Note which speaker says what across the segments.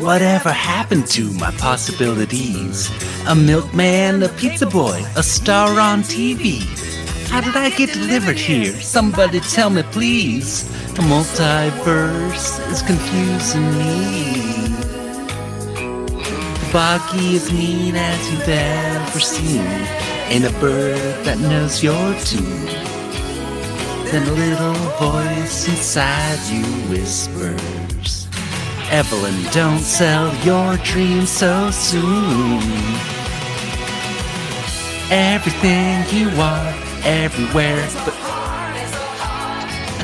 Speaker 1: Whatever happened to my possibilities? A milkman, a pizza boy, a star on TV. How did I get delivered here? Somebody tell me, please. The multiverse is confusing me. Baki is mean as you've ever seen, and a bird that knows your tune. Then a little voice inside you whispers, Evelyn, don't sell your dream so soon. Everything you are, everywhere, but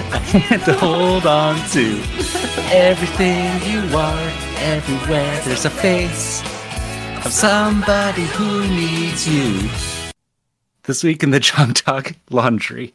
Speaker 1: I had to hold on to. Everything you are, everywhere, there's a face of somebody who needs you. This week in the John Talk Laundry.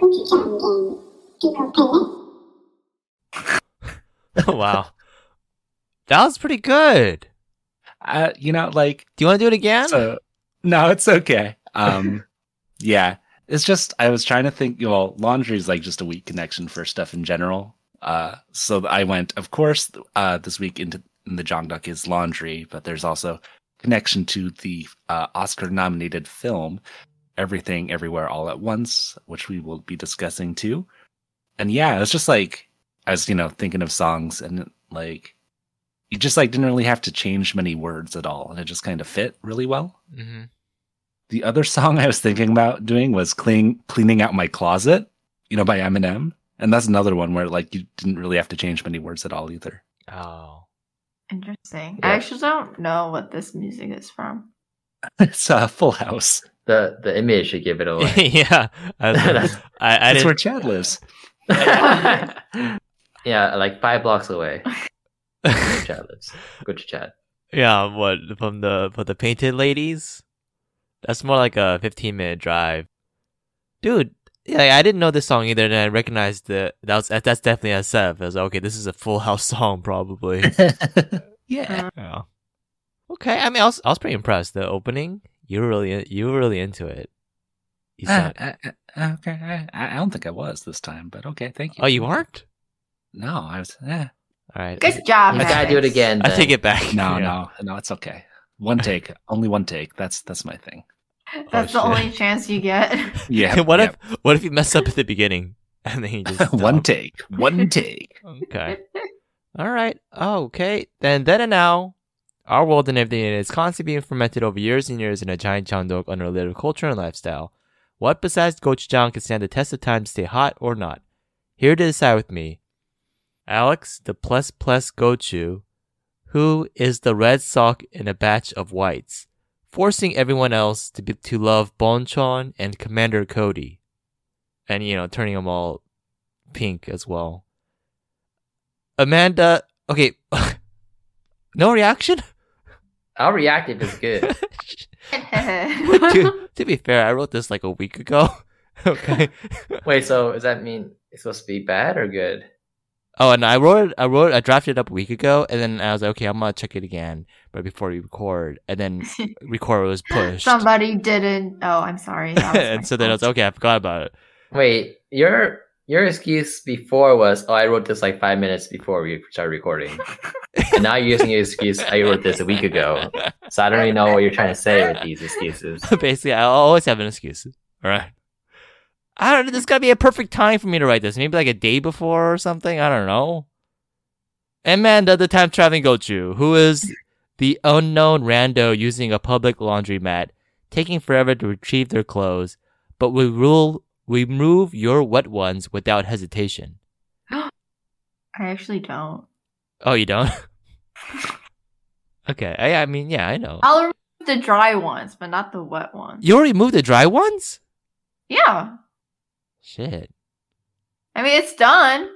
Speaker 2: 고추장 간 그거 팔래?
Speaker 3: Oh, wow. That was pretty good.
Speaker 1: Uh, you know, like,
Speaker 3: Do you want to do it again?
Speaker 1: so, no, it's okay. Um, yeah, it's just, I was trying to think, you know, laundry is like just a weak connection for stuff in general. Uh, so I went, of course, uh, this week into in the John Duck is laundry, but there's also connection to the uh, Oscar nominated film, Everything Everywhere All at Once, which we will be discussing too. And yeah, it's just like, I was, you know, thinking of songs and like, you just like didn't really have to change many words at all. And it just kind of fit really well.
Speaker 3: Mhm.
Speaker 1: The other song I was thinking about doing was clean, cleaning out my closet, you know, by Eminem. And that's another one where like you didn't really have to change many words at all either.
Speaker 3: Oh.
Speaker 4: Interesting.
Speaker 5: Yeah.
Speaker 4: I actually don't know what this music is from.
Speaker 1: it's a uh, Full House.
Speaker 5: The the image should give it away.
Speaker 3: yeah. I,
Speaker 5: That's-
Speaker 3: I, I
Speaker 1: That's where
Speaker 3: didn't.
Speaker 1: Chad lives.
Speaker 5: yeah, like five blocks away. Go to Chad lives. Go to Chad.
Speaker 3: yeah, what from the from the painted ladies? That's more like a 15 minute drive, dude. Yeah, I didn't know this song either, and I recognized that that was that's definitely SF. I was like, okay, this is a Full House song, probably.
Speaker 1: yeah.
Speaker 3: yeah. Okay, I mean, I was I was pretty impressed. The opening, you were really you were really into it. You
Speaker 1: Ah,
Speaker 3: sound-
Speaker 1: ah, ah, okay. I, I don't think I was this time, but okay. Thank you.
Speaker 3: oh, you aren't.
Speaker 1: No, I was. Eh.
Speaker 3: All right,
Speaker 4: Good job.
Speaker 5: I gotta do it again.
Speaker 3: I
Speaker 5: then.
Speaker 3: take it back.
Speaker 1: No,
Speaker 3: Yeah.
Speaker 1: no, no. It's okay. One take, only one take. That's that's my thing.
Speaker 4: That's
Speaker 3: Oh,
Speaker 4: the
Speaker 3: shit.
Speaker 4: only chance you get.
Speaker 1: Yeah.
Speaker 3: what
Speaker 1: yeah.
Speaker 3: if what if you mess up at the beginning and then you just
Speaker 1: one
Speaker 3: stop?
Speaker 1: take? One take.
Speaker 3: Okay. All right. Oh, okay. Then, then and now, our world and everything in it is constantly being fermented over years and years in a giant chandok under a little culture and lifestyle. What besides gochujang can stand the test of time to stay hot or not? Here to decide with me, Alex the plus plus gochu, who is the red sock in a batch of whites, forcing everyone else to be, to love Bonchon and Commander Cody, and you know turning them all pink as well. Amanda, okay, no reaction.
Speaker 5: I'll react if it's good.
Speaker 3: to,
Speaker 4: That's
Speaker 3: to be fair, I wrote this like a week ago. okay.
Speaker 5: Wait, so does that mean it's supposed to be bad or good?
Speaker 3: Oh, and I wrote it. I wrote. it- I drafted it up a week ago, and then I was like, okay, I'm gonna check it again, but before we record, and then record was pushed.
Speaker 4: Somebody didn't. Oh, I'm sorry. That was my
Speaker 3: and so then I was
Speaker 4: fault.
Speaker 3: okay. I forgot about it.
Speaker 5: Wait, your your excuse before was, oh, I wrote this like five minutes before we started recording. and now you're using your excuse, I wrote this a week ago. So I don't really know what you're trying to say with these excuses.
Speaker 3: Basically, I always have an excuse. All right. I don't know. There's got to be a perfect time for me to write this. Maybe like a day before or something. I don't know. Amanda, the time traveling gochu, who is the unknown rando using a public laundry mat, taking forever to retrieve their clothes, but we rule we remove your wet ones without hesitation.
Speaker 4: I actually don't.
Speaker 3: Oh, you don't? okay. I, I mean, yeah, I know.
Speaker 4: I'll remove the dry ones, but not the wet ones.
Speaker 3: You already moved the dry ones?
Speaker 4: yeah.
Speaker 6: Shit.
Speaker 4: I mean, it's done.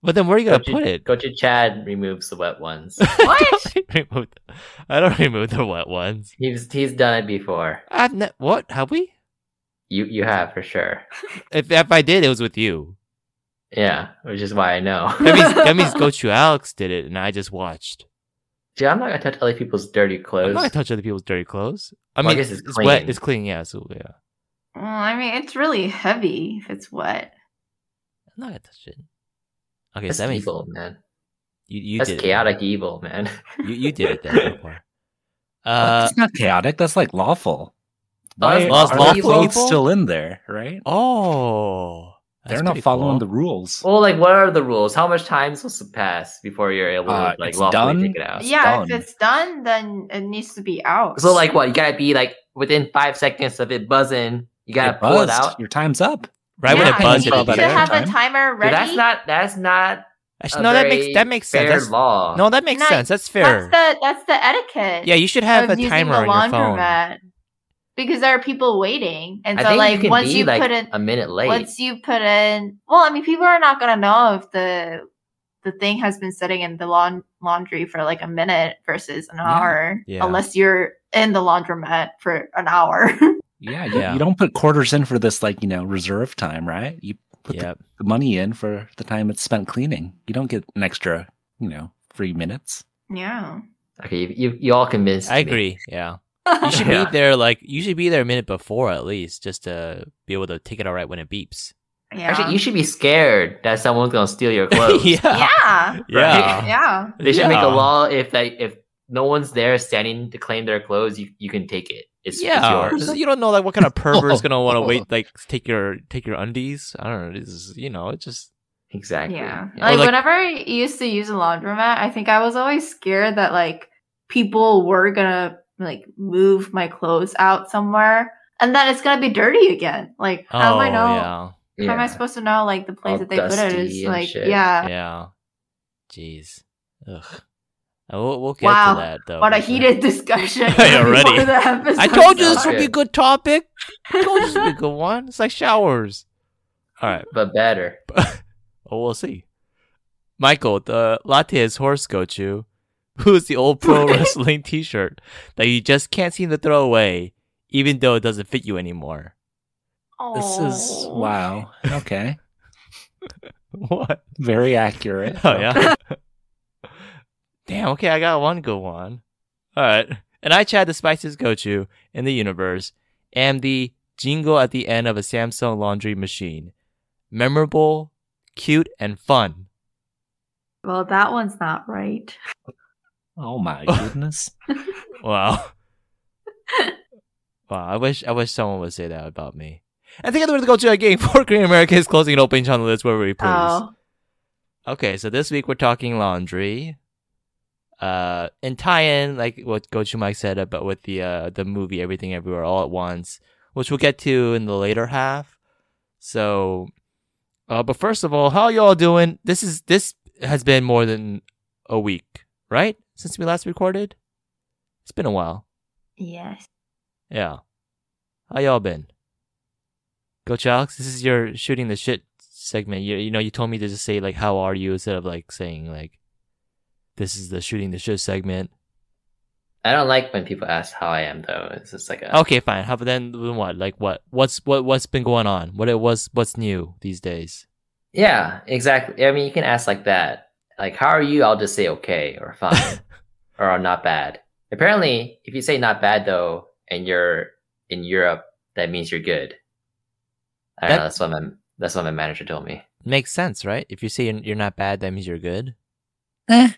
Speaker 6: But then where are you gonna
Speaker 5: Gochu-
Speaker 6: put it?
Speaker 5: Gochu Chad removes the wet ones.
Speaker 6: I
Speaker 4: What?
Speaker 6: don't remove the- I don't remove the wet ones.
Speaker 5: he's he's done it before.
Speaker 6: I've ne- what have we?
Speaker 5: You you have for sure.
Speaker 6: If if I did, it was with you.
Speaker 5: Yeah, which is why I know.
Speaker 6: That means that means Gochu Alex did it, and I just watched.
Speaker 5: Dude, I'm not gonna touch other people's dirty
Speaker 6: I'm
Speaker 5: clothes.
Speaker 6: not gonna touch other people's dirty clothes. I
Speaker 5: Well, I
Speaker 6: mean,
Speaker 5: guess
Speaker 6: it's,
Speaker 5: it's
Speaker 6: wet,
Speaker 5: clean.
Speaker 6: it's clean. Yeah, so yeah,
Speaker 4: Well, Mm, I mean, it's really heavy if it's wet.
Speaker 6: I'm not gonna touch it. Okay,
Speaker 5: That's
Speaker 6: so that means
Speaker 5: evil, man.
Speaker 6: you you
Speaker 5: That's
Speaker 6: did
Speaker 5: chaotic evil, man.
Speaker 6: It. You you did it then before. Uh
Speaker 1: it's not chaotic. That's like lawful.
Speaker 5: that's
Speaker 6: law-
Speaker 1: are
Speaker 6: lawful
Speaker 1: the clothes
Speaker 6: evil?
Speaker 1: still in there? Right?
Speaker 6: oh,
Speaker 1: They're not following the rules.
Speaker 5: Well, like, what are the rules? How much time is supposed to pass before you're able to
Speaker 1: Uh,
Speaker 5: like
Speaker 1: it's
Speaker 5: lawfully
Speaker 1: done.
Speaker 5: take it out?
Speaker 1: It's
Speaker 4: yeah,
Speaker 1: done.
Speaker 4: if it's done, then it needs to be out.
Speaker 5: So, like, what you gotta be like within five seconds of it buzzing. You gotta
Speaker 1: It
Speaker 5: pull it
Speaker 1: buzzed.
Speaker 5: out.
Speaker 1: Your time's up.
Speaker 6: right when
Speaker 4: Yeah,
Speaker 6: it buzzed.
Speaker 1: you
Speaker 6: it
Speaker 1: Well,
Speaker 4: You
Speaker 6: did
Speaker 1: that
Speaker 4: should
Speaker 6: it.
Speaker 1: air
Speaker 4: have a
Speaker 1: time.
Speaker 4: timer
Speaker 5: Dude,
Speaker 4: ready.
Speaker 5: that's not. That's not.
Speaker 6: Actually,
Speaker 5: a
Speaker 6: no, that
Speaker 5: very
Speaker 6: makes that makes sense.
Speaker 5: fair
Speaker 6: That's,
Speaker 5: law.
Speaker 6: no, that makes
Speaker 4: No,
Speaker 6: sense. That's fair.
Speaker 4: That's the that's the etiquette.
Speaker 6: yeah, you should have
Speaker 4: of
Speaker 6: a
Speaker 4: using
Speaker 6: timer on
Speaker 4: the
Speaker 6: your phone.
Speaker 4: laundromat. because there are people waiting, and
Speaker 5: I
Speaker 4: so
Speaker 5: think
Speaker 4: like
Speaker 5: you can
Speaker 4: once
Speaker 5: be
Speaker 4: you
Speaker 5: like
Speaker 4: put in
Speaker 5: a minute late.
Speaker 4: once you put in, well, I mean, people are not gonna know if the the thing has been sitting in the laun- laundry for like a minute versus an
Speaker 6: Yeah.
Speaker 4: hour,
Speaker 6: Yeah.
Speaker 4: unless you're in the laundromat for an hour.
Speaker 1: Yeah, you,
Speaker 6: Yeah.
Speaker 1: you don't put quarters in for this, like you know, reserve time, right? You put the-
Speaker 6: Yep.
Speaker 1: the money in for the time it's spent cleaning. You don't get an extra, you know, three minutes.
Speaker 4: yeah.
Speaker 5: okay, you, you, you all convinced.
Speaker 6: I
Speaker 5: me.
Speaker 6: agree. Yeah. You should
Speaker 5: Yeah.
Speaker 6: be there like you should be there a minute before at least just to be able to take it out right when it beeps.
Speaker 4: Yeah.
Speaker 5: Actually, you should be scared that someone's gonna steal your clothes.
Speaker 6: yeah.
Speaker 4: yeah.
Speaker 6: Yeah.
Speaker 4: Yeah.
Speaker 5: They should make
Speaker 6: Yeah.
Speaker 5: a law if like if no one's there standing to claim their clothes, you, you can take it. It's,
Speaker 6: Yeah.
Speaker 5: it's yours.
Speaker 6: You don't know like what kind of
Speaker 4: Oh.
Speaker 6: pervert's gonna want to wait like take your take your undies. I don't know. This is you know, it just
Speaker 5: Exactly.
Speaker 4: Yeah.
Speaker 5: Yeah.
Speaker 4: Like,
Speaker 6: like-
Speaker 4: whenever I used to use a laundromat, I think I was always scared that like people were gonna like move my clothes out somewhere and then it's gonna be dirty again. Like how
Speaker 6: oh
Speaker 4: am I know?
Speaker 6: yeah.
Speaker 4: How am I
Speaker 5: Yeah.
Speaker 4: supposed to know like the place
Speaker 5: All
Speaker 4: that they put it is
Speaker 5: dusty and
Speaker 4: like
Speaker 5: shit.
Speaker 4: yeah.
Speaker 6: Yeah. Jeez. Ugh. Uh, We'll, we'll get
Speaker 4: Wow,
Speaker 6: to that though.
Speaker 4: What a
Speaker 6: but-
Speaker 4: heated discussion.
Speaker 6: Hey, already.
Speaker 4: before the episode
Speaker 6: I told you
Speaker 5: Sounds
Speaker 6: this would be a
Speaker 5: good.
Speaker 6: good topic. I told you this would be a good one. It's like showers. All right.
Speaker 5: But better.
Speaker 6: Oh, we'll see. Michael, the latte is horse gochu. Who's the old pro wrestling t shirt that you just can't seem to throw away, even though it doesn't fit you anymore?
Speaker 1: This is
Speaker 4: Aw.
Speaker 1: wow. Okay,
Speaker 6: What?
Speaker 1: very accurate.
Speaker 6: Oh, yeah. Damn, okay, I got one good one. All right. And I, Chad the Spices Gochu in the universe, am the jingle at the end of a Samsung laundry machine. Memorable, cute, and fun.
Speaker 4: Well, that one's not right.
Speaker 1: Oh my goodness.
Speaker 6: Wow. wow, I wish I wish someone would say that about me. And together with the culture again for Korean Americans closing and opening channel list wherever we please.
Speaker 4: Oh.
Speaker 6: Okay, so this week we're talking laundry. Uh and tie in like what Gochu Mike said about with the uh the movie Everything Everywhere All at Once, which we'll get to in the later half. So uh but first of all, how y'all doing? This is this has been more than a week, right? Since we last recorded? It's been a while.
Speaker 4: Yes.
Speaker 6: Yeah. How y'all been? Go Alex, this is your shooting the shit segment. You, you know, you told me to just say like how are you instead of like saying like this is the shooting the shit segment.
Speaker 5: I don't like when people ask how I am though. It's just like a
Speaker 6: Okay, fine. How about then then what? Like what what's what what's been going on? What it was what's new these days?
Speaker 5: Yeah, exactly. I mean you can ask like that. Like how are you? I'll just say okay or fine or not bad. Apparently, if you say not bad though and you're in Europe, that means you're good. I don't
Speaker 6: That-
Speaker 5: know, that's what my that's what my manager told me.
Speaker 6: Makes sense, right? If you say you're, you're not bad, that means you're good.
Speaker 1: Eh,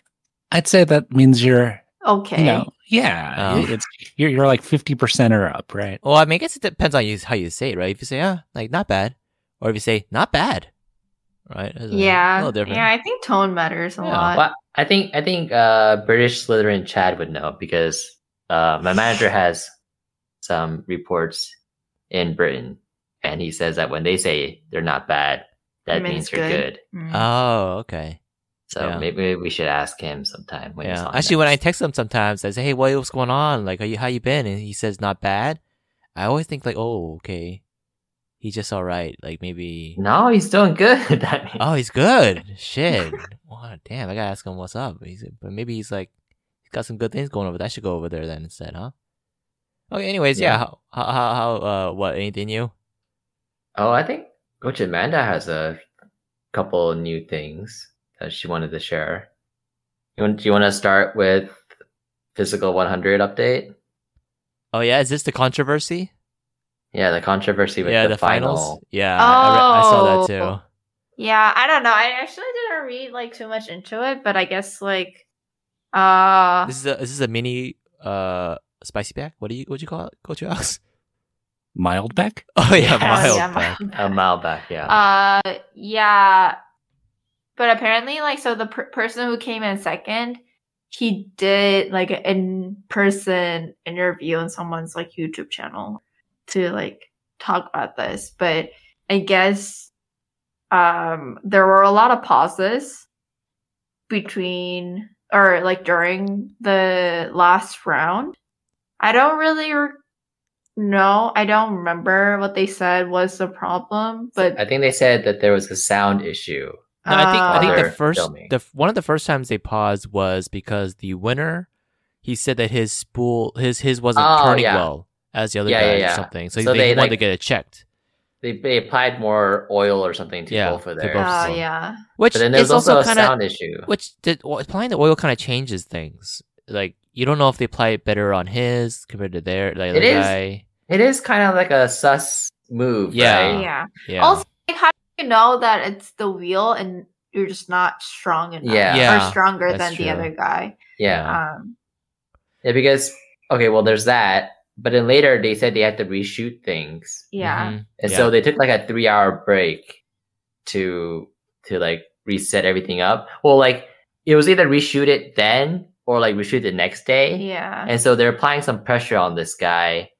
Speaker 1: I'd say that means you're,
Speaker 4: Okay.
Speaker 1: you know, Uh, yeah,
Speaker 6: Oh.
Speaker 1: it's you're, you're like fifty percent or up, right?
Speaker 6: Well, I mean, I guess it depends on you how you say it, right? If you say ah, like not bad, or if you say not bad, right? It's a
Speaker 4: Yeah.
Speaker 6: little different.
Speaker 4: Yeah, I think tone matters a
Speaker 6: Yeah.
Speaker 4: lot.
Speaker 5: Well, I think I think uh, British Slytherin Chad would know because uh, my manager has some reports in Britain, and he says that when they say they're not bad, that means, you're good.
Speaker 4: Mm.
Speaker 6: Oh, okay.
Speaker 5: So
Speaker 6: Yeah.
Speaker 5: maybe, maybe we should ask him sometime. When he's
Speaker 6: yeah.
Speaker 5: on
Speaker 6: Actually, when I
Speaker 5: next.
Speaker 6: text him sometimes, I say, "Hey, what, what's going on? Like, how you how you been?" And he says, "Not bad." I always think like, "Oh, okay." he's just all right. Like maybe.
Speaker 5: No, he's doing good. I mean,
Speaker 6: Oh, he's good. Shit. wow, damn. I gotta ask him what's up. He's, but maybe he's like, he's got some good things going over. That should go over there then instead, huh? Okay. Anyways, yeah.
Speaker 5: Yeah.
Speaker 6: How, how, how, how, uh, what? Anything new?
Speaker 5: oh, I think Coach Amanda has a couple new things that she wanted to share. You want, do you want to start with physical 100 update?
Speaker 6: Oh yeah, is this the controversy?
Speaker 5: Yeah, the controversy with
Speaker 6: yeah,
Speaker 5: the, finals.
Speaker 6: Yeah, I, I, re- I saw that
Speaker 4: Oh.
Speaker 6: too.
Speaker 4: Yeah, I don't know. I actually didn't read like too much into it, but I guess like uh
Speaker 6: This is a this is a mini uh spicy pack. What do you what you call it, Coach Alex?
Speaker 1: Mild Beck?
Speaker 6: Oh yeah,
Speaker 5: Yeah,
Speaker 6: mild
Speaker 4: yeah,
Speaker 6: pack.
Speaker 4: mild.
Speaker 5: A mile back, yeah.
Speaker 4: Uh, yeah. But apparently, like, so the per- person who came in second, he did like an in-person interview on someone's like YouTube channel to like talk about this. But I guess um there were a lot of pauses between or like during the last round. I don't really re- know. I don't remember what they said was the problem, but
Speaker 5: I think they said that there was a sound issue.
Speaker 6: No, I think I
Speaker 4: Uh,
Speaker 6: think the
Speaker 5: Other
Speaker 6: first
Speaker 5: filming.
Speaker 6: the one of the first times they paused was because the winner he said that his spool his his wasn't
Speaker 5: Oh,
Speaker 6: turning
Speaker 5: yeah.
Speaker 6: well as the other
Speaker 5: Yeah,
Speaker 6: guy
Speaker 5: yeah,
Speaker 6: or
Speaker 5: yeah.
Speaker 6: something. So,
Speaker 5: So
Speaker 6: they,
Speaker 5: they,
Speaker 6: wanted to
Speaker 5: like-
Speaker 6: get it checked.
Speaker 5: They, they applied more oil or something to
Speaker 6: Yeah,
Speaker 5: both of
Speaker 6: to
Speaker 5: theirs.
Speaker 6: both of
Speaker 4: Oh
Speaker 6: them.
Speaker 4: yeah.
Speaker 6: Which
Speaker 5: But then there's
Speaker 6: is also,
Speaker 5: also, a
Speaker 6: kinda
Speaker 5: sound issue.
Speaker 6: which did, well, applying the oil kind of changes things. Like you don't know if they apply it better on his compared to their like,
Speaker 5: It
Speaker 6: the
Speaker 5: is-
Speaker 6: guy.
Speaker 5: It is kind of like a sus move,
Speaker 6: Yeah.
Speaker 5: right?
Speaker 4: yeah.
Speaker 6: Yeah.
Speaker 4: Also, like, how do you know that it's the wheel and you're just not strong enough?
Speaker 5: Yeah.
Speaker 6: Yeah,
Speaker 4: Or stronger
Speaker 6: that's
Speaker 4: than
Speaker 6: true.
Speaker 4: the other guy.
Speaker 5: Yeah.
Speaker 4: Um.
Speaker 5: Yeah, because okay, well, there's that. But then later they said they had to reshoot things,
Speaker 4: Yeah.
Speaker 6: Mhm.
Speaker 5: and
Speaker 6: Yeah.
Speaker 5: so they took like a three-hour break to to like reset everything up. Well, like it was either reshoot it then or like reshoot the next day.
Speaker 4: Yeah.
Speaker 5: And so they're applying some pressure on this guy,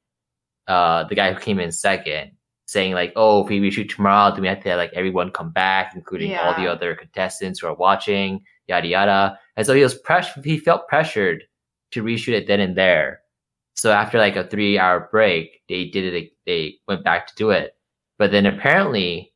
Speaker 5: uh, the guy who came in second, saying like, "Oh, if we reshoot tomorrow, then we have to have, like everyone come back, including all the
Speaker 4: Yeah.
Speaker 5: other contestants who are watching, yada yada." And so he was press- he felt pressured to reshoot it then and there. So after like a three-hour break, they did it. They went back to do it, but then apparently,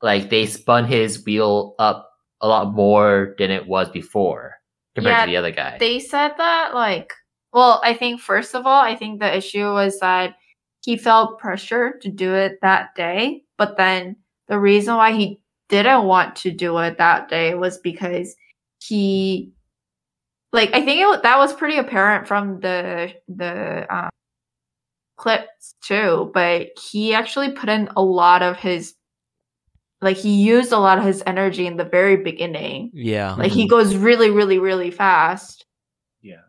Speaker 5: like they spun his wheel up a lot more than it was before compared
Speaker 4: Yeah,
Speaker 5: to the other guy.
Speaker 4: They said that like, well, I think first of all, I think the issue was that he felt pressure to do it that day, but then the reason why he didn't want to do it that day was because he like I think it, wa- that was pretty apparent from the the um, clips too, but he actually put in a lot of his like he used a lot of his energy in the very beginning
Speaker 6: yeah.
Speaker 4: like he goes really really really fast
Speaker 1: Yeah.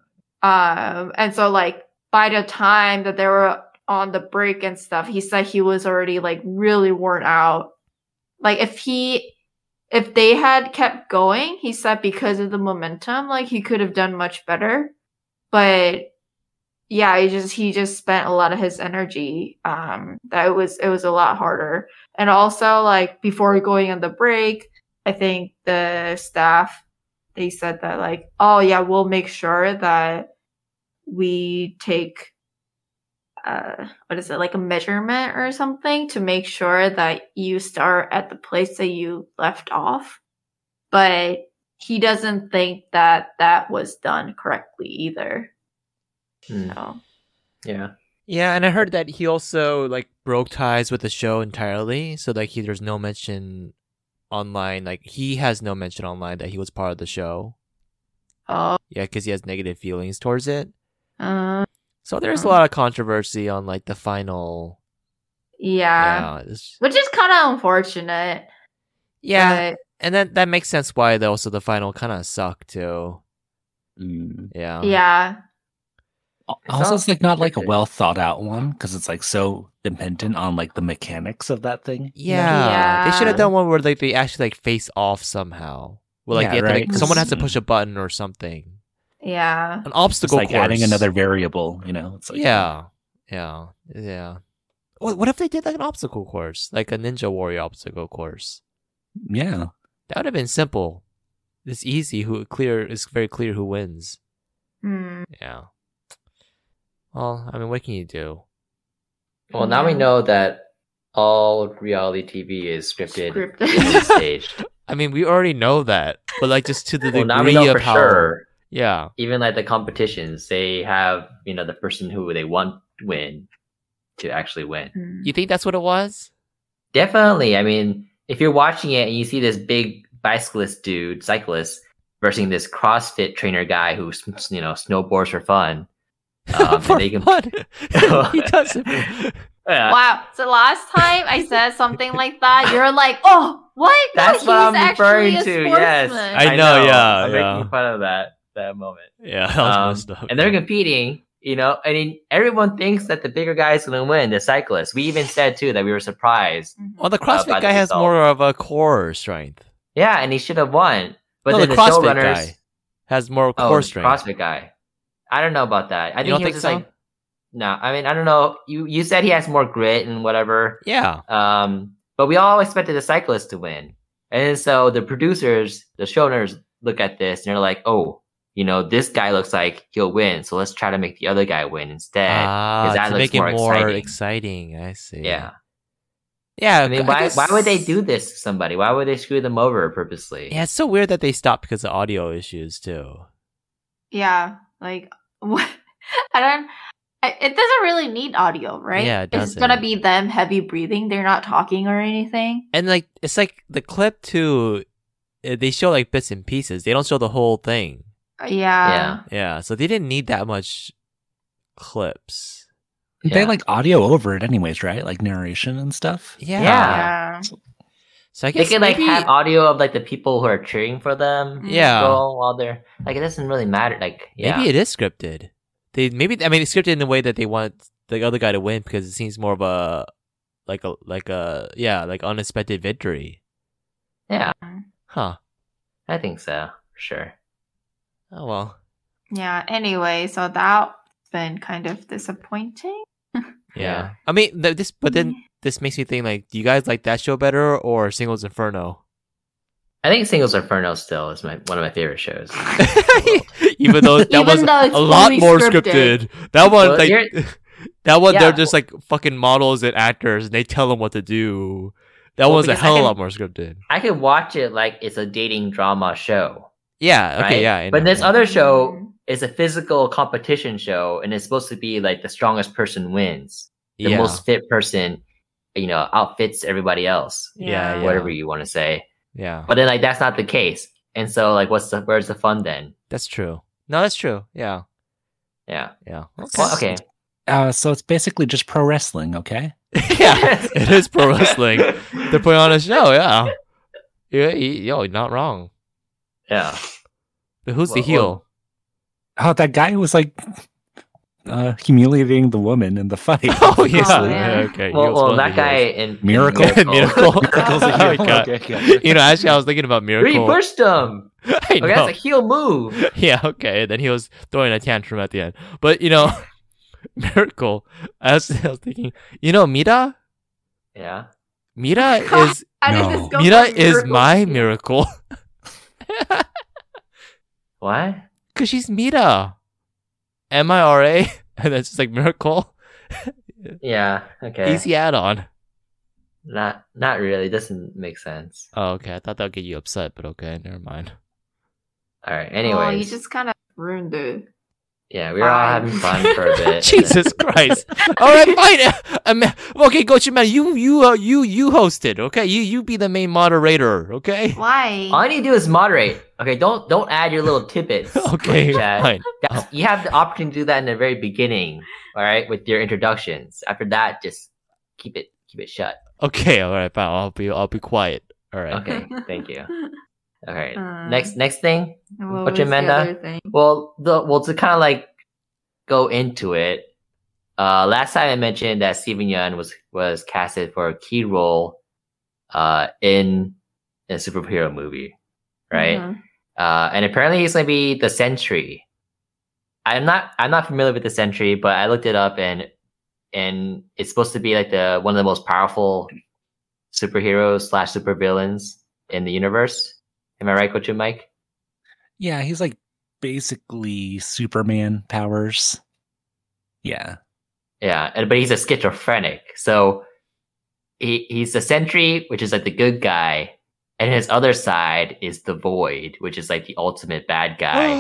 Speaker 4: um and so like by the time that they were on the break and stuff he said he was already like really worn out like if he if they had kept going he said because of the momentum like he could have done much better but yeah he just he just spent a lot of his energy um that it was it was a lot harder and also like before going on the break I think the staff they said that like, oh yeah, we'll make sure that we take uh what is it like a measurement or something to make sure that you start at the place that you left off. But he doesn't think that that was done correctly either.
Speaker 5: Hmm.
Speaker 4: So
Speaker 5: yeah.
Speaker 6: Yeah, and I heard that he also like broke ties with the show entirely. So like he there's no mention online. Like he has no mention online that he was part of the show.
Speaker 4: oh
Speaker 6: Yeah, because he has negative feelings towards it.
Speaker 4: uh,
Speaker 6: So there's a
Speaker 4: Mhm.
Speaker 6: lot of controversy on like the final.
Speaker 4: yeah.
Speaker 6: Yeah, it's-
Speaker 4: Which is kinda unfortunate.
Speaker 6: yeah,
Speaker 4: but-
Speaker 6: and then that makes sense why the, also the final kind of sucked too.
Speaker 1: Mm.
Speaker 6: Yeah,
Speaker 4: yeah.
Speaker 1: Al-
Speaker 5: It's
Speaker 1: Also,
Speaker 5: not
Speaker 1: it's like not like a
Speaker 5: perfect.
Speaker 1: well thought out one because it's like so dependent on like the mechanics of that thing.
Speaker 6: Yeah. They should have
Speaker 4: Yeah.
Speaker 6: done one where like they actually like face off somehow. Where like,
Speaker 1: Yeah,
Speaker 6: they have to,
Speaker 1: right,
Speaker 6: like someone has to
Speaker 1: because-
Speaker 6: push a button or something.
Speaker 4: Yeah.
Speaker 6: An
Speaker 1: It's
Speaker 6: obstacle
Speaker 1: like adding
Speaker 6: course.
Speaker 1: another variable, you know? It's like,
Speaker 6: yeah, yeah, yeah. What, what if they did like an obstacle course, like a Ninja Warrior obstacle course?
Speaker 1: Yeah.
Speaker 6: That would have been simple. It's easy. Who clear? It's very clear who wins.
Speaker 4: Hmm.
Speaker 6: Yeah. Well, I mean, what can you do?
Speaker 5: Well, now we
Speaker 4: Yeah.
Speaker 5: know that all reality TV is scripted, and
Speaker 4: Scripted.
Speaker 5: staged.
Speaker 6: I mean, we already know that, but like just to the degree
Speaker 5: well, now we know
Speaker 6: of
Speaker 5: for
Speaker 6: how.
Speaker 5: sure.
Speaker 6: Yeah,
Speaker 5: Even like the competitions, they have you know the person who they want to win to actually win.
Speaker 4: Mm.
Speaker 6: you think that's what it was?
Speaker 5: Definitely. I mean, if you're watching it and you see this big bicyclist dude, cyclist, versus this CrossFit trainer guy who s- s- you know snowboards for fun. Um,
Speaker 6: For
Speaker 5: and they can,
Speaker 6: fun. he does it.
Speaker 5: Yeah,
Speaker 4: Wow. So last time I said something like that, you're like, oh, what? No,
Speaker 5: that's what
Speaker 4: he's
Speaker 5: I'm
Speaker 4: actually
Speaker 5: referring
Speaker 4: a
Speaker 5: to. Yes,
Speaker 4: sportsman."
Speaker 6: I know, yeah,
Speaker 5: I'm
Speaker 6: yeah.
Speaker 5: making fun of that that moment.
Speaker 6: Yeah, that was
Speaker 5: Um,
Speaker 6: messed up.
Speaker 5: And they're competing, you know. I mean, everyone thinks that the bigger guy is going to win. The cyclist. We even said too that we were surprised.
Speaker 6: Well, the
Speaker 5: about
Speaker 6: CrossFit
Speaker 5: the
Speaker 6: guy has
Speaker 5: result.
Speaker 6: more of a core strength.
Speaker 5: Yeah, and he should have won. But
Speaker 6: no,
Speaker 5: then
Speaker 6: the
Speaker 5: the,
Speaker 6: CrossFit
Speaker 5: showrunners,
Speaker 6: guy has more
Speaker 5: oh,
Speaker 6: core
Speaker 5: the
Speaker 6: strength.
Speaker 5: CrossFit guy. I don't know about that. I
Speaker 6: You
Speaker 5: think
Speaker 6: don't
Speaker 5: he
Speaker 6: think
Speaker 5: was just
Speaker 6: so?
Speaker 5: like, no. I mean, I don't know. You you said he has more grit and whatever.
Speaker 6: Yeah,
Speaker 5: Um, but we all expected the cyclist to win. And so the producers, the showrunners look at this and they're like, oh, you know, this guy looks like he'll win. So let's try to make the other guy win instead.
Speaker 6: ah,
Speaker 5: that
Speaker 6: to
Speaker 5: looks
Speaker 6: make it
Speaker 5: more
Speaker 6: more
Speaker 5: exciting.
Speaker 6: exciting. I see.
Speaker 5: yeah.
Speaker 6: yeah.
Speaker 5: I mean,
Speaker 6: I
Speaker 5: why,
Speaker 6: guess-
Speaker 5: why would they do this to somebody? Why would they screw them over purposely?
Speaker 6: Yeah, it's so weird that they stopped because of audio issues too.
Speaker 4: Yeah, like what? I don't. I, it doesn't really need audio, right?
Speaker 6: Yeah, it
Speaker 4: It's gonna
Speaker 6: doesn't.
Speaker 4: be them heavy breathing. They're not talking or anything.
Speaker 6: and like it's like the clip too uh, they show like bits and pieces they don't show the whole thing
Speaker 4: Uh, Yeah.
Speaker 5: Yeah.
Speaker 6: yeah so they didn't need that much clips
Speaker 5: Yeah.
Speaker 1: They like audio over it, anyways, right? Like narration and stuff.
Speaker 6: yeah,
Speaker 5: Yeah.
Speaker 4: Yeah.
Speaker 6: so i
Speaker 5: They
Speaker 6: guess
Speaker 5: could like
Speaker 6: maybe,
Speaker 5: have audio of like the people who are cheering for them.
Speaker 6: Yeah.
Speaker 5: go while they're like it doesn't really matter. Like yeah,
Speaker 6: maybe it is scripted they maybe i mean it's scripted in the way that they want the other guy to win because it seems more of a like a like a yeah like unexpected victory
Speaker 5: yeah,
Speaker 6: huh
Speaker 5: I think so for sure.
Speaker 6: oh well
Speaker 4: Yeah. Anyway, so that's been kind of disappointing.
Speaker 6: yeah,
Speaker 5: Yeah.
Speaker 6: i mean th- this but then this makes me think like do you guys like that show better or singles inferno
Speaker 5: I think Singles Inferno still is my one of my favorite shows.
Speaker 6: even though that
Speaker 4: Even
Speaker 6: was
Speaker 4: though it's
Speaker 6: a lot
Speaker 4: fully
Speaker 6: more
Speaker 4: scripted.
Speaker 6: scripted. That one,
Speaker 5: Well,
Speaker 6: like,
Speaker 5: you're-
Speaker 6: that one,
Speaker 5: Yeah.
Speaker 6: they're just like fucking models and actors, and they tell them what to do. That
Speaker 5: Well,
Speaker 6: one's a
Speaker 5: because I
Speaker 6: hell of a
Speaker 5: can-
Speaker 6: lot more scripted.
Speaker 5: I could watch it like it's a dating drama show.
Speaker 6: Yeah. Okay.
Speaker 5: right?
Speaker 6: Yeah. I
Speaker 5: But
Speaker 6: know,
Speaker 5: this
Speaker 6: yeah.
Speaker 5: other show
Speaker 4: Mm.
Speaker 5: is a physical competition show, and it's supposed to be like the strongest person wins. The
Speaker 6: yeah.
Speaker 5: most fit person, you know, outfits everybody else.
Speaker 6: Yeah, yeah.
Speaker 5: Whatever you want to say.
Speaker 6: yeah,
Speaker 5: But then like that's not the case. And so like what's the where's the fun then?
Speaker 6: that's true. No, that's true. Yeah.
Speaker 5: Yeah.
Speaker 6: Yeah.
Speaker 5: Well, okay.
Speaker 1: Uh, so it's basically just pro wrestling, okay?
Speaker 6: yeah. It is pro wrestling. They're putting on a show. Yeah. Yeah. y- Yo, you're not wrong.
Speaker 5: Yeah.
Speaker 6: But who's the
Speaker 5: Well,
Speaker 6: heel?
Speaker 1: Oh,
Speaker 5: well-
Speaker 1: that guy who was like uh, humiliating the woman in the fight.
Speaker 6: Oh yeah.
Speaker 4: Oh,
Speaker 6: yeah.
Speaker 4: yeah.
Speaker 6: Okay. heels,
Speaker 5: Well,
Speaker 6: one of
Speaker 5: well that
Speaker 6: the
Speaker 5: guy Oh,
Speaker 6: heels.
Speaker 5: in
Speaker 1: Miracle.
Speaker 5: in
Speaker 6: Miracle.
Speaker 1: Miracle's a
Speaker 6: Oh,
Speaker 1: heel.
Speaker 6: God.
Speaker 1: Okay, okay.
Speaker 6: You know, actually, I was thinking about
Speaker 5: Really
Speaker 6: Miracle.
Speaker 5: pushed him.
Speaker 6: I know.
Speaker 5: Okay, that's a heel move.
Speaker 6: yeah, okay. Then he was throwing a tantrum at the end. But you know, Miracle. I was, I was thinking, you know, Mira,
Speaker 5: Yeah.
Speaker 6: Mira
Speaker 4: God,
Speaker 6: is
Speaker 4: How did
Speaker 1: No.
Speaker 4: this go
Speaker 6: Mira
Speaker 4: from
Speaker 6: is
Speaker 4: miracle
Speaker 6: my
Speaker 4: to-
Speaker 6: miracle
Speaker 5: What?
Speaker 6: because she's Mira. M I R A, and that's just like Miracle.
Speaker 5: Yeah. Okay.
Speaker 6: Easy add-on.
Speaker 5: Not not really. Doesn't make sense.
Speaker 6: Oh, okay. I thought that would get you upset, but okay, never mind.
Speaker 5: All right.
Speaker 4: Oh,
Speaker 5: Anyways.
Speaker 4: you just kind of ruined it.
Speaker 5: yeah, we were all having fun for a bit.
Speaker 6: Jesus Christ! All right, fine. Um, okay, Gochi Man, you you uh, you you hosted. Okay, you you be the main moderator. Okay.
Speaker 4: Why?
Speaker 5: All you need to do is moderate. Okay, don't don't add your little
Speaker 6: Oh,
Speaker 5: tidbits.
Speaker 6: Okay,
Speaker 5: Chad.
Speaker 6: fine.
Speaker 5: That's, you have the opportunity to do that in the very beginning, all right, with your introductions. After that, just keep it keep it shut.
Speaker 6: Okay, all right, fine. I'll be I'll be quiet. All right.
Speaker 5: Okay, thank you. All right,
Speaker 4: Uh,
Speaker 5: next next thing.
Speaker 4: What
Speaker 5: What's your
Speaker 4: was the
Speaker 5: Amanda?
Speaker 4: other thing?
Speaker 5: Well, the well to kind of like go into it. Uh, last time I mentioned that Steven Yeun was was casted for a key role, uh, in a superhero movie, right?
Speaker 4: Mhm.
Speaker 5: Uh, and apparently he's gonna be the Sentry. I'm not I'm not familiar with the Sentry, but I looked it up and and it's supposed to be like the one of the most powerful superheroes slash supervillains in the universe. Am I right, Coach Mike?
Speaker 1: Yeah, he's like basically Superman powers. Yeah.
Speaker 5: Yeah, and but he's a schizophrenic, so he he's the sentry, which is like the good guy, and his other side is the void, which is like the ultimate bad guy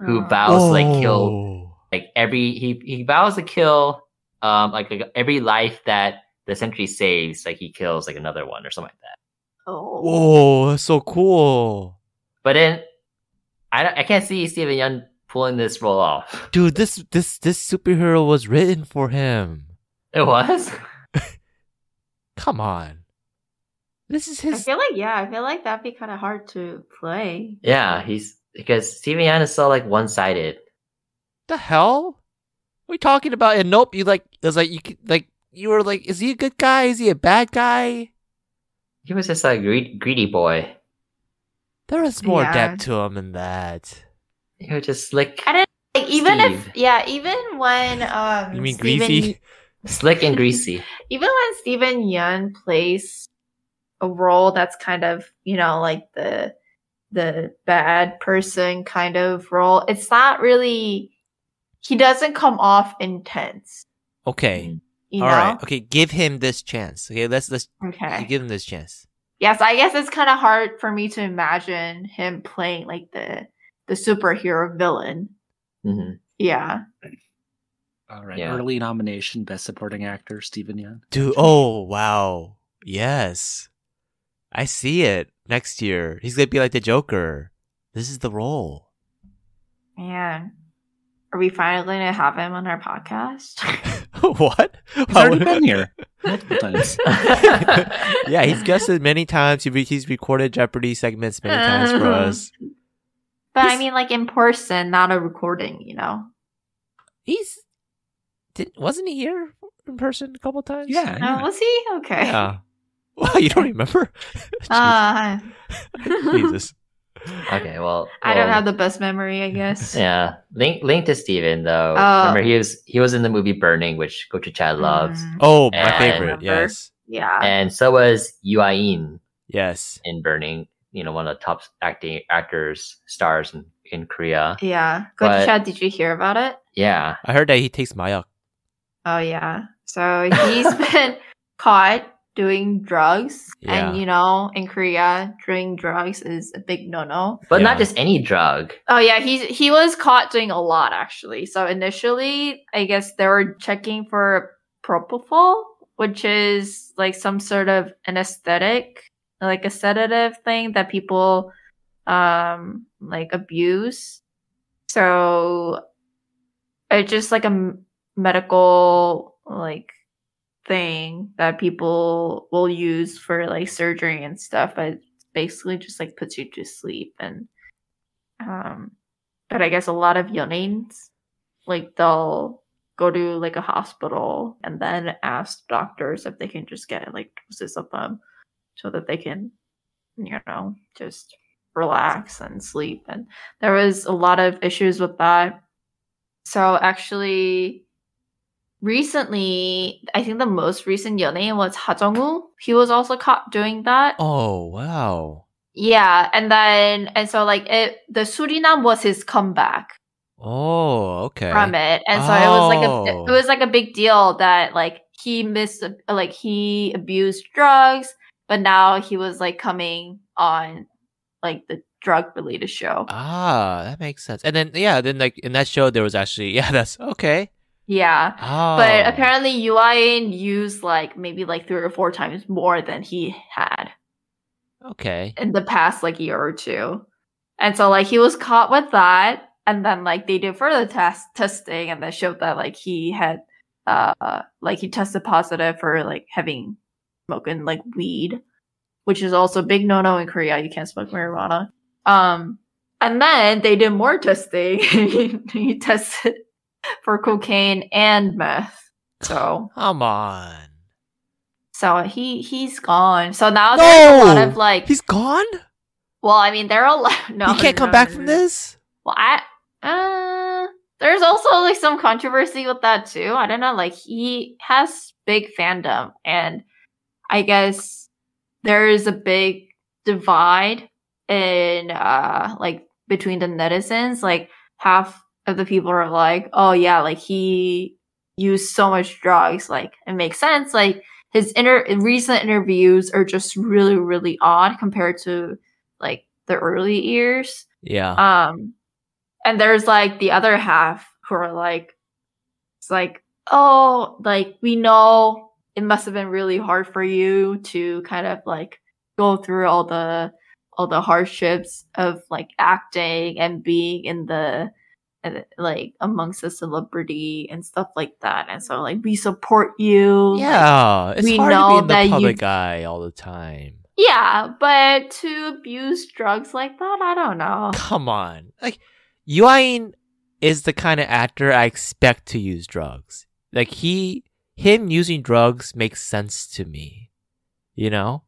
Speaker 5: who vows to like
Speaker 7: Oh.
Speaker 5: kill like every he he vows to kill um like, like, every life that the sentry saves, like he kills like another one or something like that.
Speaker 4: Oh.
Speaker 6: Whoa, that's so cool.
Speaker 5: But then I don't, I can't see Steven Young pulling this role off.
Speaker 6: Dude, this this this superhero was written for him.
Speaker 5: It was.
Speaker 6: Come on. This is
Speaker 4: I
Speaker 6: his
Speaker 4: feel like yeah, I feel like that'd be kind of hard to play.
Speaker 5: Yeah, he's because Steven Yeun is so like one sided.
Speaker 6: the hell? What are you talking about? And nope, you like it's like you c- like you were like, is he a good guy? Is he a bad guy?
Speaker 5: He was just a greedy, greedy boy.
Speaker 6: There is more
Speaker 4: Yeah.
Speaker 6: depth to him than that.
Speaker 5: He was just slick,
Speaker 4: I didn't like even
Speaker 5: Steve.
Speaker 4: if yeah, even when um
Speaker 6: You mean
Speaker 4: Steven-
Speaker 6: greasy?
Speaker 5: slick and greasy.
Speaker 4: even when Steven Yeun plays a role that's kind of you know like the the bad person kind of role, it's not really he doesn't come off intense,
Speaker 1: Mm-hmm.
Speaker 6: Okay.
Speaker 4: you
Speaker 6: All
Speaker 4: know.
Speaker 6: right. Okay, give him this chance. Okay, let's let's
Speaker 4: Okay.
Speaker 6: give him this chance.
Speaker 4: Yes, I guess it's kind of hard for me to imagine him playing like the the superhero villain.
Speaker 5: hmm
Speaker 4: Yeah.
Speaker 1: All right.
Speaker 5: Yeah.
Speaker 1: Early nomination, Best Supporting Actor, Stephen Young.
Speaker 6: Dude, oh wow. Yes. I see it. Next year, he's going to be like the Joker. This is the role.
Speaker 4: Man. Are we finally gonna have him on our podcast?
Speaker 6: what?
Speaker 1: He's already been here multiple times.
Speaker 6: yeah, he's guested many times. He re- he's recorded Jeopardy segments many times for us.
Speaker 4: But I
Speaker 6: He's-
Speaker 4: mean like in person, not a recording, you know.
Speaker 6: He's did wasn't he here in person a couple times?
Speaker 1: Yeah.
Speaker 4: Oh, was he? Okay.
Speaker 6: Yeah. Wow, you don't remember?
Speaker 4: Uh,
Speaker 6: Jesus.
Speaker 5: Okay, well,
Speaker 4: I don't
Speaker 5: well,
Speaker 4: have the best memory, I guess.
Speaker 5: Yeah, link link to Steven though.
Speaker 4: Oh.
Speaker 5: Remember he was he was in the movie Burning, which Gochu Chad loves,
Speaker 4: Mm,
Speaker 6: Oh, my
Speaker 5: Yeah, I
Speaker 6: favorite.
Speaker 4: remember.
Speaker 6: Yes.
Speaker 4: yeah.
Speaker 5: and so was Yuain
Speaker 6: Yes.
Speaker 5: in Burning. You know, one of the top acting actors stars in, in Korea.
Speaker 4: Yeah. Go
Speaker 5: But-
Speaker 4: to chat. Did you hear about it?
Speaker 5: Yeah,
Speaker 6: I heard that he takes Mayak.
Speaker 4: Oh yeah. So he's been caught doing drugs,
Speaker 6: Yeah.
Speaker 4: and you know, in Korea, doing drugs is a big no-no.
Speaker 5: but
Speaker 6: Yeah.
Speaker 5: not just any drug.
Speaker 4: Oh yeah, he he was caught doing a lot actually. So initially, I guess they were checking for propofol, which is like some sort of anesthetic, like a sedative thing that people um like abuse. So it's just like a m- medical like thing that people will use for like surgery and stuff, but it basically just like puts you to sleep and um but i guess a lot of yonins like they'll go to like a hospital and then ask doctors if they can just get like doses of them so that they can you know just relax and sleep and there was a lot of issues with that so actually recently i think the most recent yonin was ha jong he was also caught doing that
Speaker 6: Oh wow.
Speaker 4: yeah, and then and so like it, the Suriname was his comeback
Speaker 6: Oh, okay.
Speaker 4: from it, and so it was like a
Speaker 6: Oh.
Speaker 4: it was like a big deal that like he missed like he abused drugs, but now he was like coming on like the drug related show.
Speaker 6: Ah, that makes sense. And then yeah, then like in that show there was actually yeah, that's okay.
Speaker 4: yeah,
Speaker 6: Oh.
Speaker 4: but apparently Yuan used like maybe like three or four times more than he had.
Speaker 6: Okay.
Speaker 4: in the past like year or two. And so like he was caught with that and then like they did further test testing and they showed that like he had uh like he tested positive for like having smoking like weed, which is also a big no no in Korea. You can't smoke marijuana. Um and then they did more testing. he, he tested for cocaine and meth. So
Speaker 6: Come on.
Speaker 4: so he he's gone. So now there's a lot
Speaker 6: No!
Speaker 4: of like
Speaker 6: He's gone?
Speaker 4: well, I mean, they're all no.
Speaker 6: he can't come
Speaker 4: no,
Speaker 6: back
Speaker 4: no,
Speaker 6: from
Speaker 4: no.
Speaker 6: this?
Speaker 4: Well, I uh, there's also like some controversy with that too. I don't know. Like he has big fandom, and I guess there is a big divide in uh like between the netizens. Like half of the people are like, "Oh yeah, like he used so much drugs. Like it makes sense. Like his inter- recent interviews are just really really odd compared to like the early years.
Speaker 3: Yeah.
Speaker 4: Um, and there's like the other half who are like, it's like, oh, like we know it must have been really hard for you to kind of like go through all the all the hardships of like acting and being in the and, like amongst the celebrity and stuff like that. And so like we support you.
Speaker 3: yeah. It's
Speaker 4: we
Speaker 3: hard to
Speaker 4: know
Speaker 3: be in
Speaker 4: that
Speaker 3: the
Speaker 4: you-
Speaker 3: public eye all the time.
Speaker 4: Yeah, but to abuse drugs like that, I don't know.
Speaker 3: Come on. Like Yuain is the kind of actor I expect to use drugs. Like he him using drugs makes sense to me. You know?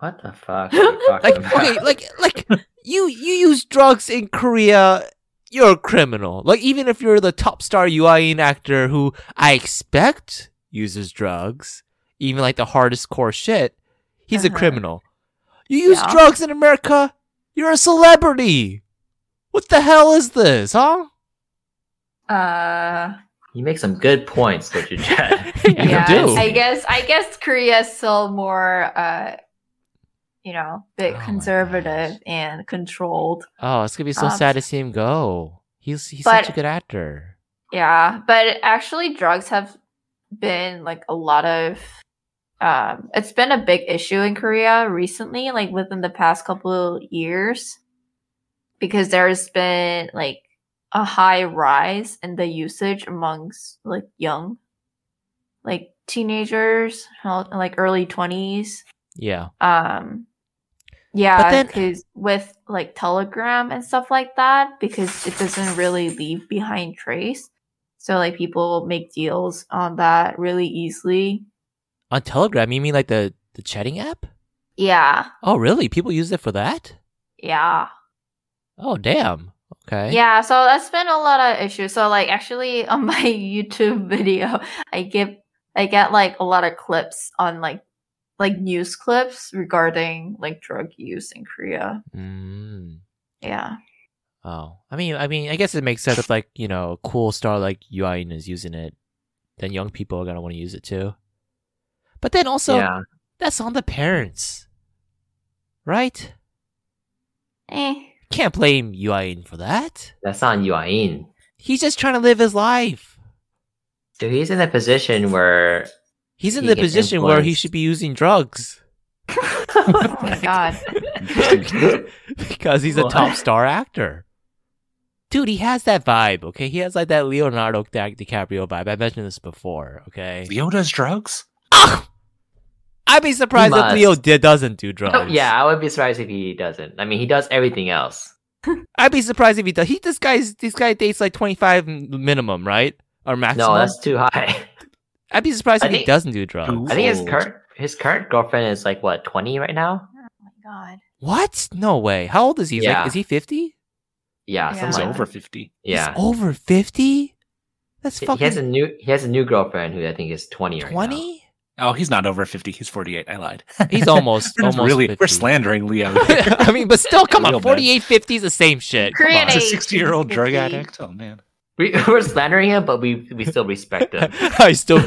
Speaker 5: What the fuck? Are you talking
Speaker 3: Like
Speaker 5: about?
Speaker 3: okay, like like you you use drugs in Korea, you're a criminal. Like even if you're the top star Yuain actor who I expect uses drugs, even like the hardest core shit, he's a
Speaker 4: Uh-huh.
Speaker 3: criminal. You use
Speaker 4: Yeah.
Speaker 3: drugs in America, you're a celebrity. What the hell is this, huh?
Speaker 4: Uh
Speaker 5: you make some good points, don't you, Chad?
Speaker 3: You
Speaker 4: yeah,
Speaker 3: do.
Speaker 4: I guess I guess Korea is still more uh you know,
Speaker 3: Oh
Speaker 4: bit
Speaker 3: my
Speaker 4: conservative
Speaker 3: gosh.
Speaker 4: and controlled.
Speaker 3: Oh, it's gonna be so
Speaker 4: Um,
Speaker 3: sad to see him go. He's he's
Speaker 4: but-
Speaker 3: such a good actor.
Speaker 4: Yeah, but actually drugs have been like a lot of um it's been a big issue in Korea recently, like within the past couple years because there's been like a high rise in the usage amongst like young like teenagers, how- like early 20s.
Speaker 3: Yeah.
Speaker 4: um
Speaker 3: But
Speaker 4: yeah
Speaker 3: then-
Speaker 4: because with like telegram and stuff like that because it doesn't really leave behind trace so like people make deals on that really easily
Speaker 3: On Telegram, you mean like the the chatting app?
Speaker 4: yeah
Speaker 3: Oh, really? People use it for that?
Speaker 4: yeah
Speaker 3: Oh, damn. Okay.
Speaker 4: yeah so that's been a lot of issues so like actually on my youtube video i get i get like a lot of clips on like like news clips regarding like drug use in korea
Speaker 3: Mm.
Speaker 4: yeah
Speaker 3: Oh, I mean, I mean, I guess it makes sense if like you know, a cool star like Yuan is using it, then young people are gonna want to use it too. But then also,
Speaker 5: yeah.
Speaker 3: that's on the parents, right?
Speaker 4: eh.
Speaker 3: Can't blame Yuan for that.
Speaker 5: That's on Yuain.
Speaker 3: He's just trying to live his life.
Speaker 5: So he's in a position where
Speaker 3: He's in
Speaker 5: He
Speaker 3: the
Speaker 5: gets
Speaker 3: position where he
Speaker 5: influenced.
Speaker 3: should be using drugs
Speaker 4: oh my god
Speaker 3: because he's a
Speaker 5: What?
Speaker 3: top star actor. Dude, he has that vibe, okay? He has like that Leonardo Di- DiCaprio vibe. I mentioned this before, okay?
Speaker 1: Leo does drugs?
Speaker 3: Ah! I'd be surprised
Speaker 5: He
Speaker 3: if Leo
Speaker 5: must.
Speaker 3: di- doesn't do
Speaker 5: Oh,
Speaker 3: drugs.
Speaker 5: yeah, I would be surprised if he doesn't. I mean, he does everything else.
Speaker 3: I'd be surprised if he does. He this guy's this guy dates like twenty five minimum, right? Or maximum.
Speaker 5: No, that's too high.
Speaker 3: I'd be surprised
Speaker 5: I
Speaker 3: if he
Speaker 5: think-
Speaker 3: doesn't do drugs.
Speaker 1: Who?
Speaker 5: I think his
Speaker 1: Old.
Speaker 5: current his current girlfriend is like what twenty right now.
Speaker 4: oh my god
Speaker 3: What? No way. How old is he? He's
Speaker 5: Yeah.
Speaker 3: Like, is he fifty?
Speaker 5: Yeah,
Speaker 4: Yeah.
Speaker 5: something
Speaker 1: He's
Speaker 5: like
Speaker 1: over
Speaker 5: that.
Speaker 1: 50.
Speaker 5: Yeah,
Speaker 3: Over fifty? That's
Speaker 5: He- he has a
Speaker 3: fucking
Speaker 5: new he has a new girlfriend who I think is twenty right now.
Speaker 3: twenty.
Speaker 1: Oh, he's not over 50. He's 48. I lied.
Speaker 3: He's almost
Speaker 1: We're just
Speaker 3: almost
Speaker 1: really,
Speaker 3: 50.
Speaker 1: we're slandering Leo.
Speaker 3: I mean, but still, come
Speaker 1: Real
Speaker 3: on,
Speaker 1: bad.
Speaker 3: 48, 50 is the same shit. Come
Speaker 4: Korean
Speaker 3: on.
Speaker 1: He's a
Speaker 4: age.
Speaker 1: 60 year old drug
Speaker 4: 50.
Speaker 1: addict. Oh, man.
Speaker 5: We, we're slandering him, but we we still respect him.
Speaker 3: I still,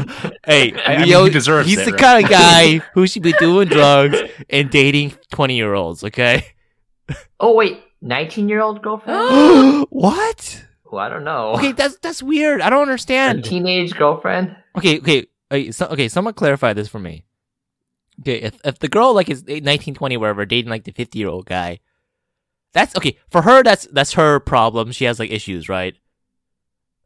Speaker 3: hey,
Speaker 1: I mean,
Speaker 3: Leo,
Speaker 1: he deserves
Speaker 3: he's
Speaker 1: it,
Speaker 3: the
Speaker 1: right?
Speaker 3: kind of guy who should be doing drugs and dating 20 year olds, okay?
Speaker 5: oh wait, nineteen year old girlfriend?
Speaker 3: what?
Speaker 5: Who I don't know.
Speaker 3: Okay, that's that's weird. I don't
Speaker 5: A
Speaker 3: understand.
Speaker 5: teenage girlfriend.
Speaker 3: Okay, okay, okay, so, okay someone clarify this for me. Okay, if, if the girl like is 19, 20, wherever, dating like the 50 year old guy, that's okay for her. That's that's her problem. She has like issues, right?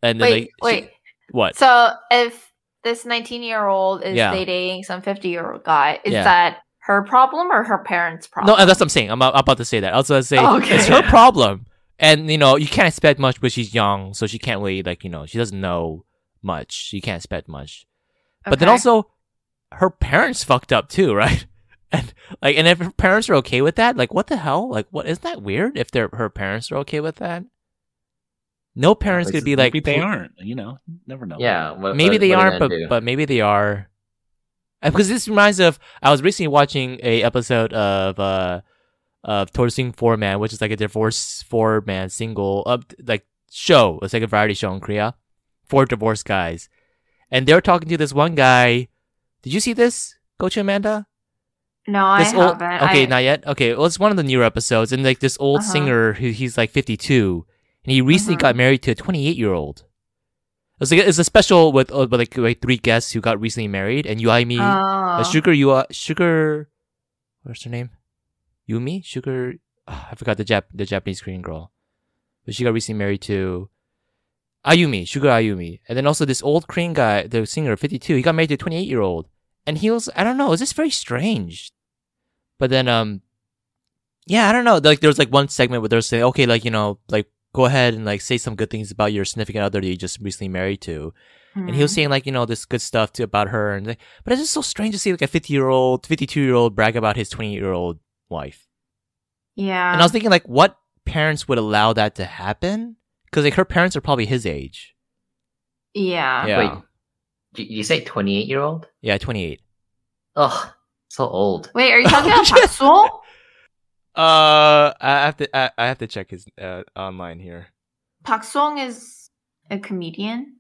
Speaker 3: And then
Speaker 4: Wait,
Speaker 3: like, she-
Speaker 4: wait.
Speaker 3: what?
Speaker 4: So if this 19 year old is
Speaker 3: Yeah.
Speaker 4: dating some 50 year old guy, is
Speaker 3: Yeah.
Speaker 4: that her problem or her parents' problem?
Speaker 3: No, that's what I'm saying. I'm, I'm about to say that. I was going to say
Speaker 4: Okay.
Speaker 3: it's her problem, and you know you can't expect much, but she's young, so she can't really like you know she doesn't know much. She can't expect much. But then
Speaker 4: Okay.
Speaker 3: also, her parents fucked up too, right? And like, and if her parents are okay with that, like, what the hell? Like, what isn't that weird? If their her parents are okay with that, no parents could be like
Speaker 1: Maybe they
Speaker 3: "Pl-
Speaker 1: aren't. You know, never know.
Speaker 5: Yeah, what-
Speaker 3: maybe
Speaker 5: what-
Speaker 3: they
Speaker 5: what are
Speaker 3: aren't, but,
Speaker 5: gonna do?
Speaker 3: but maybe they are. Uh, Because this reminds of I was recently watching a episode of uh of Tortoising Four Man, which is like a divorce four man single up like show. It's like a variety show in Korea for divorced guys, and they're talking to this one guy. Did you see this? Gochu Amanda?
Speaker 4: No, I
Speaker 3: This old-
Speaker 4: haven't.
Speaker 3: Okay,
Speaker 4: I,
Speaker 3: not yet. Okay, well, it's one of the newer episodes, and like this old
Speaker 4: Uh-huh.
Speaker 3: singer who he's like 52, and he recently
Speaker 4: Uh-huh.
Speaker 3: got married to a 28 year old. It's like it's a special with, uh, with like, like three guests who got recently married, and Yuimi,
Speaker 4: Oh.
Speaker 3: uh, Sugar, you are Sugar, what's her name? Yumi, Sugar. ah, I forgot the Jap the Japanese Korean girl, but she got recently married to Ayumi, Sugar Ayumi, and then also this old Korean guy, the singer, 52. He got married to a 28 year old, and he was I don't know, it's just very strange. But then um, yeah, I don't know. Like there was like one segment where they're saying, okay, like you know, like go ahead and like say some good things about your significant other that you just recently married to
Speaker 4: hmm.
Speaker 3: and he was saying like you know this good stuff to, about her and like, but it's just so strange to see like a 50 year old 52 year old brag about his 20 year old wife
Speaker 4: yeah.
Speaker 3: and i was thinking like what parents would allow that to happen because like her parents are probably his age
Speaker 4: yeah.
Speaker 3: yeah
Speaker 5: Wait. You, you say 28 year old?
Speaker 3: yeah 28
Speaker 5: Ugh, so old.
Speaker 4: Wait, are you talking about Park Seo?
Speaker 3: uh i have to i, I have to check his uh, online here
Speaker 4: Park Song is a comedian.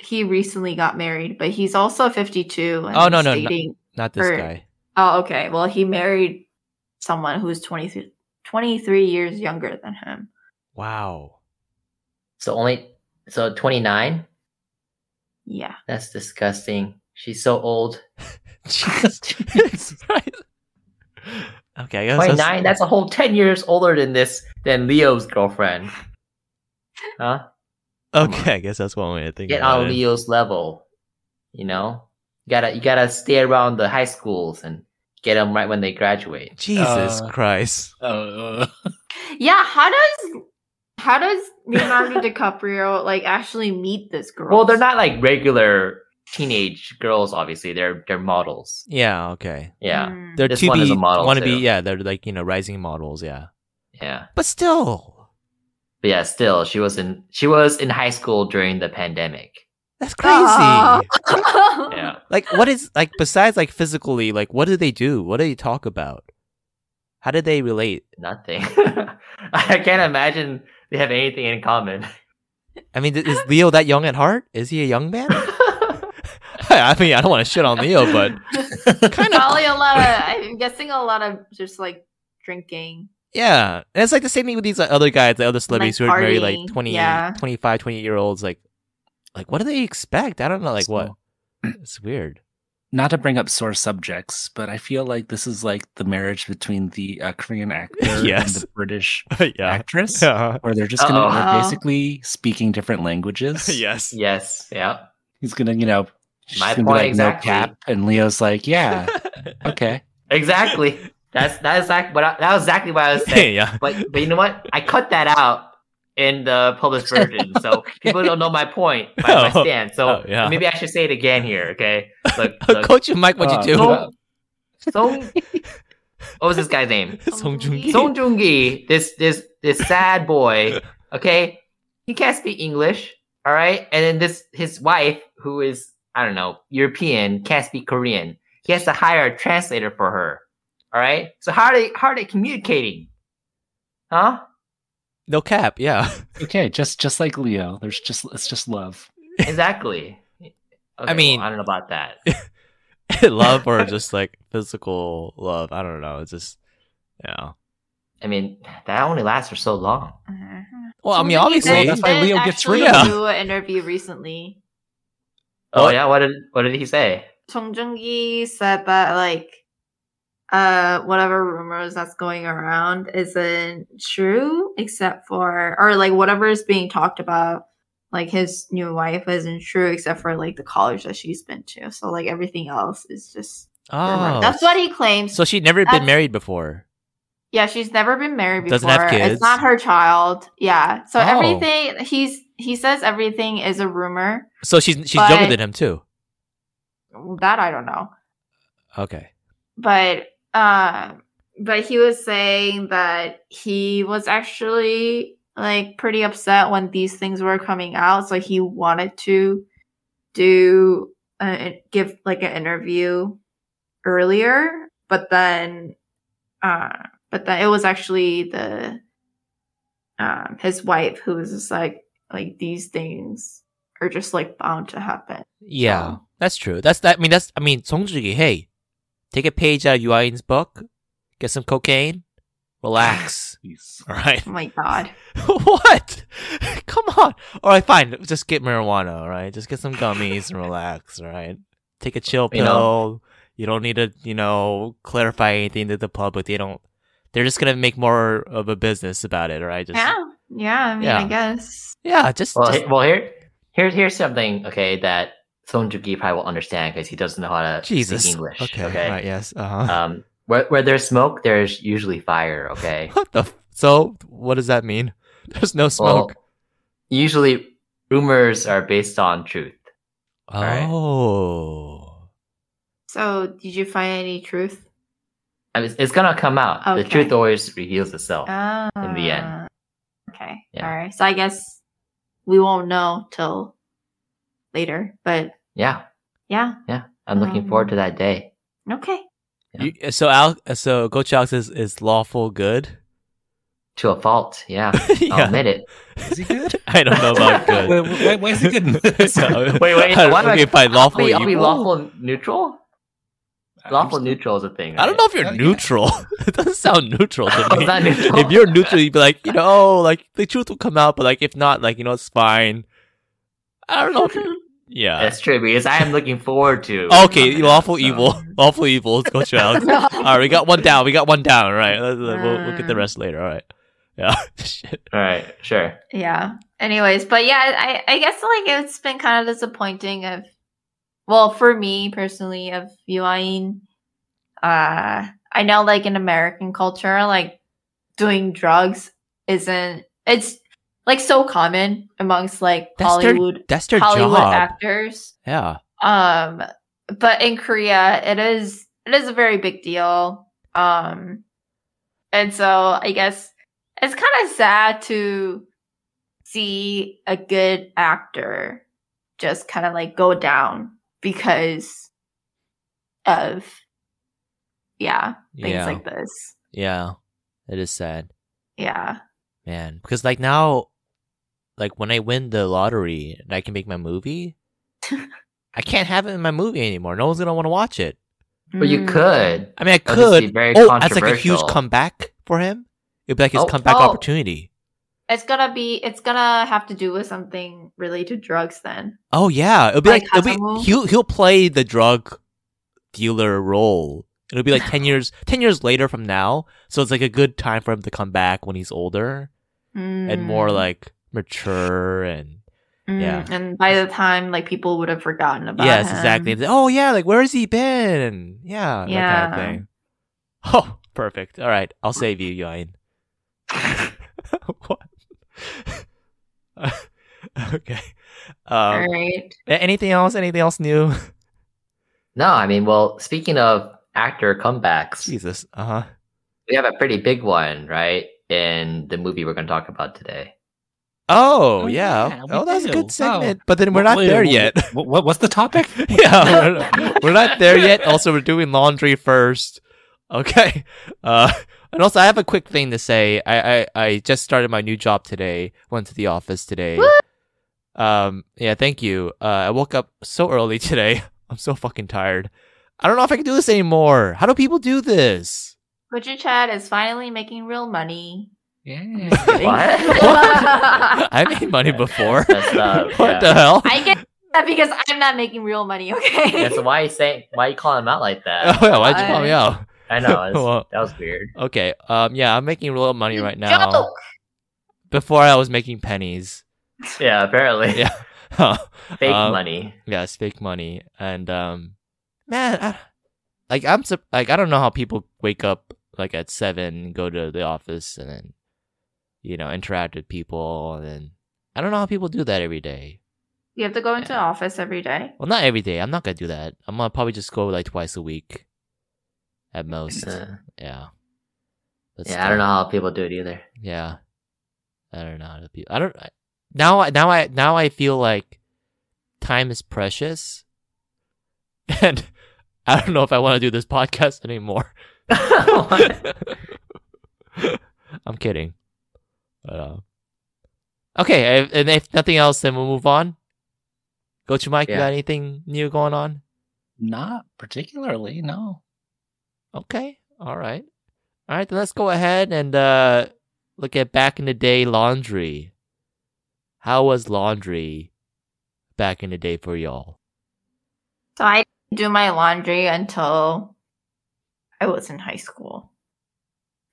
Speaker 4: He recently got married, but he's also 52. And
Speaker 3: Oh, no,
Speaker 4: he's
Speaker 3: no, no.
Speaker 4: dating-
Speaker 3: not this
Speaker 4: Or-
Speaker 3: guy
Speaker 4: Oh, okay. Well, he married someone who's 23, 23 years younger than him.
Speaker 3: wow
Speaker 5: So only so 29.
Speaker 4: Yeah.
Speaker 5: That's disgusting. She's so old.
Speaker 3: jesus Christ. okay i guess that's-
Speaker 5: 29. That's a whole 10 years older than this than Leo's girlfriend. Huh?
Speaker 3: okay i guess that's one way to think
Speaker 5: Get
Speaker 3: about
Speaker 5: on
Speaker 3: it.
Speaker 5: Leo's level. You know, you gotta you gotta stay around the high schools and get them right when they graduate.
Speaker 3: jesus
Speaker 7: Uh,
Speaker 3: christ
Speaker 7: Oh,
Speaker 1: uh.
Speaker 4: Yeah. How does how does Leonardo DiCaprio like actually meet this girl?
Speaker 5: Well, they're not like regular teenage girls. Obviously, they're they're models.
Speaker 3: yeah okay
Speaker 5: Yeah,
Speaker 4: Mm.
Speaker 3: They're
Speaker 5: This
Speaker 3: to
Speaker 5: one
Speaker 3: be
Speaker 5: is a model,
Speaker 3: want to be
Speaker 5: too.
Speaker 3: yeah. They're like you know rising models. Yeah,
Speaker 5: yeah.
Speaker 3: but still,
Speaker 5: But yeah, still, she was in she was in high school during the pandemic.
Speaker 3: that's crazy.
Speaker 4: Oh.
Speaker 5: Yeah,
Speaker 3: Like what is like besides like physically like what do they do? What do they talk about? How do they relate?
Speaker 5: nothing. I can't imagine they have anything in common.
Speaker 3: I mean, th- is Leo that young at heart? Is he a young man? I mean, I don't want to shit on Leo, but kind of
Speaker 4: Probably a lot of. I'm guessing a lot of just like drinking.
Speaker 3: yeah. And it's like the same thing with these like, other guys, the other celebrities who are married like
Speaker 4: partying,
Speaker 3: 20,
Speaker 4: yeah.
Speaker 3: 25, 28 year olds. Like, like what do they expect? I don't know. Like what? It's weird.
Speaker 7: not to bring up sore subjects, but I feel like this is like the marriage between the uh, Korean actor
Speaker 3: Yes.
Speaker 7: and the British
Speaker 3: yeah.
Speaker 7: actress,
Speaker 3: Yeah.
Speaker 7: or they're just gonna
Speaker 4: Uh-oh.
Speaker 1: Uh-huh.
Speaker 7: they're basically speaking different languages.
Speaker 3: yes.
Speaker 5: yes, yeah.
Speaker 7: he's gonna you know she's
Speaker 5: My
Speaker 7: gonna be
Speaker 5: point
Speaker 7: like,
Speaker 5: exactly.
Speaker 7: no cap, and Leo's like, yeah, okay.
Speaker 5: Exactly. That's that's exactly what I, that was exactly what I was saying.
Speaker 3: yeah.
Speaker 5: But but you know what? I cut that out in the published version, so people don't know my point, my, my
Speaker 3: Oh.
Speaker 5: stand. So
Speaker 3: Oh, yeah.
Speaker 5: maybe I should say it again here. Okay. Look,
Speaker 3: Uh,
Speaker 5: look.
Speaker 3: Coach Mike, what'd you do?
Speaker 7: Uh,
Speaker 5: Song, what was this guy's name?
Speaker 3: Song Joong-ki.
Speaker 4: Uh-huh.
Speaker 5: Song Joong-gi. This this this sad boy. Okay, he can't speak English. All right, and then this his wife, who is I don't know European, can't speak Korean. He has to hire a translator for her. All right, so how are they how are they communicating? Huh?
Speaker 3: No cap, yeah.
Speaker 7: Okay, just just like Leo, there's just it's just love.
Speaker 5: Exactly. Okay, well,
Speaker 3: mean-
Speaker 5: I don't know about that.
Speaker 3: love or just like physical love. I don't know. It's just yeah.
Speaker 5: I mean, that only lasts for so long.
Speaker 4: Mhm.
Speaker 3: Well, I mean,
Speaker 4: Somebody
Speaker 3: obviously,
Speaker 4: did-
Speaker 7: That's why
Speaker 4: did
Speaker 7: Leo gets
Speaker 4: actually
Speaker 3: rid of him.
Speaker 4: do an interview recently.
Speaker 5: Oh
Speaker 3: What?
Speaker 5: yeah, what did what did he say?
Speaker 4: Song Joong-ki said that like uh whatever rumors that's going around isn't true except for or like whatever is being talked about like his new wife isn't true except for like the college that she's been to. So like everything else is just rumor.
Speaker 3: oh,
Speaker 4: That's what he Uh, claims.
Speaker 3: So she'd never been
Speaker 4: That's-
Speaker 3: married before.
Speaker 4: Yeah, she's never been married before.
Speaker 3: Doesn't have kids.
Speaker 4: It's not her child. Yeah. So
Speaker 3: Oh.
Speaker 4: everything he's he says everything is a rumor.
Speaker 3: So she's she's
Speaker 4: But-
Speaker 3: younger than him too.
Speaker 4: That I don't know.
Speaker 3: Okay.
Speaker 4: But um but he was saying that he was actually like pretty upset when these things were coming out, so he wanted to do uh, give like an interview earlier, but then uh but then it was actually the um his wife who was just like like these things are just like bound to happen.
Speaker 3: Yeah,
Speaker 4: So-
Speaker 3: that's true. That's that. I mean, that's I mean, 성주기, hey, take a page out of Yuain's book, get some cocaine, relax.
Speaker 1: Jeez.
Speaker 3: All right.
Speaker 4: Oh my god.
Speaker 3: what? Come on. All right, fine. Just get marijuana. All right. Just get some gummies and relax. All right. Take a chill pill.
Speaker 5: You
Speaker 3: You,
Speaker 5: know-
Speaker 3: don't need to, you know, clarify anything to the public. They don't. They're just gonna make more of a business about it. All right. Just,
Speaker 4: Yeah. Yeah, I mean
Speaker 3: Yeah.
Speaker 4: I guess.
Speaker 3: Yeah. Just.
Speaker 5: Well,
Speaker 3: just
Speaker 5: he- well, here, here's here's something okay that Song Joong Ki probably will understand because he doesn't know how to
Speaker 3: Jesus.
Speaker 5: speak English.
Speaker 3: Okay.
Speaker 5: Okay.
Speaker 3: All right. Yes. Uh huh.
Speaker 5: Um, where where there's smoke, there's usually fire. Okay.
Speaker 3: what the? F- so what does that mean? There's no smoke.
Speaker 5: Uh, Well, usually rumors are based on truth. alright.
Speaker 3: oh.
Speaker 4: So did you find any truth?
Speaker 5: I mean, it's, it's gonna come out. The
Speaker 4: Okay.
Speaker 5: truth always reveals itself.
Speaker 4: Ah,
Speaker 5: the end.
Speaker 4: Okay.
Speaker 5: Yeah.
Speaker 4: All right. So I guess we won't know till later. But
Speaker 5: yeah,
Speaker 4: yeah.
Speaker 5: yeah. I'm looking
Speaker 4: Um,
Speaker 5: forward to that day.
Speaker 4: Okay.
Speaker 5: Yeah.
Speaker 3: You, so Al, so Gochak is is lawful good.
Speaker 5: To a fault. Yeah, I'll admit it.
Speaker 1: Is he good?
Speaker 3: I don't know about
Speaker 1: Why,
Speaker 3: good.
Speaker 1: why- why is he good in this?
Speaker 3: So-
Speaker 5: Wait, wait,
Speaker 3: I-
Speaker 5: why do I-
Speaker 3: okay, fine. Lawful.
Speaker 5: I'll be,
Speaker 3: you,
Speaker 5: I'll be lawful neutral. Lawful neutral is a thing.
Speaker 3: I don't know
Speaker 5: right?
Speaker 3: if you're
Speaker 1: Yeah, yeah.
Speaker 3: neutral. it doesn't sound neutral to me.
Speaker 5: It's not neutral.
Speaker 3: If you're neutral, you'd be like, you know, like the truth will come out, but like if not, like you know, it's fine. I don't know. If you're, yeah.
Speaker 5: That's true because I am looking forward to.
Speaker 3: okay.
Speaker 5: coming out,
Speaker 3: Lawful
Speaker 5: so-
Speaker 3: evil. Lawful evil. Let's go, Alex. All right, we got one down. We got one down. All right, let's- we'll, we'll get the
Speaker 4: Mm.
Speaker 5: Um,
Speaker 3: rest later. All right. Yeah. Shit.
Speaker 5: All right, sure.
Speaker 4: Yeah. Anyways, but yeah, I, I guess like it's been kind of disappointing of well, for me personally, of Yuain. Uh I know like in American culture, like doing drugs isn't it's like so common amongst like
Speaker 3: That's their-
Speaker 4: Hollywood
Speaker 3: That's their
Speaker 4: Hollywood
Speaker 3: job.
Speaker 4: actors.
Speaker 3: yeah.
Speaker 4: Um, but in Korea, it is it is a very big deal. Um, and so I guess it's kind of sad to see a good actor just kind of like go down because of yeah things
Speaker 3: Yeah.
Speaker 4: like this.
Speaker 3: yeah. It is sad,
Speaker 4: Yeah.
Speaker 3: man. Because like now, like when I win the lottery and I can make my movie, I can't have it in my movie anymore. No one's gonna want to watch it.
Speaker 5: But you
Speaker 4: Mm.
Speaker 5: could.
Speaker 3: I mean, I
Speaker 5: That would just be
Speaker 3: could.
Speaker 5: very
Speaker 3: Oh, that's like a huge
Speaker 5: controversial.
Speaker 3: comeback for him. It'd be like his
Speaker 5: Oh.
Speaker 3: comeback
Speaker 4: Oh.
Speaker 3: opportunity.
Speaker 4: It's gonna be. It's gonna have to do with something related to drugs then.
Speaker 3: Oh yeah, it'll be like,
Speaker 4: Like
Speaker 3: it'll be,
Speaker 4: Hazamo?
Speaker 3: he'll he'll play the drug dealer role. It'll be like ten years ten years later from now, so it's like a good time for him to come back when he's older and more
Speaker 4: Mm.
Speaker 3: like mature and Yeah.
Speaker 4: Mm, And by the time, like people would have forgotten about
Speaker 3: yes,
Speaker 4: him.
Speaker 3: exactly. Oh yeah, like where has he been? Yeah, that
Speaker 4: Yeah.
Speaker 3: kind of thing. Oh, perfect. All right, I'll save you, Yoin. what? okay. Um,
Speaker 4: All right.
Speaker 3: a- Anything else? Anything else new?
Speaker 5: No, I mean, well, speaking of actor comebacks,
Speaker 3: Jesus. Uh
Speaker 1: uh-huh.
Speaker 3: huh.
Speaker 5: we have a pretty big one, right? In the movie we're going to talk about today.
Speaker 3: Oh,
Speaker 1: Oh,
Speaker 3: yeah.
Speaker 1: yeah, we
Speaker 3: Oh, that's a
Speaker 1: do.
Speaker 3: good
Speaker 1: Wow.
Speaker 3: segment. But then we're not
Speaker 1: Wait,
Speaker 3: there
Speaker 1: wait,
Speaker 3: yet.
Speaker 1: What, what, what's the topic?
Speaker 3: yeah, we're, we're not there yet. Also, we're doing laundry first. Okay. Uh, and also, I have a quick thing to say. I, I, I just started my new job today. Went to the office today.
Speaker 4: Woo!
Speaker 3: Um. Yeah. Thank you. Uh, I woke up so early today. I'm so fucking tired. I don't know if I can do this anymore. How do people do this?
Speaker 4: Butcher Chad is finally making real money.
Speaker 1: Yeah.
Speaker 4: I
Speaker 3: I made money before.
Speaker 5: That's, uh,
Speaker 3: what
Speaker 5: yeah.
Speaker 3: the hell?
Speaker 4: get that because I'm not making real money. Okay.
Speaker 5: That's why you saying why you calling him out like
Speaker 3: Oh
Speaker 5: that.
Speaker 3: yeah. Why'd you call
Speaker 4: I-
Speaker 3: me out?
Speaker 5: I know it's-
Speaker 3: Well-
Speaker 5: that was weird.
Speaker 3: Okay. Um. Yeah, I'm making real money
Speaker 4: You
Speaker 3: right now.
Speaker 4: joke.
Speaker 3: Before I was making pennies.
Speaker 5: Yeah, apparently
Speaker 3: Yeah.
Speaker 5: fake
Speaker 3: Um,
Speaker 5: money.
Speaker 3: yeah, it's fake money. And um, man, I, like I'm sup- like I don't know how people wake up like at seven, go to the office, and then you know interact with people, and then I don't know how people do that every day.
Speaker 4: You have to go into
Speaker 3: Yeah.
Speaker 4: office every day.
Speaker 3: Well, not every day. I'm not gonna do that. I'm gonna probably just go like twice a week, at most.
Speaker 5: Uh,
Speaker 3: Yeah. But
Speaker 5: yeah, I don't
Speaker 3: still.
Speaker 5: know how people do it either.
Speaker 3: Yeah, I don't know. How to be, I don't I- now. I Now I now I feel like time is precious, and I don't know if I want to do this podcast anymore. I'm kidding. But, uh, okay, I- and if nothing else, then we'll move on. Go to Mike. You
Speaker 5: Yeah.
Speaker 3: got anything new going on?
Speaker 7: Not particularly, no.
Speaker 3: Okay. All right. All right. Then let's go ahead and uh, look at back in the day laundry. How was laundry back in the day for y'all?
Speaker 4: So I didn't do my laundry until I was in high school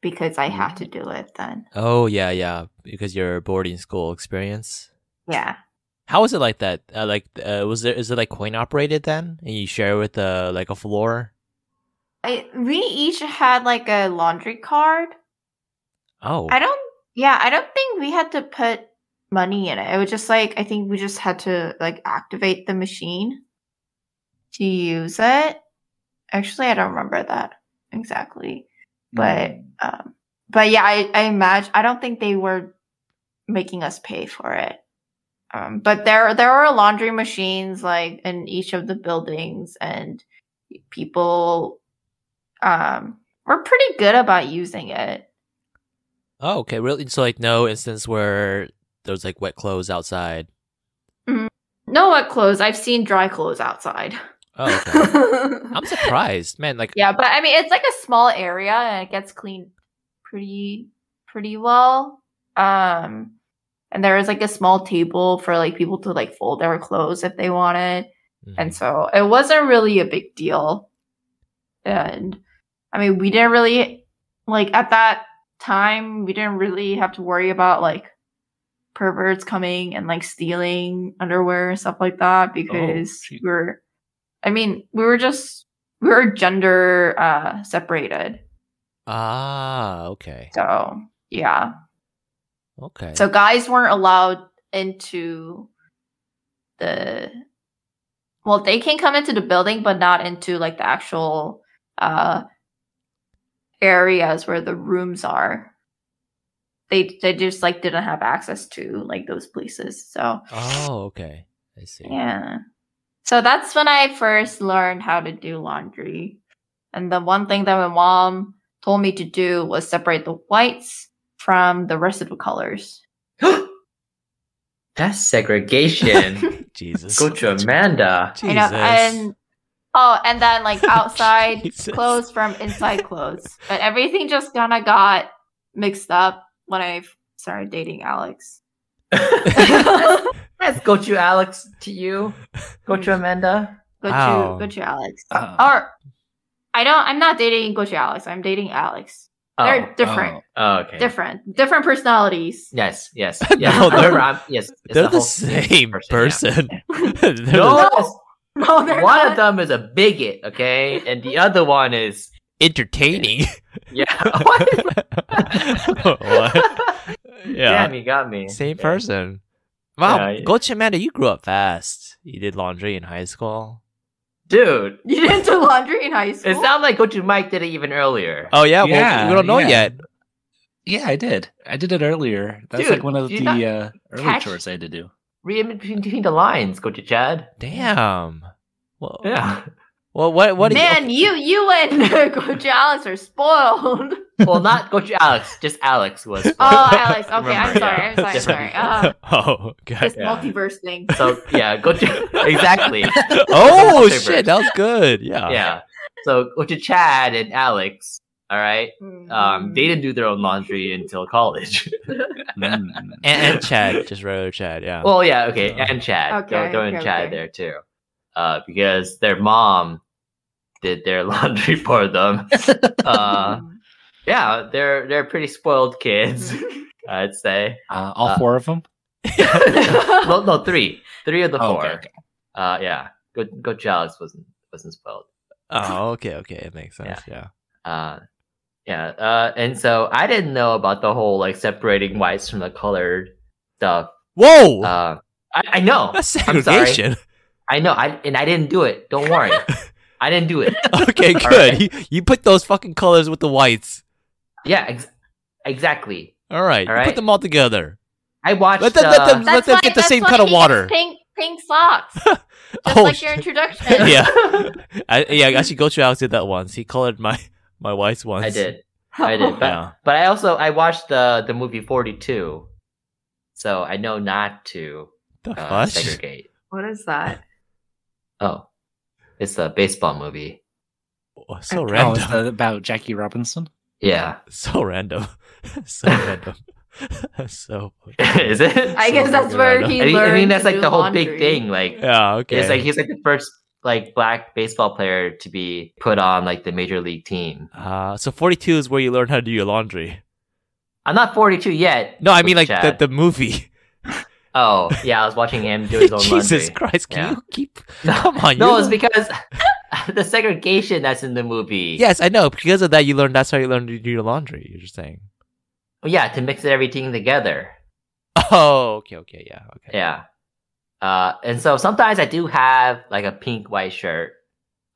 Speaker 4: because I
Speaker 3: Mm-hmm.
Speaker 4: had to do it then.
Speaker 3: Oh yeah, yeah. Because your boarding school experience.
Speaker 4: Yeah.
Speaker 3: How was it like that? Uh, like, uh, was there is it like coin operated then, and you share with uh, like a floor?
Speaker 4: I, we each had like a laundry card.
Speaker 3: Oh,
Speaker 4: I don't, yeah, I don't think we had to put money in it. It was just like, I think we just had to like activate the machine to use it. Actually, I don't remember that exactly.
Speaker 7: Hmm.
Speaker 4: But, um, but yeah, I, I imagine, I don't think they were making us pay for it. Um, but there, there are laundry machines like in each of the buildings and people, um, were pretty good about using it.
Speaker 3: oh, okay. Really? So like, no instance where there was like wet clothes outside.
Speaker 4: No wet clothes. I've seen dry clothes outside.
Speaker 3: Oh, okay. I'm surprised, man. Like,
Speaker 4: yeah, but I mean, it's like a small area and it gets cleaned pretty, pretty well. Um, and there is like a small table for like people to like fold their clothes if they wanted,
Speaker 3: mhm.
Speaker 4: and so it wasn't really a big deal. And I mean, we didn't really like at that time we didn't really have to worry about like perverts coming and like stealing underwear and stuff like that because
Speaker 7: gee.
Speaker 4: we were I mean, we were just we were gender uh separated.
Speaker 3: ah, okay,
Speaker 4: So yeah.
Speaker 3: okay.
Speaker 4: So guys weren't allowed into the well, they can come into the building but not into like the actual uh areas where the rooms are. They they just like didn't have access to like those places. So
Speaker 3: oh, okay. I see.
Speaker 4: Yeah. So that's when I first learned how to do laundry. And the one thing that my mom told me to do was separate the whites from the rest of the colors.
Speaker 5: That's segregation.
Speaker 3: Jesus.
Speaker 5: Go to Amanda.
Speaker 3: Jesus.
Speaker 4: You know, and oh, and then like outside
Speaker 3: Jesus.
Speaker 4: clothes from inside clothes. But everything just kind of got mixed up when I f- started dating Alex.
Speaker 5: Let's go to Alex to you. Go
Speaker 3: Mm.
Speaker 5: to Amanda.
Speaker 4: Go
Speaker 3: Wow.
Speaker 4: to go to Alex.
Speaker 5: Oh.
Speaker 7: Uh,
Speaker 4: Or I don't I'm not dating go to Alex. I'm dating Alex. They're different.
Speaker 7: oh,
Speaker 5: Oh, okay.
Speaker 4: different different personalities
Speaker 5: Yes, yes, yes.
Speaker 3: No, they're-
Speaker 5: Remember, I'm- yes, it's
Speaker 3: they're
Speaker 5: the
Speaker 3: the,
Speaker 5: whole
Speaker 3: same
Speaker 5: yeah.
Speaker 3: person. They're the-
Speaker 4: No,
Speaker 5: No, it's-
Speaker 4: no
Speaker 5: one
Speaker 4: they're
Speaker 5: of
Speaker 4: not.
Speaker 5: them is a bigot, okay, and the other one is
Speaker 3: entertaining.
Speaker 5: yeah. What?
Speaker 3: What? Yeah.
Speaker 5: Damn, you got me.
Speaker 3: Same
Speaker 5: Okay.
Speaker 3: person. Wow,
Speaker 5: Yeah, I-
Speaker 3: Gochi Amanda, you grew up fast. You did laundry in high school.
Speaker 5: dude.
Speaker 4: you didn't do laundry in high school
Speaker 5: It sounded like Go to Mike did it even earlier.
Speaker 3: Oh yeah, well
Speaker 7: Yeah,
Speaker 3: we don't know
Speaker 7: yeah.
Speaker 3: yet.
Speaker 7: Yeah, I did. I did it earlier. That's
Speaker 5: Dude,
Speaker 7: like one of
Speaker 5: you
Speaker 7: the
Speaker 5: not-
Speaker 7: uh, early
Speaker 4: Catch-
Speaker 7: chores I had to do.
Speaker 5: Read in between, between the lines, Go to Chad.
Speaker 3: Damn. Well,
Speaker 5: Yeah.
Speaker 3: well, what? What? do you-
Speaker 4: man you you and Coach Alex are spoiled
Speaker 5: well, not Go to Alex. Just Alex was.
Speaker 4: oh Alex okay I'm
Speaker 5: Remember,
Speaker 4: sorry
Speaker 5: yeah.
Speaker 4: I'm sorry I'm sorry uh,
Speaker 3: oh
Speaker 4: this
Speaker 3: god.
Speaker 5: Yeah.
Speaker 4: multiverse thing
Speaker 5: So yeah, Go to exactly.
Speaker 3: Oh
Speaker 5: Multiverse.
Speaker 3: shit, that was good. Yeah.
Speaker 5: Yeah. So Go to Chad and Alex. All right. Um,
Speaker 4: Mm-hmm.
Speaker 5: they didn't do their own laundry until college.
Speaker 7: Mm.
Speaker 3: And, and Chad, just regular Chad. Yeah.
Speaker 5: Well, yeah, okay, and Chad.
Speaker 4: Okay,
Speaker 5: Throw, throw in
Speaker 4: okay,
Speaker 5: Chad
Speaker 4: okay.
Speaker 5: there too, uh, because their mom did their laundry for them. uh,
Speaker 4: Mm-hmm.
Speaker 5: yeah, they're they're pretty spoiled kids, I'd say.
Speaker 7: uh, all
Speaker 5: Uh,
Speaker 7: four of them.
Speaker 5: No, no, three, three of the
Speaker 7: Oh,
Speaker 5: four.
Speaker 7: okay, okay.
Speaker 5: Uh, yeah, good, good. Alex wasn't wasn't spoiled.
Speaker 3: oh, okay, okay, it makes sense. Yeah.
Speaker 5: Uh, yeah, uh, and so I didn't know about the whole like separating whites from the colored stuff.
Speaker 3: Whoa.
Speaker 5: Uh, I, I know,
Speaker 3: That's
Speaker 5: I'm sorry.
Speaker 3: segregation.
Speaker 5: I know, I and I didn't do it. Don't worry, I didn't do it.
Speaker 3: okay, good.
Speaker 5: All right.
Speaker 3: You, you put those fucking colors with the whites.
Speaker 5: Yeah, ex- exactly.
Speaker 3: All right.
Speaker 5: All
Speaker 3: You put
Speaker 5: right.
Speaker 3: them all together.
Speaker 5: I watched.
Speaker 3: Let them- let
Speaker 5: uh,
Speaker 3: them-
Speaker 4: That's
Speaker 3: them
Speaker 4: why-
Speaker 3: get the
Speaker 4: that's
Speaker 3: same
Speaker 4: why
Speaker 3: kind of
Speaker 4: he gets
Speaker 3: water.
Speaker 4: pink pink socks just
Speaker 3: oh
Speaker 4: like your
Speaker 3: shit.
Speaker 4: introduction
Speaker 3: yeah. I, yeah, actually Gochu Alex did that once. He colored my my whites once.
Speaker 5: I did, I did. But,
Speaker 3: Yeah.
Speaker 5: but I also I watched the the movie Forty Two, so I know not to
Speaker 3: The
Speaker 5: uh,
Speaker 3: fuck?
Speaker 5: segregate.
Speaker 4: What is that?
Speaker 5: Oh, it's a baseball movie.
Speaker 3: Oh, so
Speaker 4: Okay.
Speaker 7: Oh, is
Speaker 3: random.
Speaker 7: that about Jackie Robinson?
Speaker 5: Yeah,
Speaker 3: so random. so random. so.
Speaker 5: is it?
Speaker 4: I guess
Speaker 3: So
Speaker 4: that's where
Speaker 3: random.
Speaker 4: he
Speaker 5: I mean, I
Speaker 4: learned
Speaker 5: mean
Speaker 4: to
Speaker 5: that's like
Speaker 4: do
Speaker 5: the whole
Speaker 4: laundry.
Speaker 5: big thing. Like
Speaker 3: Yeah. Okay.
Speaker 5: it's like he's like the first like black baseball player to be put on like the major league team.
Speaker 3: uh, so 42 is where you learn how to do your laundry.
Speaker 5: I'm not 42 yet.
Speaker 3: No, I
Speaker 5: with
Speaker 3: mean like the,
Speaker 5: Chad.
Speaker 3: the movie.
Speaker 5: Oh yeah, I was watching him do his own
Speaker 3: Jesus
Speaker 5: laundry.
Speaker 3: Christ! Can
Speaker 5: Yeah.
Speaker 3: you keep?
Speaker 5: No,
Speaker 3: Come on,
Speaker 5: No,
Speaker 3: you-
Speaker 5: it's because the segregation that's in the movie.
Speaker 3: Yes, I know. Because of that, you learn. That's how you learn to do your laundry. You're just saying.
Speaker 5: Oh, Yeah, to mix everything together.
Speaker 3: Oh, okay, okay, yeah, okay.
Speaker 5: Yeah. Uh, and so sometimes I do have like a pink white shirt.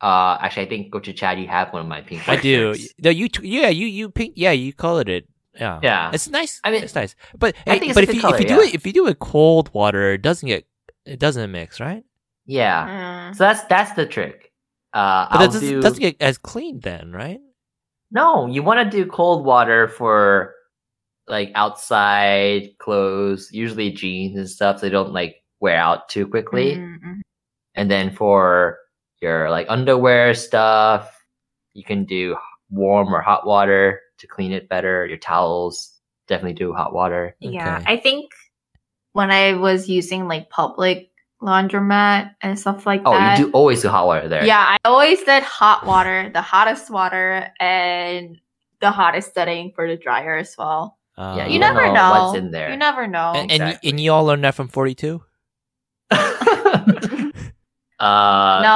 Speaker 5: Uh, actually, I think go to Chad. You have one of my pink.
Speaker 3: I
Speaker 5: White
Speaker 3: do.
Speaker 5: shirts.
Speaker 3: No, you. T- yeah, you. You pink. Yeah, you colored it. Yeah.
Speaker 5: Yeah.
Speaker 3: It's nice. I
Speaker 5: I
Speaker 3: mean,
Speaker 5: mean,
Speaker 3: it's nice. But
Speaker 5: I think it's
Speaker 3: but
Speaker 5: a
Speaker 3: if you
Speaker 5: good
Speaker 3: if you do
Speaker 5: color, yeah.
Speaker 3: it if you do it cold water, it doesn't get it doesn't mix, right?
Speaker 5: Yeah.
Speaker 4: Mm.
Speaker 5: So that's that's the trick. Uh,
Speaker 3: But
Speaker 5: I'll
Speaker 3: it doesn't,
Speaker 5: do.
Speaker 3: doesn't get as clean then, right?
Speaker 5: No, you want to do cold water for like outside clothes, usually jeans and stuff, so they don't like wear out too quickly.
Speaker 4: Mm, mm.
Speaker 5: And then for your like underwear stuff, you can do warm or hot water to clean it better. Your towels definitely do hot water.
Speaker 4: Yeah,
Speaker 3: Okay.
Speaker 4: I think when I was using like public laundromat and stuff like
Speaker 5: Oh,
Speaker 4: that.
Speaker 5: you do always do hot water there.
Speaker 4: Yeah, I always did hot water, the hottest water, and the hottest setting for the dryer as well.
Speaker 3: Uh,
Speaker 5: Yeah,
Speaker 4: You,
Speaker 5: You don't
Speaker 4: never know,
Speaker 5: know what's in there.
Speaker 4: You never know.
Speaker 3: Um, And, and,
Speaker 5: Exactly.
Speaker 3: and you all learned that from Forty Two.
Speaker 5: uh,
Speaker 4: no,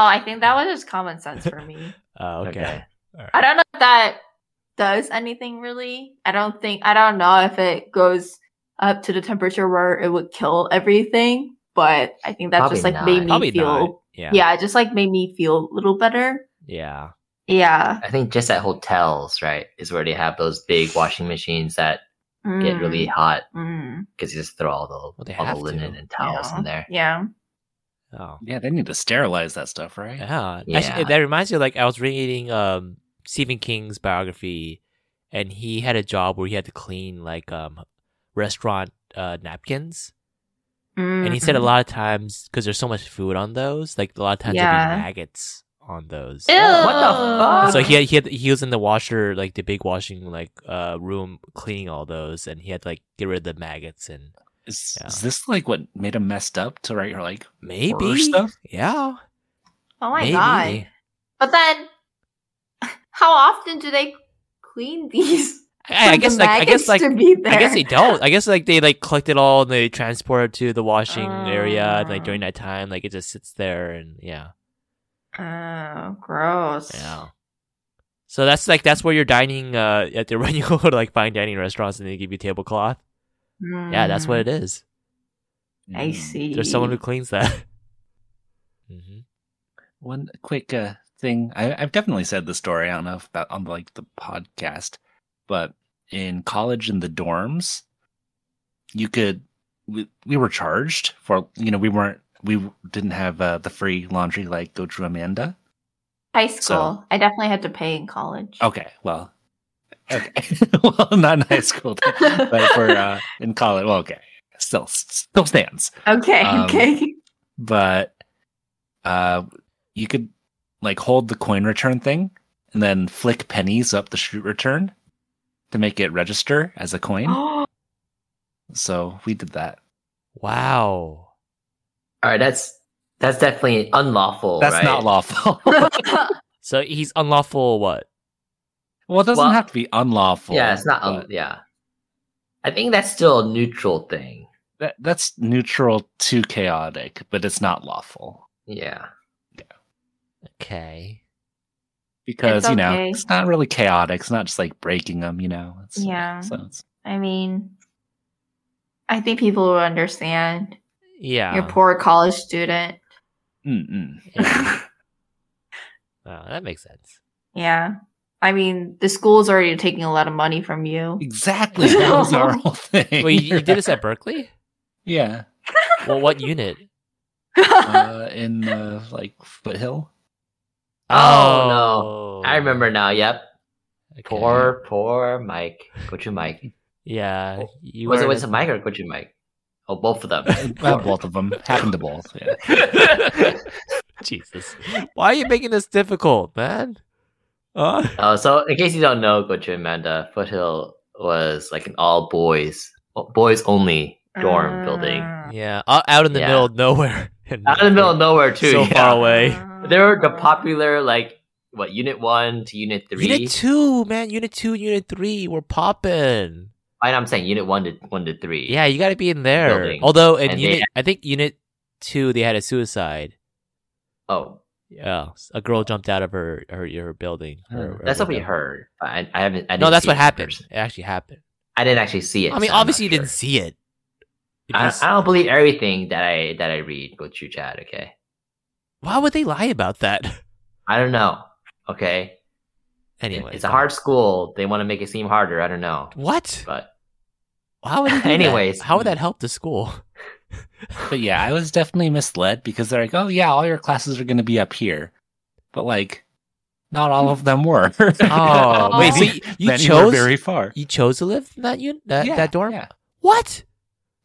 Speaker 4: I think that was just common sense for me.
Speaker 3: Uh, okay.
Speaker 5: okay.
Speaker 3: All
Speaker 4: I
Speaker 3: right.
Speaker 4: don't know if that does anything really. I don't think I don't know if it goes up to the temperature where it would kill everything, but I think that just like
Speaker 5: Probably
Speaker 4: made
Speaker 5: not.
Speaker 3: Probably
Speaker 4: me feel
Speaker 3: not. Yeah.
Speaker 4: yeah. it just like made me feel a little better.
Speaker 3: Yeah.
Speaker 4: Yeah.
Speaker 5: I think just at hotels, right, is where they have those big washing machines that get
Speaker 4: Mm,
Speaker 5: really hot
Speaker 4: mm,
Speaker 5: because you just throw all the
Speaker 3: Well, they
Speaker 5: all
Speaker 3: have
Speaker 5: the linen
Speaker 3: to.
Speaker 5: and towels
Speaker 4: yeah.
Speaker 5: in there.
Speaker 4: Yeah.
Speaker 3: Oh.
Speaker 7: Yeah, they need to sterilize that stuff, right?
Speaker 3: Yeah.
Speaker 5: Yeah.
Speaker 3: Actually, that reminds me. Like I was reading um Stephen King's biography, and he had a job where he had to clean like um restaurant uh napkins.
Speaker 4: Mm.
Speaker 3: And he said a
Speaker 4: Mm-hmm.
Speaker 3: lot of times because there's so much food on those, like a lot of times there'd
Speaker 4: Yeah.
Speaker 3: be maggots on those.
Speaker 4: Ew.
Speaker 5: What the fuck?
Speaker 3: So he had, he had he was in the washer like the big washing like uh room cleaning all those, and he had to, like get rid of the maggots and
Speaker 7: Is,
Speaker 3: Yeah.
Speaker 7: is this like what made him messed up to write your like?
Speaker 3: maybe
Speaker 7: Horror stuff?
Speaker 3: yeah.
Speaker 4: Oh my
Speaker 3: maybe.
Speaker 4: god. But then how often do they clean these?
Speaker 3: I, I
Speaker 4: for
Speaker 3: guess
Speaker 4: the
Speaker 3: like I guess
Speaker 4: maggots
Speaker 3: like
Speaker 4: to be
Speaker 3: I guess they
Speaker 4: there?
Speaker 3: don't. I guess like they like collect it all and they transport it to the washing area and, like
Speaker 4: Oh.
Speaker 3: during that time, like it just sits there and yeah,
Speaker 4: Oh, gross.
Speaker 3: yeah. So that's like that's where you're dining uh at the when you go to like fine dining restaurants and they give you tablecloth.
Speaker 4: Mm.
Speaker 3: Yeah, that's what it is.
Speaker 7: hmm,
Speaker 4: I see.
Speaker 3: There's Mm. someone who cleans that. hmm
Speaker 7: One quick uh, thing. I, I've definitely said the story. I don't know if that on like the podcast, but in college in the dorms, you could. We, we were charged for. You know, we weren't. We didn't have uh, the free laundry like go to Amanda.
Speaker 4: High school. I definitely had to pay in college.
Speaker 3: Oh,
Speaker 7: Okay, well, okay, well, not in high school, then, but for uh, in college. Well, okay, still still stands.
Speaker 4: Okay.
Speaker 7: Um,
Speaker 4: okay.
Speaker 7: but uh you could like hold the coin return thing and then flick pennies up the shoot return to make it register as a coin. so we did that.
Speaker 3: Wow.
Speaker 5: All right, that's that's definitely unlawful.
Speaker 7: That's
Speaker 5: right?
Speaker 7: not lawful.
Speaker 3: So he's unlawful. What?
Speaker 7: well, it doesn't
Speaker 5: Well-
Speaker 7: have to be unlawful.
Speaker 5: Yeah, it's not. Un-
Speaker 7: but
Speaker 5: yeah, I think that's still a neutral thing.
Speaker 7: that, that's neutral to chaotic, but it's not lawful
Speaker 5: Yeah,
Speaker 3: Okay.
Speaker 7: because
Speaker 4: It's
Speaker 7: you know
Speaker 4: okay.
Speaker 7: it's not really chaotic. It's not just like breaking them. You know. It's,
Speaker 4: Yeah.
Speaker 7: So it's,
Speaker 4: I mean, I think people will understand.
Speaker 3: Yeah.
Speaker 4: You're a poor college student.
Speaker 7: mm-mm.
Speaker 3: Yeah. Wow, Oh, that makes sense.
Speaker 4: Yeah. I mean, the school's already taking a lot of money from you.
Speaker 7: exactly. That was our whole thing.
Speaker 3: Wait, you, you did this at Berkeley?
Speaker 7: yeah.
Speaker 3: Well, what unit?
Speaker 7: uh, in uh, like Foothill.
Speaker 5: Oh,
Speaker 3: no,
Speaker 5: I remember now. Yep,
Speaker 3: Okay.
Speaker 5: poor, poor Mike. Go to Mike.
Speaker 3: Yeah, you
Speaker 5: Oh, was it
Speaker 3: were-
Speaker 5: was it Mike or Go to Mike? Oh, both of them.
Speaker 7: Well, both of them happened to both. Yeah.
Speaker 3: Jesus. Why are you making this difficult, man? Huh?
Speaker 5: Uh, so, in case you don't know, Coach Amanda, Foothill was like an all boys, boys only dorm building.
Speaker 4: Uh,
Speaker 3: Yeah, out out in the
Speaker 5: Yeah.
Speaker 3: middle of nowhere. In
Speaker 5: Out in the middle of nowhere, too.
Speaker 3: So
Speaker 5: yeah.
Speaker 3: far away.
Speaker 4: uh,
Speaker 5: They were
Speaker 4: oh.
Speaker 5: the popular, like, what, unit one to unit three?
Speaker 3: Unit two, man. Unit two, unit three. We're popping.
Speaker 5: I know I'm saying unit one to one to three.
Speaker 3: Yeah, you got to be in there.
Speaker 5: Building.
Speaker 3: Although in
Speaker 5: And they-
Speaker 3: unit, I think unit two, they had a suicide.
Speaker 5: Oh,
Speaker 3: Yeah, a girl jumped out of her her, her building. her- her
Speaker 5: Hmm, that's what we
Speaker 3: window.
Speaker 5: heard. but I, I haven't. I
Speaker 3: No,
Speaker 5: didn't
Speaker 3: that's
Speaker 5: see
Speaker 3: what
Speaker 5: it in
Speaker 3: happened.
Speaker 5: person.
Speaker 3: It actually happened.
Speaker 5: I didn't actually see it.
Speaker 3: I mean,
Speaker 5: so I'm not
Speaker 3: obviously you didn't
Speaker 5: sure.
Speaker 3: see it. If you
Speaker 5: I,
Speaker 3: s-
Speaker 5: I don't believe everything that I that I read. Go to chat, okay?
Speaker 3: why would they lie about that?
Speaker 5: I don't know. Okay. It-
Speaker 3: anyway,
Speaker 5: it's a hard school. They want to make it seem harder. I don't know.
Speaker 3: What?
Speaker 5: But
Speaker 3: How would they do that?
Speaker 5: Anyways.
Speaker 3: How would that help the school?
Speaker 7: But yeah, I was definitely misled because they're like, oh, yeah, all your classes are going to be up here. But like, not all of them were.
Speaker 3: Oh, wait. So
Speaker 7: Many-
Speaker 3: you, you
Speaker 7: many
Speaker 3: chose
Speaker 7: were very far.
Speaker 3: you chose to live in that unit that,
Speaker 7: Yeah,
Speaker 3: that dorm?
Speaker 7: Yeah.
Speaker 3: What?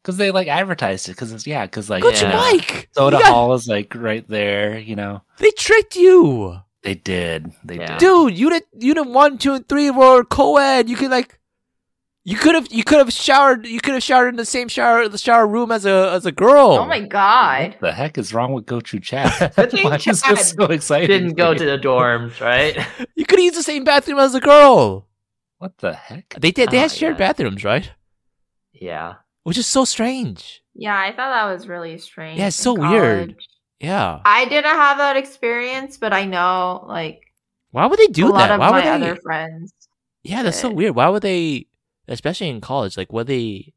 Speaker 7: Because they like advertised it. Because it's, yeah, because like,
Speaker 3: Good
Speaker 5: Yeah.
Speaker 3: Mike.
Speaker 7: soda
Speaker 3: You got-
Speaker 7: hall is like right there, you know?
Speaker 3: They tricked you,
Speaker 7: They did. They did.
Speaker 5: Yeah.
Speaker 3: dude. Unit unit one, two, and three were co-ed. You could like, you could have you could have showered you could have showered in the same shower the shower room as a as a girl.
Speaker 4: Oh my god.
Speaker 3: Mm-hmm.
Speaker 7: What the heck is wrong with Go to Chat?
Speaker 5: Good thing
Speaker 7: Why is
Speaker 5: Chad
Speaker 7: this so exciting?
Speaker 5: didn't go to the dorms, right?
Speaker 3: You could have used the same bathroom as a girl.
Speaker 7: What the heck?
Speaker 3: They did. They had
Speaker 5: Oh,
Speaker 3: shared
Speaker 5: yeah.
Speaker 3: bathrooms, right?
Speaker 5: yeah.
Speaker 3: Which is so strange.
Speaker 4: Yeah, I thought that was really strange.
Speaker 3: Yeah, it's
Speaker 4: in
Speaker 3: so weird.
Speaker 4: college.
Speaker 3: Yeah.
Speaker 4: I didn't have that experience, but I know like
Speaker 3: Why would they do
Speaker 4: a lot
Speaker 3: that?
Speaker 4: of
Speaker 3: Why
Speaker 4: my
Speaker 3: would they?
Speaker 4: other friends.
Speaker 3: Yeah, that's so
Speaker 4: did.
Speaker 3: weird. Why would they, especially in college? Like, were they?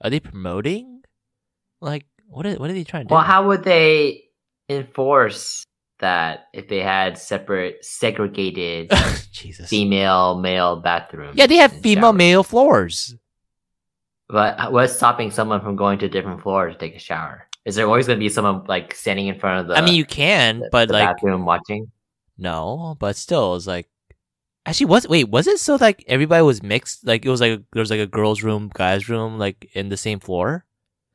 Speaker 3: Are they promoting? Like, what are what are they trying to do?
Speaker 5: Well, how would they enforce that if they had separate, segregated
Speaker 3: Jesus.
Speaker 5: female male bathrooms?
Speaker 3: Yeah, they have
Speaker 5: and
Speaker 3: female
Speaker 5: showers?
Speaker 3: male floors.
Speaker 5: But what's stopping someone from going to a different floor to take a shower? Is there always going to be someone like standing in front of the?
Speaker 3: I mean, you can,
Speaker 5: the-
Speaker 3: but
Speaker 5: the
Speaker 3: like
Speaker 5: bathroom watching.
Speaker 3: no, but still, it's like actually was wait was it so like everybody was mixed? Like it was like there was like a girls' room, guys' room, like in the same floor.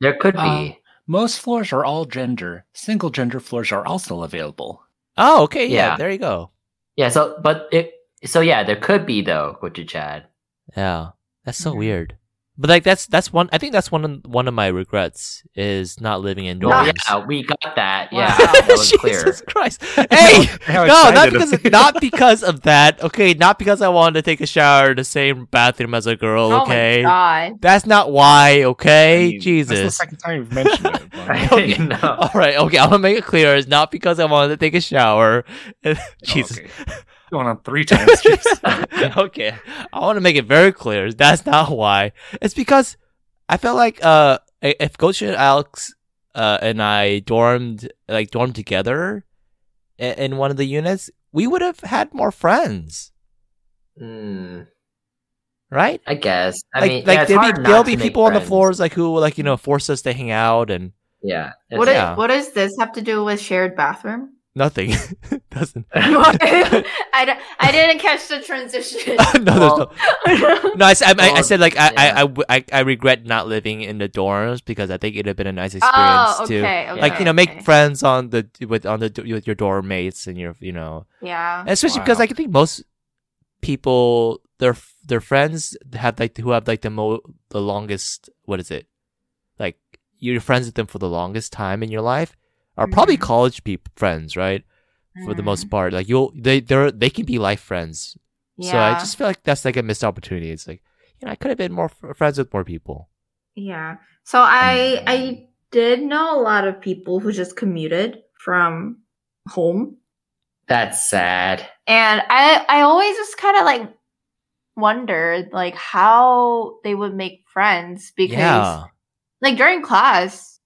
Speaker 5: There could be.
Speaker 3: Um,
Speaker 7: Uh, Most floors are all gender. Single gender floors are also available.
Speaker 3: Oh, okay, yeah,
Speaker 5: Yeah.
Speaker 3: there you go.
Speaker 5: Yeah, so but it so yeah, there could be though, go to Chad.
Speaker 3: Yeah, that's so
Speaker 5: Mm-hmm.
Speaker 4: Mhm.
Speaker 3: weird. But like that's that's one. I think that's one of, one of my regrets is not living in
Speaker 5: No,
Speaker 3: dorms.
Speaker 5: yeah, we got that. Yeah,
Speaker 4: Wow.
Speaker 5: that was clear.
Speaker 3: Jesus Christ. Hey,
Speaker 7: How
Speaker 3: no,
Speaker 7: excited
Speaker 3: not because
Speaker 7: of you.
Speaker 3: not because of that. Okay, not because I wanted to take a shower in the same bathroom as a girl. Okay,
Speaker 4: Oh my god.
Speaker 3: that's not
Speaker 7: I
Speaker 3: why.
Speaker 7: mean,
Speaker 3: Okay,
Speaker 7: That's the
Speaker 3: Jesus.
Speaker 7: second time you've mentioned it. but-
Speaker 3: Okay.
Speaker 5: You know.
Speaker 3: All right, okay, I'm gonna make it clear. It's not because I wanted to take a shower.
Speaker 7: Oh,
Speaker 3: Jesus.
Speaker 7: Okay. Going on three times. Jesus.
Speaker 3: okay, I want to make it very clear. That's not why. It's because I felt like uh, i- if Gochu and Alex uh, and I dormed like dormed together in, in one of the units, we would have had more friends,
Speaker 5: Hmm,
Speaker 3: right?
Speaker 5: I guess. I
Speaker 3: like,
Speaker 5: mean,
Speaker 3: like
Speaker 5: yeah, it's
Speaker 3: there'll
Speaker 5: hard
Speaker 3: be
Speaker 5: not
Speaker 3: there'll
Speaker 5: to
Speaker 3: be
Speaker 5: make
Speaker 3: people on the
Speaker 5: friends.
Speaker 3: floors like who will, like you know force us to hang out and
Speaker 5: Yeah.
Speaker 4: What
Speaker 5: it's-
Speaker 4: is
Speaker 3: Yeah.
Speaker 4: what does this have to do with shared bathroom?
Speaker 3: nothing doesn't.
Speaker 4: I, d- I didn't catch the transition.
Speaker 3: no, there's no.
Speaker 5: Well,
Speaker 3: No, I, s- I- I- I
Speaker 5: Or-
Speaker 3: said like I, I-
Speaker 5: yeah.
Speaker 3: I w- I- I regret not living in the dorms because I think it'd have been a nice experience
Speaker 4: oh,
Speaker 3: too.
Speaker 4: okay, okay.
Speaker 3: like you know
Speaker 4: okay.
Speaker 3: make friends on the with on the with your dorm mates and your you know
Speaker 4: Yeah.
Speaker 3: especially because
Speaker 7: Wow.
Speaker 3: like, I think most people their their friends have like who have like the mo the longest what is it like you're friends with them for the longest time in your life are probably
Speaker 4: Mhm.
Speaker 3: college peop friends right for the
Speaker 4: Mm-hmm.
Speaker 3: most part like you'll they they're they can be life friends
Speaker 4: Yeah.
Speaker 3: so I just feel like that's like a missed opportunity it's like you know I could have been more f- friends with more people
Speaker 4: Yeah. So
Speaker 3: Mm.
Speaker 4: I I did know a lot of people who just commuted from home.
Speaker 5: that's sad.
Speaker 4: And I I always just kind of like wondered like how they would make friends because
Speaker 3: yeah
Speaker 4: like during class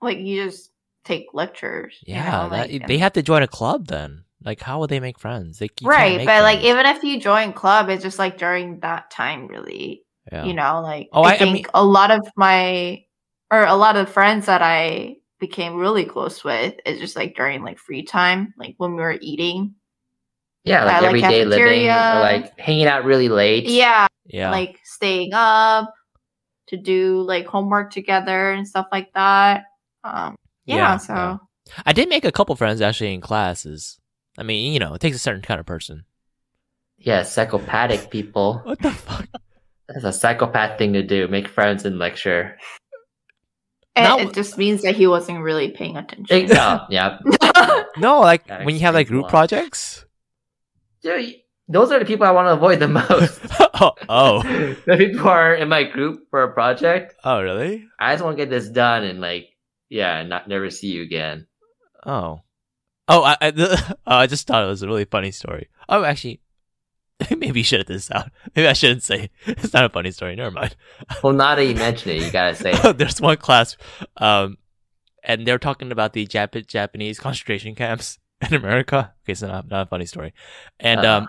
Speaker 4: like you just take lectures. you
Speaker 3: yeah
Speaker 4: know,
Speaker 3: that,
Speaker 4: like,
Speaker 3: they
Speaker 4: and-
Speaker 3: have to join a club then like how will they make friends they you can't
Speaker 4: right,
Speaker 3: make
Speaker 4: but like
Speaker 3: friends.
Speaker 4: even if you join club it's just like during that time really.
Speaker 3: Yeah.
Speaker 4: you know like
Speaker 3: Oh, I-
Speaker 4: i
Speaker 3: I
Speaker 4: think
Speaker 3: mean-
Speaker 4: a lot of my or a lot of friends that i became really close with is just like during like free time like when we were eating Yeah,
Speaker 5: Yeah, like
Speaker 4: like
Speaker 5: everyday living, or
Speaker 4: cafeteria.
Speaker 5: like hanging out really late.
Speaker 4: yeah,
Speaker 3: yeah
Speaker 4: like staying up to do like homework together and stuff like that. Um, yeah,
Speaker 3: Yeah,
Speaker 4: so
Speaker 3: yeah. I did make a couple friends actually in classes. I mean, you know, it takes a certain kind of person.
Speaker 5: Yeah, psychopathic people.
Speaker 3: What the fuck?
Speaker 5: That's a psychopath thing to do. Make friends and lecture.
Speaker 4: and
Speaker 3: Now-
Speaker 4: it just means that he wasn't really paying attention.
Speaker 5: Yeah, oh, yeah.
Speaker 3: No, like
Speaker 5: That
Speaker 3: when you have like group
Speaker 5: explains a lot.
Speaker 3: projects.
Speaker 5: Yeah, y- Those are the people I want to avoid the most.
Speaker 3: oh, oh,
Speaker 5: the people who are in my group for a project.
Speaker 3: oh, really?
Speaker 5: I just want to get this done and like, yeah, and not never see you again.
Speaker 3: Oh, oh, I, I, the, oh, I just thought it was a really funny story. Oh, actually, maybe you should edit this out. Maybe I shouldn't say it's not a funny story. Never mind.
Speaker 5: Well, now that you mention it, you gotta say. it.
Speaker 3: There's one class, um, and they're talking about the Jap- Japanese concentration camps in America. Okay, so uh, not, not a funny story. And
Speaker 5: Uh.
Speaker 3: um,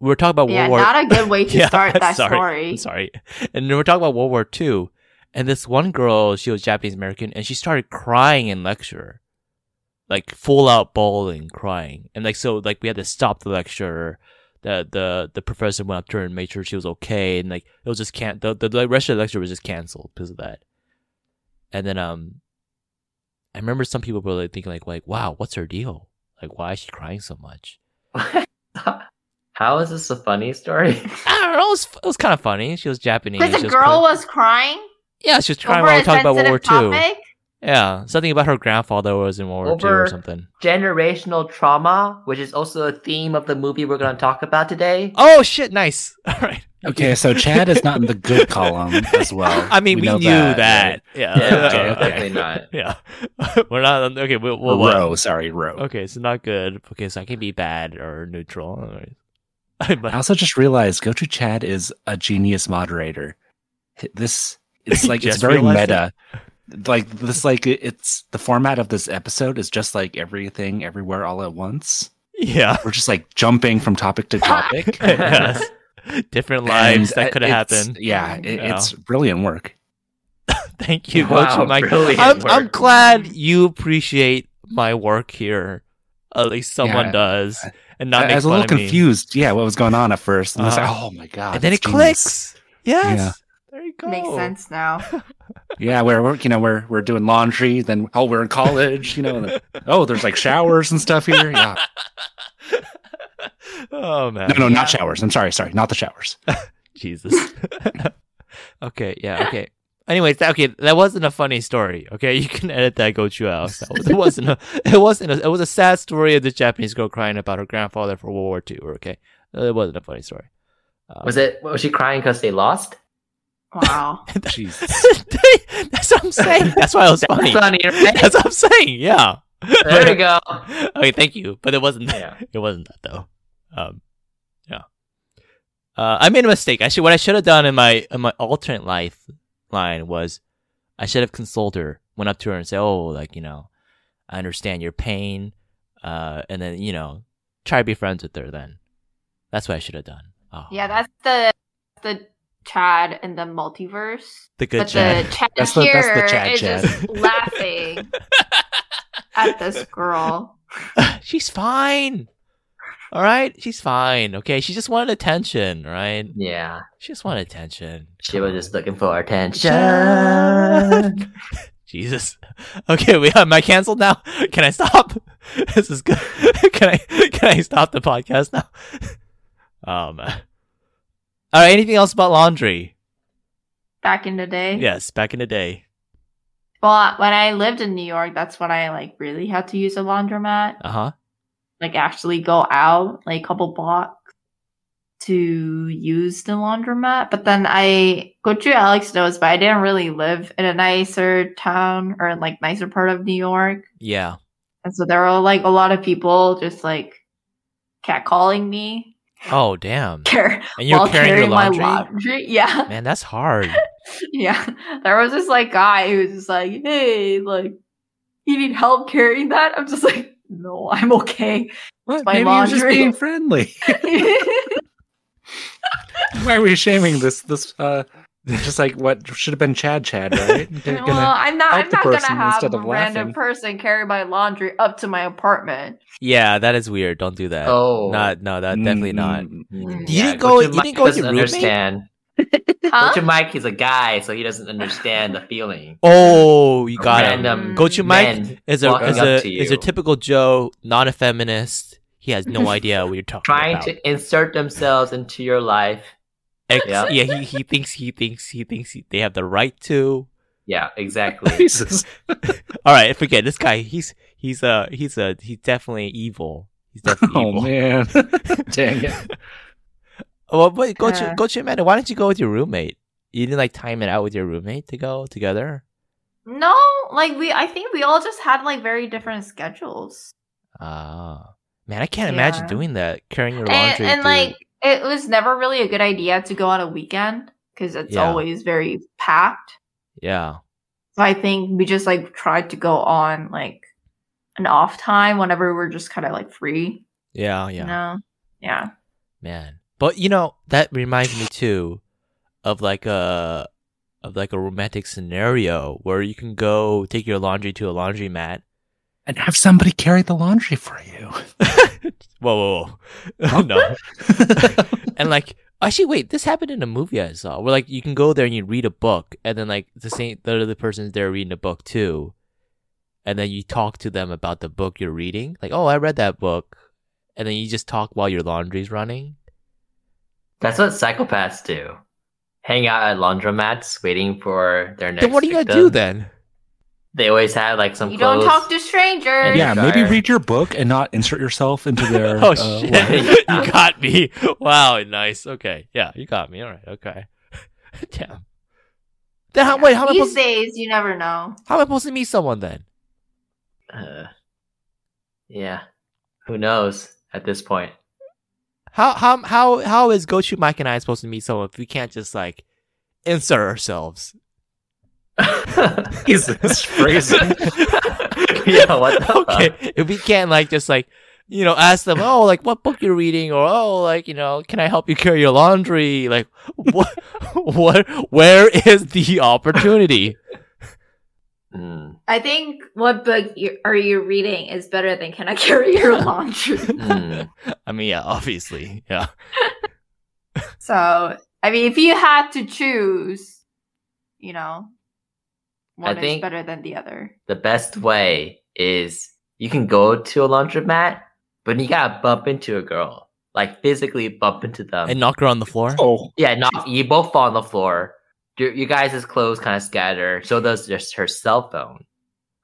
Speaker 3: we were talking about
Speaker 4: Yeah,
Speaker 3: World War.
Speaker 4: not a good way to
Speaker 3: Yeah,
Speaker 4: start that
Speaker 3: sorry, I'm
Speaker 4: story.
Speaker 3: sorry. And we were talking about World War II, and this one girl, she was Japanese American, and she started crying in lecture, like full out bawling, crying, and like so, like we had to stop the lecture. The, the the professor went up to her and made sure she was okay, and like it was just can the, the the rest of the lecture was just canceled because of that. And then um, I remember some people were like thinking like like wow, what's her deal? Like why is she crying so much?
Speaker 5: How is this a funny story?
Speaker 3: I don't know. It was, it was kind of funny. She was Japanese.
Speaker 4: Because
Speaker 3: she
Speaker 4: the
Speaker 3: was crying-
Speaker 4: girl was crying
Speaker 3: Yeah, she was trying
Speaker 4: over
Speaker 3: while we
Speaker 4: a
Speaker 3: were talking about World War
Speaker 4: sensitive
Speaker 3: II.
Speaker 4: topic.
Speaker 3: Yeah, something about her grandfather was in World War II or
Speaker 5: Over-
Speaker 3: something.
Speaker 5: Generational trauma, which is also a theme of the movie we're gonna talk about today.
Speaker 3: Oh shit! Nice. All right.
Speaker 1: Okay, so Chad is not in the good column as well.
Speaker 3: I mean, we,
Speaker 1: know
Speaker 3: knew that. Yeah.
Speaker 5: Yeah,
Speaker 1: okay, okay.
Speaker 5: definitely not.
Speaker 3: Yeah. We're not okay. We'll,
Speaker 1: Right?
Speaker 3: we'll what?
Speaker 1: row, sorry, row.
Speaker 3: Okay, so not good. Okay, so I can be bad or neutral. All right.
Speaker 1: I
Speaker 3: but,
Speaker 1: also just realized GoTo Chad is a genius moderator. This it's
Speaker 3: You
Speaker 1: like it's
Speaker 3: just
Speaker 1: very
Speaker 3: realized
Speaker 1: meta. Like this, like it- it's the format of this episode is just like everything, everywhere, all at once.
Speaker 3: yeah.
Speaker 1: We're just like jumping from topic to topic.
Speaker 3: Yes. Different lives
Speaker 1: And,
Speaker 3: that
Speaker 1: uh,
Speaker 3: could have
Speaker 1: it's-
Speaker 3: happened.
Speaker 1: Yeah, it,
Speaker 3: Yeah.
Speaker 1: it's brilliant work.
Speaker 3: Thank you,
Speaker 5: Wow,
Speaker 3: Coach Mike.
Speaker 5: brilliant
Speaker 3: I'm, I'm
Speaker 5: work.
Speaker 3: glad you appreciate my work here. At least someone
Speaker 1: Yeah.
Speaker 3: does, and not
Speaker 1: I, I
Speaker 3: make
Speaker 1: was a
Speaker 3: fun
Speaker 1: little
Speaker 3: of me.
Speaker 1: confused. Yeah, what was going on at first? And I was like,
Speaker 3: Uh-huh.
Speaker 1: oh my god!
Speaker 3: and then it
Speaker 1: it's genius.
Speaker 3: clicks. Yes.
Speaker 1: Yeah.
Speaker 3: There you go.
Speaker 4: Makes sense now.
Speaker 1: Yeah, we're, we're you know we're we're doing laundry. Then oh, we're in college. You know, and then, oh, there's like showers and stuff here. Yeah,
Speaker 3: oh man.
Speaker 1: no, no,
Speaker 4: Yeah.
Speaker 1: not showers. I'm sorry, sorry, not the showers.
Speaker 3: Jesus. okay, yeah, okay. Anyways, that- okay, that wasn't a funny story. Okay, you can edit that Gochu out. That was, it wasn't a, it wasn't a, it was a sad story of this Japanese girl crying about her grandfather for World War II. Okay, it wasn't a funny story. Um,
Speaker 5: Was it? Was she crying because they lost?
Speaker 4: Wow.
Speaker 1: Jesus.
Speaker 3: That's what I'm saying. That's why it was funny.
Speaker 5: That's funny, right?
Speaker 3: That's what I'm saying. Yeah.
Speaker 5: There we go.
Speaker 3: okay, thank you. But it wasn't that.
Speaker 5: Yeah.
Speaker 3: It wasn't that though. Um, yeah. Uh, I made a mistake. I should what I should have done in my in my alternate life line was I should have consoled her, went up to her and said, "Oh, like you know, I understand your pain," uh, and then you know, try to be friends with her. Then that's what I should have done. Oh,
Speaker 4: Yeah, that's the the Chad in the multiverse.
Speaker 3: the good
Speaker 4: but
Speaker 3: Chad.
Speaker 4: the Chad
Speaker 1: That's the-
Speaker 4: here
Speaker 1: that's the
Speaker 4: is
Speaker 1: Chad
Speaker 4: just laughing at this girl.
Speaker 3: she's fine. All right, she's fine. Okay, she just wanted attention. all Right,
Speaker 5: Yeah,
Speaker 3: she just wanted attention.
Speaker 5: she was just looking for attention.
Speaker 3: Shut. Jesus. Okay, we am I canceled now? Can I stop? This is good. Can I can I stop the podcast now? Oh man. All right. Anything else about laundry?
Speaker 4: Back in the day.
Speaker 3: Yes, back in the day.
Speaker 4: Well, when I lived in New York, that's when I like really had to use a laundromat.
Speaker 3: Uh huh.
Speaker 4: Like actually go out like a couple blocks to use the laundromat. But then I go to Alex knows, but I didn't really live in a nicer town or like nicer part of New York.
Speaker 3: Yeah.
Speaker 4: And so there were like a lot of people just like catcalling me.
Speaker 3: Oh damn.
Speaker 4: Car-
Speaker 3: And you're
Speaker 4: while
Speaker 3: carrying your
Speaker 4: carrying my
Speaker 3: laundry.
Speaker 4: laundry. Yeah.
Speaker 3: Man, that's hard.
Speaker 4: Yeah. There was this like guy who was just like, hey, like, you need help carrying that? I'm just like, no, I'm okay.
Speaker 1: What?
Speaker 4: my
Speaker 1: Maybe you're just
Speaker 4: laundry.
Speaker 1: being friendly. Why are we shaming this? This uh, just like what should have been Chad. Chad, right? They're
Speaker 4: well,
Speaker 1: gonna-
Speaker 4: I'm not
Speaker 1: help
Speaker 4: I'm
Speaker 1: the
Speaker 4: not gonna
Speaker 1: person
Speaker 4: have
Speaker 1: instead
Speaker 4: a
Speaker 1: of
Speaker 4: random
Speaker 1: laughing.
Speaker 4: person carry my laundry up to my apartment.
Speaker 3: yeah, that is weird. Don't do that.
Speaker 5: Oh,
Speaker 3: Not no. That Uh, definitely not.
Speaker 1: Mm,
Speaker 4: You
Speaker 3: didn't go- you didn't go with
Speaker 5: doesn't
Speaker 3: your roommate?
Speaker 5: understand.
Speaker 4: Huh?
Speaker 5: Go to Mike, he's a guy, so he doesn't understand the feeling.
Speaker 3: Oh, you got it.
Speaker 5: Random
Speaker 3: Go to Mike
Speaker 5: men
Speaker 3: is a
Speaker 5: walking
Speaker 3: is
Speaker 5: up
Speaker 3: a
Speaker 5: to
Speaker 3: is a
Speaker 5: you.
Speaker 3: typical Joe, not a feminist. He has no idea what you're talking
Speaker 5: trying
Speaker 3: about.
Speaker 5: to insert themselves into your life.
Speaker 3: Ex-
Speaker 5: yeah.
Speaker 3: yeah, he, he thinks he thinks he thinks he, they have the right to.
Speaker 5: Yeah, exactly.
Speaker 1: Jesus.
Speaker 3: All right, forget this guy. He's he's a he's a he's definitely evil. He's definitely
Speaker 1: Oh
Speaker 3: evil.
Speaker 1: man. Dang it.
Speaker 3: Well, but go to
Speaker 4: Uh.
Speaker 3: go to Amanda. Why don't you go with your roommate? You didn't like time it out with your roommate to go together.
Speaker 4: No, like we, I think we all just had like very different schedules,
Speaker 3: Ah, man, I can't imagine
Speaker 4: Yeah.
Speaker 3: doing that. Carrying your
Speaker 4: and,
Speaker 3: laundry.
Speaker 4: and
Speaker 3: through-
Speaker 4: like it was never really a good idea to go on a weekend because it's
Speaker 3: Yeah.
Speaker 4: always very packed.
Speaker 3: yeah,
Speaker 4: So I think we just like tried to go on like an off time whenever we we're just kind of like free.
Speaker 3: yeah, yeah.
Speaker 4: You know? Yeah.
Speaker 3: man but you know that reminds me too of like a of like a romantic scenario where you can go take your laundry to a laundromat
Speaker 1: And have somebody carry the laundry for you.
Speaker 3: whoa whoa, whoa. no and like actually wait this happened in a movie i saw where like you can go there and you read a book and then like the same the other person's there reading a book too and then you talk to them about the book you're reading like oh i read that book and then you just talk while your laundry's running
Speaker 5: That's what psychopaths do. Hang out at laundromats waiting for their next
Speaker 3: then what are you gonna
Speaker 5: victim.
Speaker 3: do then
Speaker 5: They always have like some
Speaker 4: You don't
Speaker 5: clothes.
Speaker 4: talk to strangers.
Speaker 1: yeah, maybe
Speaker 5: Sorry.
Speaker 1: read your book and not insert yourself into their uh,
Speaker 3: Oh shit!
Speaker 1: life.
Speaker 3: you got me. Wow, nice. Okay, yeah, you got me. All right, okay. Damn. Then how, wait, how am, I
Speaker 4: These
Speaker 3: supposed,
Speaker 4: days, you never know.
Speaker 3: how am I supposed to meet someone then?
Speaker 5: Uh, yeah. Who knows at this point?
Speaker 3: How how how how is Gochu Mike and I supposed to meet someone if we can't just like insert ourselves?
Speaker 1: Jesus, phrasing.
Speaker 5: yeah, what the
Speaker 3: okay,
Speaker 5: fuck?
Speaker 3: if we can't like just like you know ask them, oh, like what book you're reading, or oh, like you know, can I help you carry your laundry? Like what what where is the opportunity?
Speaker 5: Mm,
Speaker 4: I think what book you, are you reading is better than Can I Carry Your Laundry?
Speaker 5: mm.
Speaker 3: I mean, yeah, obviously, yeah.
Speaker 4: so, I mean, if you had to choose, you know, one
Speaker 5: think-
Speaker 4: is better than the other.
Speaker 5: The best way is you can go to a laundromat, but you gotta bump into a girl. Like physically bump into them.
Speaker 3: And knock her on the floor.
Speaker 1: Oh,
Speaker 5: Yeah, not you both fall on the floor. Your, you guys' clothes kind of scatter. So does just her cell phone,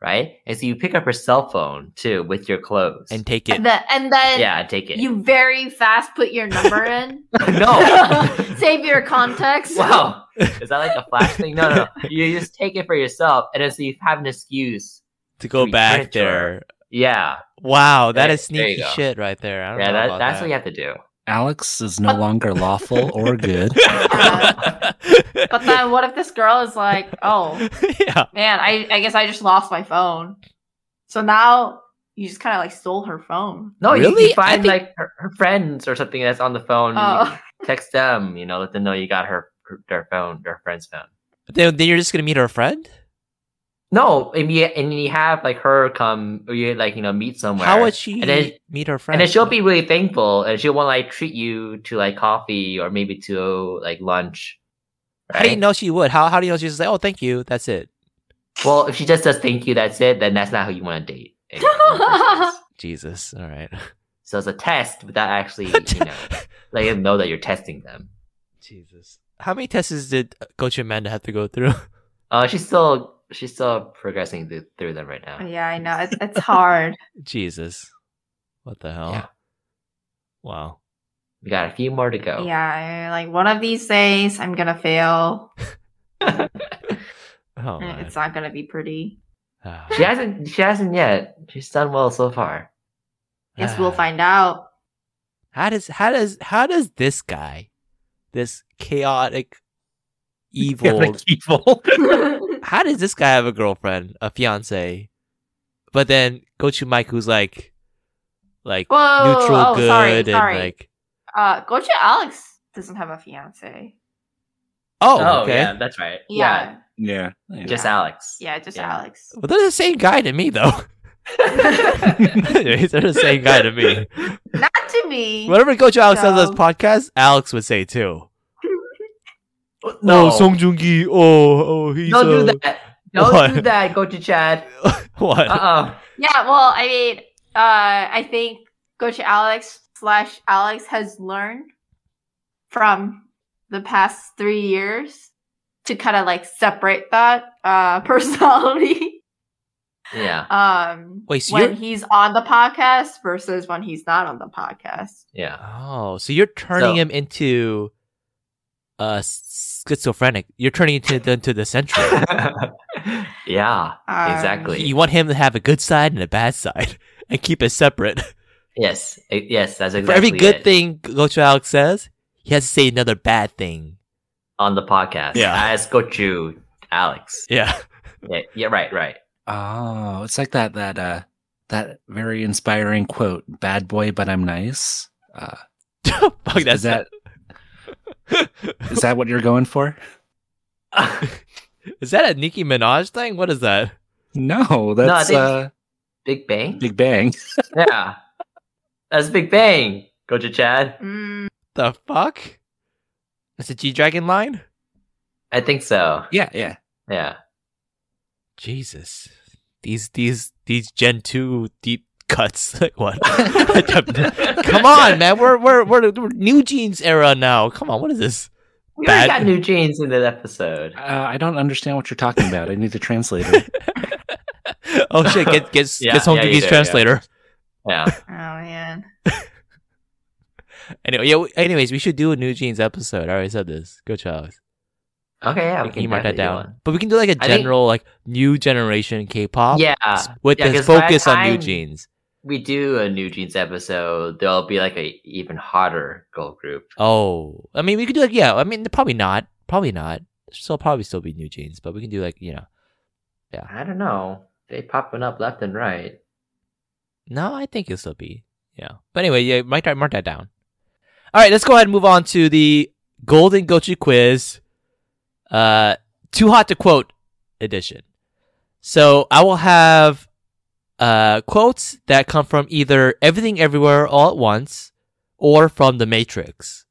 Speaker 5: right? And so you pick up her cell phone too with your clothes.
Speaker 3: and take it.
Speaker 4: And, the, and then
Speaker 5: yeah, take it.
Speaker 4: you very fast put your number in.
Speaker 5: no.
Speaker 4: Save your context.
Speaker 5: wow, is that like a flash thing? No, no, no. You just take it for yourself, and then so you have an excuse.
Speaker 3: to go
Speaker 5: Sweet
Speaker 3: back
Speaker 5: furniture.
Speaker 3: there.
Speaker 5: Yeah,
Speaker 3: Wow, that
Speaker 5: There-
Speaker 3: is
Speaker 5: there you
Speaker 3: sneaky
Speaker 5: go.
Speaker 3: shit right there. I don't
Speaker 5: yeah.
Speaker 3: know
Speaker 5: That,
Speaker 3: about
Speaker 5: that's what you
Speaker 3: that.
Speaker 5: have to do.
Speaker 1: Alex is no longer lawful or good.
Speaker 4: But then what if this girl is like, oh,
Speaker 3: yeah,
Speaker 4: man, I, I guess I just lost my phone. So now you just kind of like stole her phone.
Speaker 5: No, you- you,
Speaker 3: Really? I
Speaker 5: find
Speaker 3: think-
Speaker 5: like her, her friends or something that's on the phone.
Speaker 4: Oh,
Speaker 5: You text them. You know, let them know you got her their phone, their friend's phone.
Speaker 3: then, then you're just gonna meet her friend.
Speaker 5: No, and you and you have like her come or you like you know meet somewhere.
Speaker 3: How would she
Speaker 5: And then
Speaker 3: meet her friend?
Speaker 5: and then she'll be really thankful, and she'll want to like treat you to like coffee or maybe to like lunch.
Speaker 3: How do you
Speaker 5: right?
Speaker 3: know she would? How how do you know she's like, oh, thank you, that's it.
Speaker 5: Well, if she just says thank you, that's it. Then that's not who you want to date. in- in the first place.
Speaker 3: Jesus, all right.
Speaker 5: so it's a test without actually you know letting them know that you're testing them.
Speaker 3: Jesus, how many tests did Coach Amanda have to go through?
Speaker 5: Uh, she's still she's still progressing th- through them right now.
Speaker 4: yeah, I know. It's, it's hard.
Speaker 3: Jesus, what the hell?
Speaker 5: Yeah.
Speaker 3: Wow.
Speaker 5: We got a few more to go.
Speaker 4: Yeah, like one of these days I'm going to fail.
Speaker 3: Oh,
Speaker 5: Mm,
Speaker 3: man.
Speaker 4: It's not going to be pretty.
Speaker 3: Ah.
Speaker 5: She hasn't she hasn't yet. She's done well so far.
Speaker 4: Guess
Speaker 3: Ah.
Speaker 4: we'll find out.
Speaker 3: How does how does how does this guy, this chaotic, evil,
Speaker 1: Like evil.
Speaker 3: how does this guy have a girlfriend, a fiance? But then go to Mike, who's like, like
Speaker 4: Whoa,
Speaker 3: neutral,
Speaker 4: oh,
Speaker 3: good,
Speaker 4: sorry,
Speaker 3: and
Speaker 4: sorry.
Speaker 3: like,
Speaker 4: uh, Gocha Alex doesn't have a fiance.
Speaker 3: oh, okay.
Speaker 5: that's right.
Speaker 4: Yeah.
Speaker 1: yeah.
Speaker 5: Just
Speaker 4: Yeah.
Speaker 5: Alex.
Speaker 4: Yeah, just
Speaker 5: Yeah.
Speaker 4: Alex.
Speaker 3: Well, they're the same guy to me, though. they're the same guy to me.
Speaker 4: Not to me.
Speaker 3: Whatever Coach Alex says on
Speaker 4: No.
Speaker 3: this podcast, Alex would say too.
Speaker 5: No,
Speaker 3: Oh, Song Joong Ki. Oh, oh, he's.
Speaker 5: don't
Speaker 3: uh,
Speaker 5: do that. Don't do
Speaker 3: What?
Speaker 5: that. Go to Chad.
Speaker 3: What?
Speaker 5: Uh-uh.
Speaker 4: Yeah, well, I mean, uh, I think Coach Alex slash Alex has learned from the past three years to kind of like separate that uh, personality.
Speaker 5: Yeah,
Speaker 4: Um,
Speaker 3: Wait, so
Speaker 4: when
Speaker 3: you're-
Speaker 4: he's on the podcast versus when he's not on the podcast.
Speaker 5: yeah.
Speaker 3: Oh, so you're turning
Speaker 5: So-
Speaker 3: him into uh schizophrenic. You're turning into the, into the central.
Speaker 5: yeah,
Speaker 4: Um,
Speaker 5: exactly.
Speaker 3: you want him to have a good side and a bad side, and keep it separate.
Speaker 5: yes, e- yes, that's exactly
Speaker 3: For every good
Speaker 5: it.
Speaker 3: thing Coach Alex says, he has to say another bad thing.
Speaker 5: on the podcast.
Speaker 3: Yeah.
Speaker 5: As go to Alex.
Speaker 3: Yeah.
Speaker 5: Yeah, yeah, right, right.
Speaker 1: Oh, it's like that that uh that very inspiring quote, bad boy but I'm nice. Uh
Speaker 3: Fuck
Speaker 1: is
Speaker 3: Oh, that's
Speaker 1: that is that what you're going for?
Speaker 3: is that a Nicki Minaj thing? What is that?
Speaker 1: No, that's
Speaker 5: think-
Speaker 1: uh
Speaker 5: Big Bang?
Speaker 1: Big Bang.
Speaker 5: yeah. That's Big Bang. Go to Chad.
Speaker 4: Mm,
Speaker 3: The fuck? That's a G Dragon line?
Speaker 5: I think so.
Speaker 1: Yeah, yeah.
Speaker 5: Yeah.
Speaker 3: Jesus. These these these Gen 2 deep cuts. Like what? Come on, man. We're we're we're, we're new jeans era now. Come on, what is this?
Speaker 5: We already
Speaker 3: Bad-
Speaker 5: got new jeans in that episode.
Speaker 1: Uh, I don't understand what you're talking about. I need a translator.
Speaker 3: oh shit, get get
Speaker 5: Yeah,
Speaker 3: get Song
Speaker 5: yeah,
Speaker 3: Joong
Speaker 5: you
Speaker 3: Ki's
Speaker 5: do, yeah.
Speaker 3: translator.
Speaker 5: Yeah.
Speaker 4: oh man.
Speaker 3: Anyway, yeah, we- anyways, we should do a new jeans episode. I already said this. Go Charles.
Speaker 5: Okay, yeah.
Speaker 3: you mark that
Speaker 5: definitely do
Speaker 3: down.
Speaker 5: one.
Speaker 3: But we can do like a
Speaker 5: I think-
Speaker 3: general like new generation K-pop.
Speaker 5: Yeah.
Speaker 3: s- With
Speaker 5: Yeah,
Speaker 3: the
Speaker 5: 'cause by the
Speaker 3: focus on new
Speaker 5: time-
Speaker 3: jeans.
Speaker 5: We do a new jeans episode. There'll be like a even hotter girl group.
Speaker 3: Oh, I mean, we could do like yeah. I mean, probably not. Probably not. Still, probably still be new jeans, but we can do like you know.
Speaker 5: I don't know. They popping up left and right.
Speaker 3: No, I think it'll still be yeah. But anyway, yeah, mark that, mark that down. All right, let's go ahead and move on to the Golden Gochu Quiz, uh, too hot to quote edition. So I will have uh quotes that come from either Everything Everywhere All at Once or from The Matrix.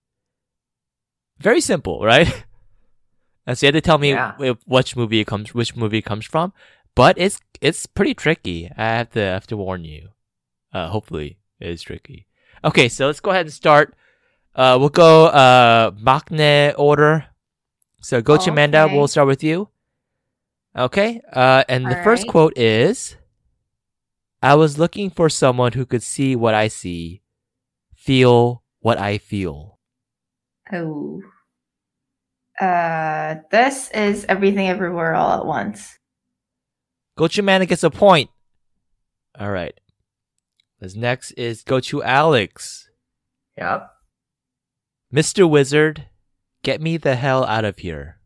Speaker 3: Very simple, right? And so you had to tell me
Speaker 5: Yeah.
Speaker 3: wh- which movie it comes, which movie it comes from. But it's it's pretty tricky. I have to have to warn you. Uh, hopefully, it is tricky. Okay, so let's go ahead and start. Uh, we'll go uh Makne order. So Gochi Amanda,
Speaker 4: Okay.
Speaker 3: we'll start with you. Okay. Uh, and the first
Speaker 4: Alright.
Speaker 3: quote is, "I was looking for someone who could see what I see, feel what I feel."
Speaker 4: Oh. Uh, this is everything everywhere all at once.
Speaker 3: Gochu Mana gets a point. All right. This next is Gochu Alex.
Speaker 5: Yep.
Speaker 3: Mr. Wizard, get me the hell out of here.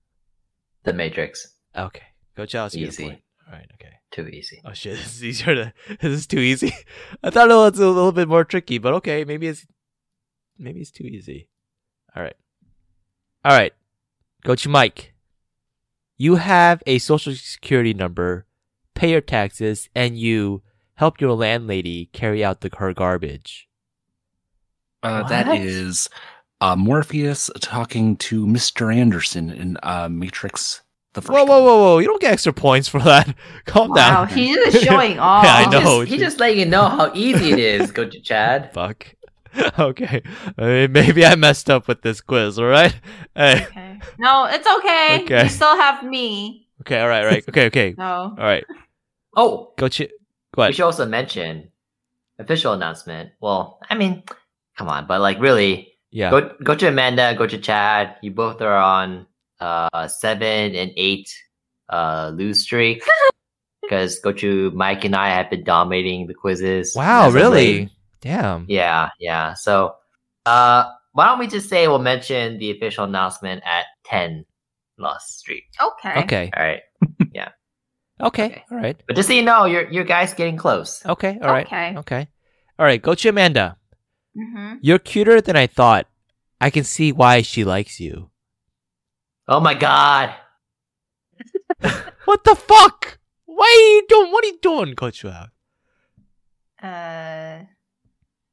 Speaker 5: The Matrix.
Speaker 3: Okay. Gochu Alex, you get a
Speaker 5: Easy.
Speaker 3: point. All right, okay.
Speaker 5: Too easy.
Speaker 3: Oh shit, this is easier to. This is too easy. I thought it was a little bit more tricky, but okay, maybe it's maybe it's too easy. All right, all right. Go to Mike. You have a social security number, pay your taxes, and you help your landlady carry out the her garbage.
Speaker 1: Uh, that
Speaker 5: What?
Speaker 1: is uh, Morpheus talking to Mr. Anderson in uh, Matrix the first
Speaker 3: Whoa, whoa,
Speaker 1: one.
Speaker 3: whoa, whoa! You don't get extra points for that. Calm
Speaker 4: Wow,
Speaker 3: down.
Speaker 4: he's just showing off.
Speaker 3: I
Speaker 5: Oh, He
Speaker 3: know.
Speaker 5: just- he just let you know how easy it is, go to Chad.
Speaker 3: Fuck. Okay, I mean, maybe I messed up with this quiz. All right. Hey.
Speaker 4: Okay. No, it's okay.
Speaker 3: Okay.
Speaker 4: You still have me.
Speaker 3: Okay. All right. Right. Okay. Okay.
Speaker 4: No.
Speaker 3: All right.
Speaker 5: Oh,
Speaker 3: Go chi-
Speaker 5: We
Speaker 3: What?
Speaker 5: should also mention official announcement. Well, I mean, come on, but like really,
Speaker 3: Yeah.
Speaker 5: go go to Amanda, go to Chad. You both are on uh seven and eight uh lose streak because go to Mike and I have been dominating the quizzes.
Speaker 3: wow,
Speaker 5: as of
Speaker 3: really?
Speaker 5: late.
Speaker 3: Damn.
Speaker 5: Yeah, yeah. So, uh, why don't we just say we'll mention the official announcement at ten lost streak?
Speaker 4: Okay.
Speaker 3: Okay.
Speaker 5: All right,
Speaker 3: okay.
Speaker 5: Eh? Okay.
Speaker 3: All right.
Speaker 5: but just so you know, your your guys getting close.
Speaker 3: Okay. All right.
Speaker 4: Okay.
Speaker 3: Okay. All right. Go to Amanda.
Speaker 4: hmm
Speaker 3: You're cuter than I thought. I can see why she likes you.
Speaker 5: Oh my god.
Speaker 3: What the fuck? Why are you doing? What are you doing, Coach Wow?
Speaker 4: Uh,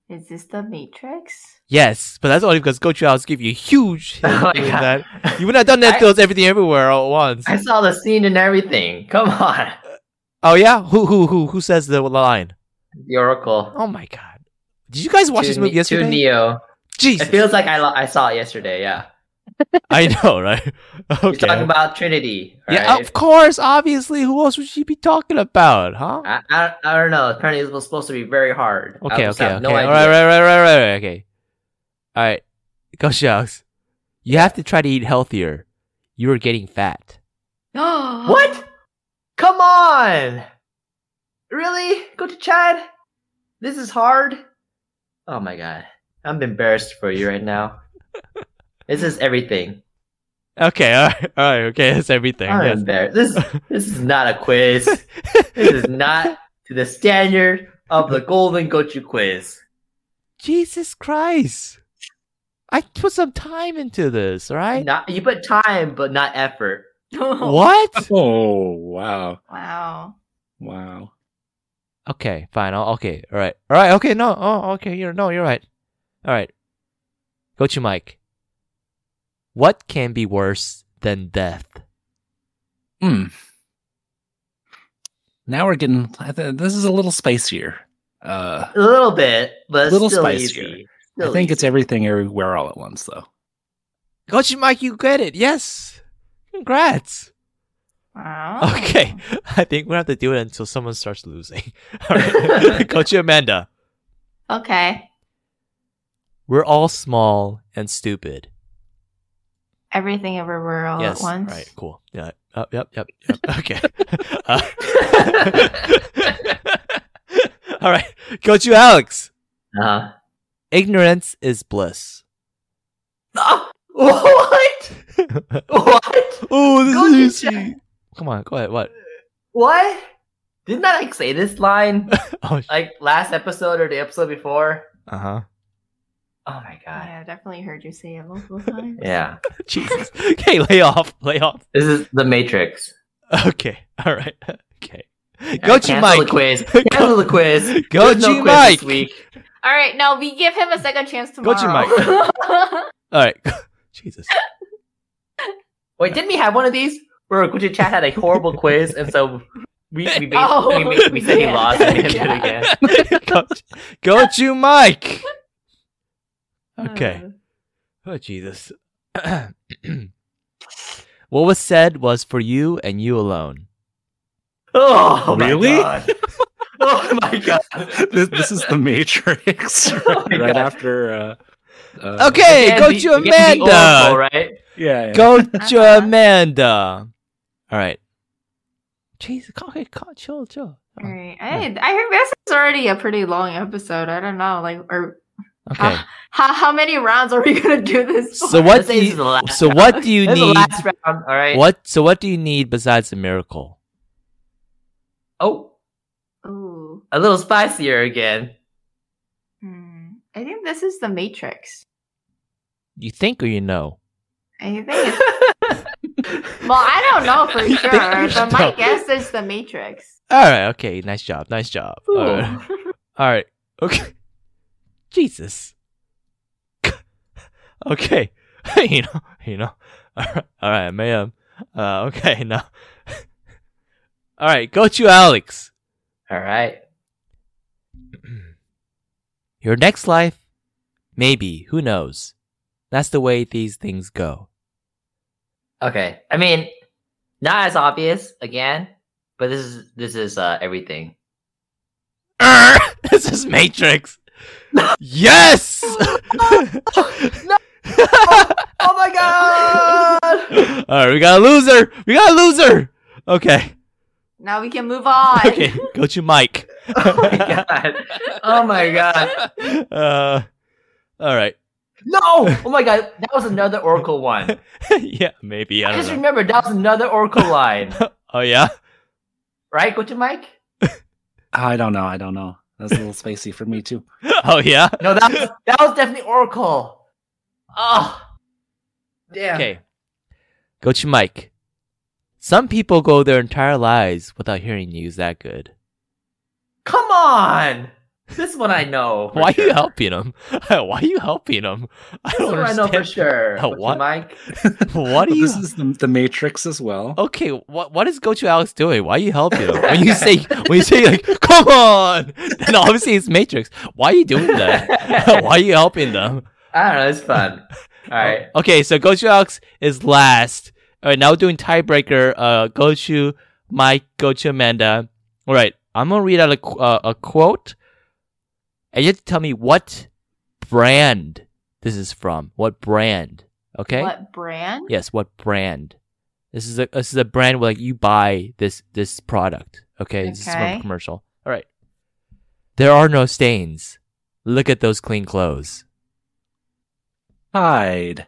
Speaker 4: Is this the Matrix?
Speaker 3: Yes, but that's only because gochugao's give you a huge hit
Speaker 5: Oh my
Speaker 3: doing
Speaker 5: God.
Speaker 3: that. You would have done that
Speaker 5: I-
Speaker 3: if it was everything everywhere all at once.
Speaker 5: I saw the scene and everything. Come on.
Speaker 3: oh yeah, who who who who says the line?
Speaker 5: The Oracle.
Speaker 3: Oh my god! Did you guys watch
Speaker 5: To
Speaker 3: this movie
Speaker 5: Ne- To
Speaker 3: yesterday?
Speaker 5: Neo. It
Speaker 3: Jesus,
Speaker 5: feels like I, lo- I saw it yesterday, yeah.
Speaker 3: I know, right?
Speaker 5: You're talking
Speaker 3: Okay.
Speaker 5: about Trinity, right?
Speaker 3: Yeah, oh. of course, obviously. Who else would she be talking about, huh?
Speaker 5: I, I, I don't know. Apparently, it was supposed to be very hard. I
Speaker 3: Okay,
Speaker 5: just
Speaker 3: okay,
Speaker 5: have
Speaker 3: okay.
Speaker 5: no
Speaker 3: all right,
Speaker 5: idea.
Speaker 3: right, right, right, right, right. Okay, all right. Go shucks. You have to try to eat healthier. You are getting fat.
Speaker 5: What? Come on! Really? Go to Chad? This is hard? Oh my god. I'm embarrassed for you right now. this is everything.
Speaker 3: Okay, all right, all right. Okay, that's everything.
Speaker 5: I'm
Speaker 3: Yes.
Speaker 5: embarrassed. This, this is not a quiz. this is not to the standard of the Golden Gochu quiz.
Speaker 3: Jesus Christ! I put some time into this, all right?
Speaker 5: Not, you put time, but not effort.
Speaker 3: What?
Speaker 7: Oh wow,
Speaker 4: Wow.
Speaker 7: wow.
Speaker 3: Okay, fine. I'll, okay, all right, all right. Okay, no, oh, okay. You're no, you're right. All right, go to Mike. What can be worse than death?
Speaker 7: Hmm. Now we're getting. I th- This is a little spicier. Uh,
Speaker 5: A little bit, but it's
Speaker 7: Little
Speaker 5: still
Speaker 7: spicier.
Speaker 5: easy.
Speaker 7: I
Speaker 5: Still
Speaker 7: think
Speaker 5: easy.
Speaker 7: it's everything everywhere all at once, though.
Speaker 3: Go to Mike. You get it. Yes. Congrats.
Speaker 4: Wow.
Speaker 3: Okay, I think we have to do it until someone starts losing. All right, go to Amanda.
Speaker 4: Okay.
Speaker 3: We're all small and stupid.
Speaker 4: Everything everywhere all at once.
Speaker 3: Right. Cool. Yeah. Uh, yep. Yep. Yep. Okay. Uh, all right. Go to Alex.
Speaker 5: Uh-huh.
Speaker 3: Ignorance is bliss.
Speaker 5: Ah, what? What?
Speaker 3: oh,
Speaker 5: Go to Jack.
Speaker 3: Come on. Go ahead. What?
Speaker 5: What? Didn't I like say this line
Speaker 3: Oh.
Speaker 5: like last episode or the episode before?
Speaker 3: Uh huh.
Speaker 5: Uh-huh. Oh my god.
Speaker 4: Yeah, I definitely heard you say it multiple times.
Speaker 5: Yeah.
Speaker 3: Jesus. Okay. Lay off. Lay off.
Speaker 5: This is the Matrix.
Speaker 3: Okay. All right. Okay. Go to
Speaker 5: Cancel
Speaker 3: Mike.
Speaker 5: the quiz. Cancel the quiz.
Speaker 3: Go
Speaker 5: There's no
Speaker 3: to
Speaker 5: quiz
Speaker 3: Mike.
Speaker 5: this week.
Speaker 4: All right, now we give him a second chance
Speaker 3: Go
Speaker 4: tomorrow.
Speaker 3: to Mike. All right. Jesus.
Speaker 5: Wait, didn't we have one of these where Gucci Chat had a horrible quiz and so we we, made,
Speaker 4: Oh,
Speaker 5: we, made, we said he
Speaker 4: yeah.
Speaker 5: lost and we didn't do it again.
Speaker 3: go, go to Mike. Okay.
Speaker 5: Uh.
Speaker 3: Oh Jesus. what was said was for you and you alone.
Speaker 5: Oh my
Speaker 7: Really?
Speaker 5: God. Oh my god.
Speaker 7: this, this is the Matrix
Speaker 5: Oh my
Speaker 7: right
Speaker 5: God.
Speaker 7: after. Uh, uh,
Speaker 3: Okay,
Speaker 5: Again,
Speaker 3: go
Speaker 5: the-
Speaker 3: to
Speaker 5: again, the Oracle,
Speaker 3: Amanda.
Speaker 5: right?
Speaker 7: Yeah. yeah.
Speaker 3: Go to
Speaker 4: Uh-huh.
Speaker 3: Amanda. All right. Jesus, calm, okay, calm, chill, chill.
Speaker 4: All right. I, I think this is already a pretty long episode. I don't know, like, or
Speaker 3: Okay.
Speaker 4: how how many rounds are we gonna do this? for?
Speaker 3: So what
Speaker 5: This
Speaker 3: do
Speaker 5: is
Speaker 3: you,
Speaker 5: the last
Speaker 3: so what do you
Speaker 5: This is the
Speaker 3: need?
Speaker 5: last round, all right.
Speaker 3: What so what do you need besides a miracle?
Speaker 5: Oh,
Speaker 4: Ooh.
Speaker 5: a little spicier again.
Speaker 4: Hmm. I think this is the Matrix.
Speaker 3: You think or you know?
Speaker 4: I think. It's, well, I don't know for
Speaker 3: You
Speaker 4: sure,
Speaker 3: think you
Speaker 4: but my
Speaker 3: know.
Speaker 4: guess is the Matrix.
Speaker 3: All right. Okay. Nice job. Nice job. All right. All right. Okay. Jesus. okay. you know. You know. All right. All right. Ma'am. Uh, okay. No. All right. Go to Alex.
Speaker 5: All right.
Speaker 3: Your next life, maybe. Who knows? That's the way these things go.
Speaker 5: Okay. I mean, not as obvious again, but this is this is uh, everything.
Speaker 3: Err, this is Matrix. yes.
Speaker 5: Oh my god!
Speaker 3: All right, we got a loser. We got a loser. Okay.
Speaker 4: Now we can move on.
Speaker 3: Okay. Go to Mike.
Speaker 5: Oh my god! Oh my god!
Speaker 3: Uh, all right.
Speaker 5: No! Oh my god! That was another Oracle one.
Speaker 3: yeah, maybe.
Speaker 5: I
Speaker 3: I
Speaker 5: just
Speaker 3: don't know.
Speaker 5: remembered that was another Oracle line,
Speaker 3: Oh, yeah.
Speaker 5: right? Go to Mike.
Speaker 7: I don't know. I don't know. That's a little spacey for me too.
Speaker 3: Oh, yeah.
Speaker 5: No, that was, that was definitely Oracle. Oh, damn.
Speaker 3: Okay. Go to Mike. Some people go their entire lives without hearing news that good.
Speaker 5: Come on! This one I know. for
Speaker 3: Why are
Speaker 5: sure.
Speaker 3: you helping him? Why are you helping him? I
Speaker 5: This
Speaker 3: don't
Speaker 5: one I know for
Speaker 3: understand.
Speaker 5: sure.
Speaker 3: Oh,
Speaker 5: What's your
Speaker 3: what?
Speaker 5: Mike?
Speaker 3: What are you?
Speaker 1: This is the, the Matrix as well.
Speaker 3: Okay, what what is Gochu Alex doing? Why are you helping him? When you say when you say like, come on, then obviously it's Matrix. Why are you doing that? Why are you helping them?
Speaker 5: I don't know. It's fun.
Speaker 3: Oh,
Speaker 5: All right.
Speaker 3: Okay, so Gochu Alex is last. All right, now we're doing tiebreaker. Uh, Gochu, Mike, Gochu, Amanda. All right, I'm gonna read out a qu- uh, a quote, and you have to tell me what brand this is from. What brand? Okay.
Speaker 4: What brand?
Speaker 3: Yes, what brand? This is a this is a brand where like you buy this this product. Okay, this is from a
Speaker 4: Okay.
Speaker 3: commercial. All right. There are no stains. Look at those clean clothes.
Speaker 1: Hide.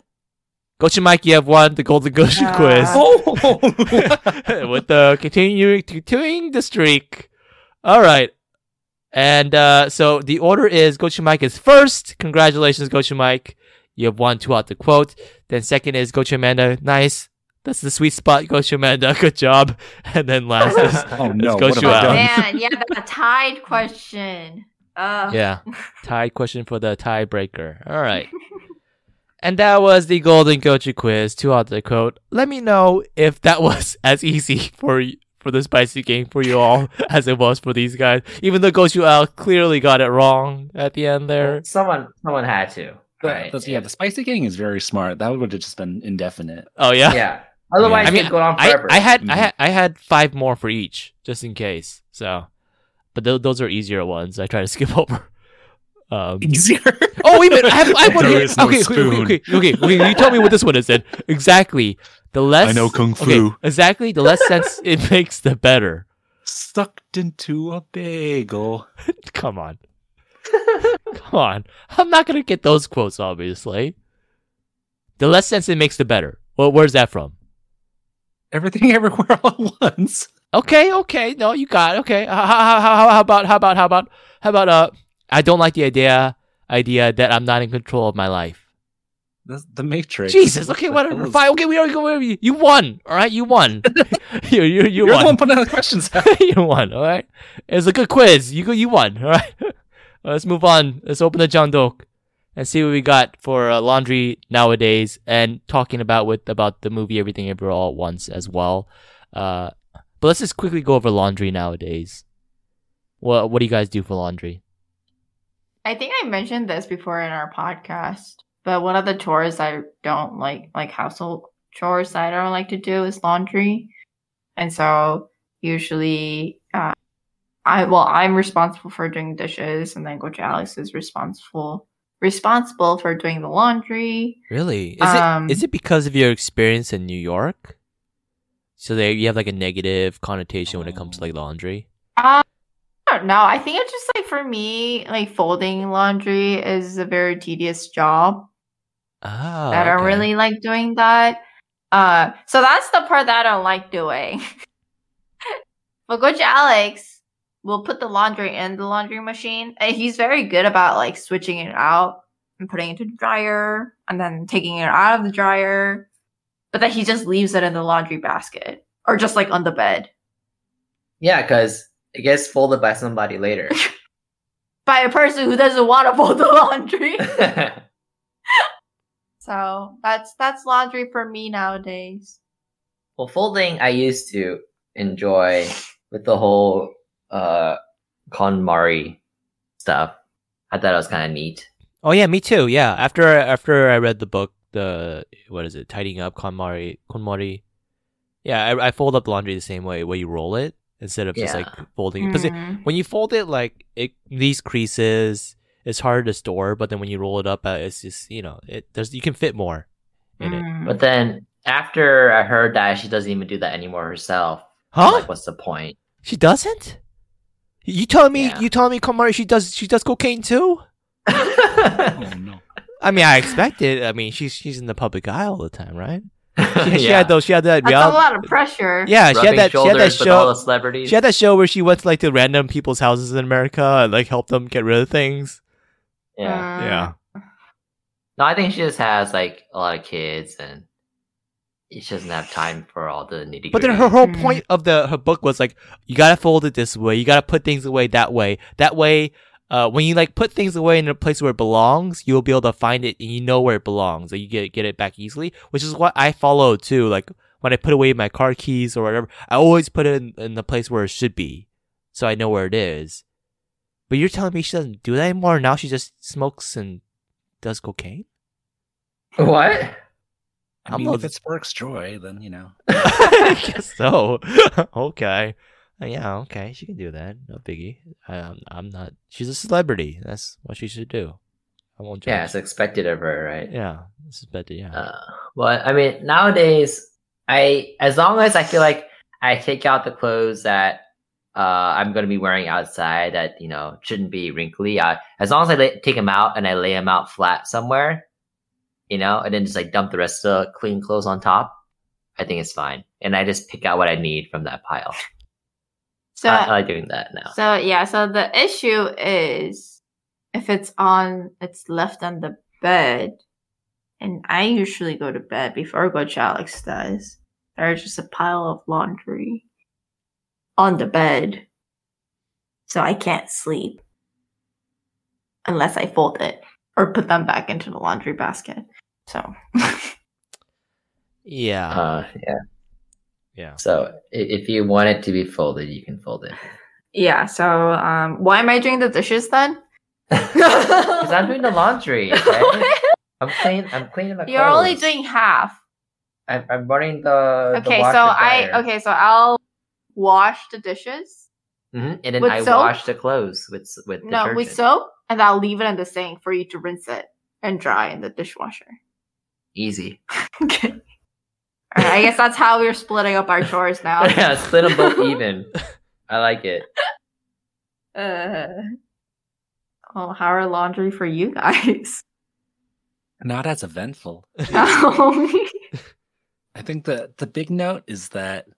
Speaker 3: Gochu Mike, you have won the Golden Gochu
Speaker 4: Ah.
Speaker 3: quiz
Speaker 1: Oh,
Speaker 3: with the continuing continuing the streak. All right. And uh, so the order is Gochu Mike is first. Congratulations, Gochu Mike. You have won two out the quote. Then second is Gochu Amanda. Nice. That's the sweet spot, Gochu Amanda. Good job. And then last is
Speaker 1: oh no!
Speaker 3: Let's
Speaker 1: What
Speaker 3: go
Speaker 1: have I
Speaker 3: to, um,
Speaker 1: done?
Speaker 4: Man, yeah, that tied question. Uh,
Speaker 3: yeah. Tie question for the tiebreaker. All right. And that was the Golden Gochu quiz. Two out the quote. Let me know if that was as easy for y- for the spicy game for you all as it was for these guys. Even though Gochu Al clearly got it wrong at the end there.
Speaker 5: Someone, someone had to. All
Speaker 1: The-
Speaker 5: right.
Speaker 1: the- yeah, the spicy gang is very smart. That would have just been indefinite.
Speaker 3: Oh yeah.
Speaker 5: Yeah. Otherwise,
Speaker 3: I
Speaker 5: I
Speaker 3: mean,
Speaker 5: mean, go on
Speaker 3: I,
Speaker 5: forever.
Speaker 3: I had I
Speaker 1: Mhm.
Speaker 3: had I had five more for each just in case. So, but tho- those are easier ones. I try to skip over. Um,
Speaker 1: Easier.
Speaker 3: Oh, wait a minute. I have, I have one
Speaker 1: There
Speaker 3: here.
Speaker 1: is no
Speaker 3: okay, okay,
Speaker 1: spoon.
Speaker 3: okay, okay, okay, okay. You tell me what this one is then. Exactly. The less
Speaker 1: I know kung fu.
Speaker 3: Okay, exactly. The less sense it makes, the better.
Speaker 1: Sucked into a bagel.
Speaker 3: Come on. Come on. I'm not gonna get those quotes, obviously. The less sense it makes, the better. Well, where's that from?
Speaker 1: Everything everywhere all at once.
Speaker 3: Okay, okay. No, you got it. Okay. How, how, how, how about how about how about how about uh? I don't like the idea idea that I'm not in control of my life.
Speaker 1: The, the Matrix.
Speaker 3: Jesus. Okay, whatever. Fine. Okay, we already go. whatever. You you won. All right, you won. you you
Speaker 1: You're
Speaker 3: you
Speaker 1: the one
Speaker 3: won.
Speaker 1: putting out the questions.
Speaker 3: you won. All right. It's a good quiz. You go. You won. All right. Let's move on. Let's open the John Doak and see what we got for uh, laundry nowadays and talking about with about the movie Everything Everywhere All at Once as well. Uh, but let's just quickly go over laundry nowadays. What what do you guys do for laundry?
Speaker 4: I think I mentioned this before in our podcast, but one of the chores I don't like, like household chores that I don't like to do is laundry. And so usually, uh, I well, I'm responsible for doing dishes, and then Coach Alex is responsible responsible for doing the laundry.
Speaker 3: Really? Is
Speaker 4: Um,
Speaker 3: it is it because of your experience in New York? So there you have like a negative connotation when it comes to like laundry.
Speaker 4: Um, I don't know. I think it's just like for me, like folding laundry is a very tedious job.
Speaker 3: Oh,
Speaker 4: I don't really like doing that. Uh, so that's the part that I don't like doing. but Coach Alex will put the laundry in the laundry machine, and he's very good about like switching it out and putting it to the dryer, and then taking it out of the dryer. But then he just leaves it in the laundry basket or just like on the bed
Speaker 5: yeah, because it gets folded by somebody later.
Speaker 4: by a person who doesn't want to fold the laundry.
Speaker 5: All
Speaker 4: so that's that's laundry for me nowadays.
Speaker 5: Well, folding I used to enjoy with the whole uh KonMari stuff. I thought it was kind of neat.
Speaker 3: Oh yeah, me too. Yeah, after after I read the book, the what is it, tidying up KonMari, KonMari. Yeah, I, I fold up laundry the same way, where you roll it instead of just
Speaker 5: Yeah.
Speaker 3: like folding it. Because
Speaker 4: Mm.
Speaker 3: when you fold it, like it these creases, it's harder to store. But then when you roll it up, uh, it's just you know, it there's you can fit more in it.
Speaker 4: Mm.
Speaker 5: But then after I heard that she doesn't even do that anymore herself, I'm
Speaker 3: Huh?
Speaker 5: like what's the point?
Speaker 3: She doesn't. You telling me?
Speaker 5: Yeah.
Speaker 3: You telling me KonMari? She does. She does cocaine too.
Speaker 1: oh
Speaker 5: yeah.
Speaker 1: no.
Speaker 3: I mean, I expected. I mean, she's she's in the public eye all the time, right? She, she had those. She had that.
Speaker 4: That's
Speaker 3: reality-
Speaker 4: a lot of pressure.
Speaker 3: Yeah, she
Speaker 5: Rubbing
Speaker 3: had that. She had that
Speaker 5: shoulders with all
Speaker 3: show.
Speaker 5: the celebrities.
Speaker 3: She had that show where she went to like to random people's houses in America and like helped them get rid of things.
Speaker 5: yeah.
Speaker 4: Mm.
Speaker 5: No, I think she just has like a lot of kids and she doesn't have time for all the nitty.
Speaker 3: But then her whole
Speaker 4: Mhm.
Speaker 3: point of the her book was like, you gotta fold it this way, you gotta put things away that way. That way,
Speaker 6: uh, when you like put things away in a place where it belongs, you'll be able to find it and you know where it belongs. Like you get get it back easily, which is what I follow too. Like when I put away my car keys or whatever, I always put it in, in the place where it should be, so I know where it is. But you're telling me she doesn't do that anymore. Now she just smokes and does cocaine.
Speaker 5: What?
Speaker 1: I
Speaker 6: I'm
Speaker 1: mean,
Speaker 6: not-
Speaker 1: if it sparks joy, then you know.
Speaker 6: I guess so. okay. Uh, Yeah, okay. She can do that. No biggie. I, um, I'm not. She's a celebrity. That's what she should do. I won't
Speaker 5: Yeah,
Speaker 6: judge.
Speaker 5: it's expected of her, right?
Speaker 6: Yeah. This is better. Yeah.
Speaker 5: Uh, but I mean, nowadays, I as long as I feel like I take out the clothes that uh, I'm going to be wearing outside that you know shouldn't be wrinkly. I, as long as I lay, take them out and I lay them out flat somewhere, you know, and then just like dump the rest of the clean clothes on top, I think it's fine. And I just pick out what I need from that pile.
Speaker 4: So
Speaker 5: I, I like doing that now.
Speaker 4: So yeah, so the issue is if it's on it's left on the bed. And I usually go to bed before Coach Alex does. There's just a pile of laundry on the bed. So I can't sleep unless I fold it or put them back into the laundry basket. So
Speaker 6: yeah.
Speaker 5: Uh, yeah.
Speaker 6: yeah.
Speaker 5: So i- if you want it to be folded, you can fold it.
Speaker 4: yeah, so um why am I doing the dishes then?
Speaker 5: Because I'm doing the laundry. okay? I'm clean. I'm cleaning the
Speaker 4: You're only
Speaker 5: clothes.
Speaker 4: doing half.
Speaker 5: I'm, I'm running the.
Speaker 4: okay so i okay so i'll wash the dishes
Speaker 5: hmm And then
Speaker 4: With
Speaker 5: I
Speaker 4: soap?
Speaker 5: wash the clothes with s- with
Speaker 4: no
Speaker 5: detergent.
Speaker 4: with soap and i'll leave it in the sink for you to rinse it and dry in the dishwasher
Speaker 5: Easy.
Speaker 4: okay all right i guess that's how we're splitting up our chores now
Speaker 5: yeah, split them both even. I like it.
Speaker 4: uh, oh how are laundry for you guys
Speaker 1: Not as eventful.
Speaker 4: Um,
Speaker 1: I think the the big note is that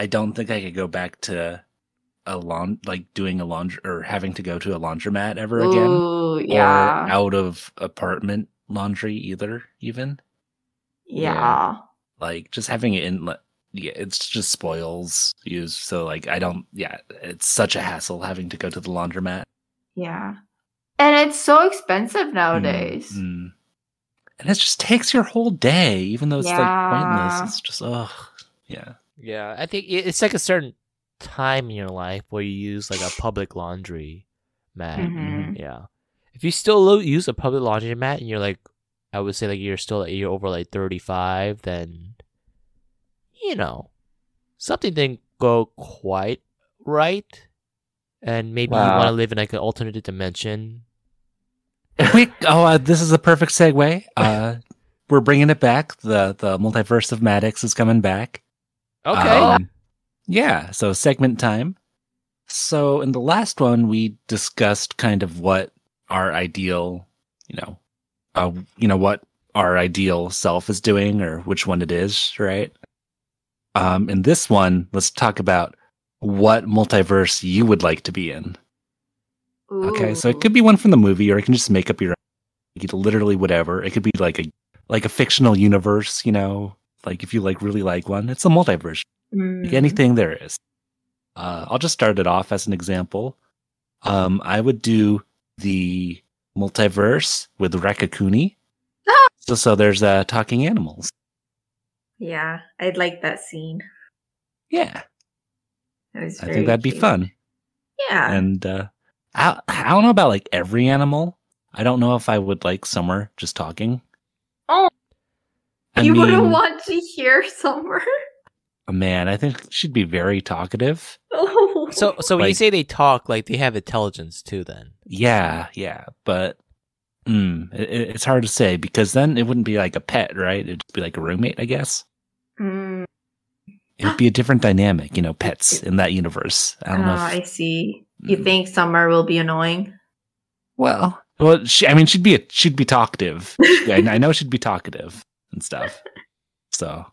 Speaker 1: I don't think I could go back to a laun like doing a laundry or having to go to a laundromat ever again,
Speaker 4: ooh, yeah
Speaker 1: or out of apartment laundry either. Even
Speaker 4: yeah
Speaker 1: like just having it in, like, yeah, it's just spoils you. So like I don't, yeah, it's such a hassle having to go to the laundromat
Speaker 4: yeah and it's so expensive nowadays
Speaker 1: Mm, mm. And it just takes your whole day, even though it's like
Speaker 4: Yeah.
Speaker 1: pointless. It's just ugh, yeah.
Speaker 6: Yeah, I think it- it's like a certain time in your life where you use like a public laundry mat.
Speaker 1: mm,
Speaker 4: Mhm.
Speaker 6: Yeah, if you still lo- use a public laundry mat and you're like, I would say like you're still like, you're over like thirty five, then you know something didn't go quite right, and maybe you
Speaker 5: Wow.
Speaker 6: want to live in like an alternate dimension.
Speaker 1: we oh uh, this is a perfect segue uh we're bringing it back the the multiverse of maddox is coming back
Speaker 6: Okay.
Speaker 1: Um, yeah so segment time so in the last one we discussed kind of what our ideal you know uh you know what our ideal self is doing or which one it is right um in this one let's talk about what multiverse you would like to be in
Speaker 4: Mm-hmm.
Speaker 1: Okay, so it could be one from the movie, or I can just make up your, own. you could literally whatever. It could be like a like a fictional universe, you know, like if you like really like one, it's a multiverse, like
Speaker 4: Mm-hmm.
Speaker 1: anything there is. Uh, I'll just start it off as an example. Um, I would do the multiverse with Rekakuni.
Speaker 4: Ah!
Speaker 1: so, so there's uh, talking animals.
Speaker 4: yeah i'd like that scene
Speaker 1: Yeah,
Speaker 4: It was
Speaker 1: I
Speaker 4: very
Speaker 1: think that'd be
Speaker 4: cute. Ah.
Speaker 1: fun.
Speaker 4: yeah
Speaker 1: and uh, I, I don't know about like every animal. I don't know if I would like somewhere just talking.
Speaker 4: Oh.
Speaker 1: I
Speaker 4: you wouldn't
Speaker 1: mean,
Speaker 4: want to hear somewhere.
Speaker 1: man. I think she'd be very talkative.
Speaker 4: Oh.
Speaker 6: Uh, so so when you
Speaker 1: like-
Speaker 6: say they talk, like they have intelligence too, then.
Speaker 1: Yeah, yeah, but mm, it, it- it's hard to say because then it wouldn't be like a pet, right? It'd be like a roommate, I guess.
Speaker 4: Mm,
Speaker 1: It'd be a different dynamic, you know, pets in that universe. I don't
Speaker 4: oh,
Speaker 1: know. If,
Speaker 4: I see. You
Speaker 1: Mm.
Speaker 4: think summer will be annoying?
Speaker 1: well, well, she, I mean, she'd be a, she'd be talkative. yeah, I I know she'd be talkative and stuff. So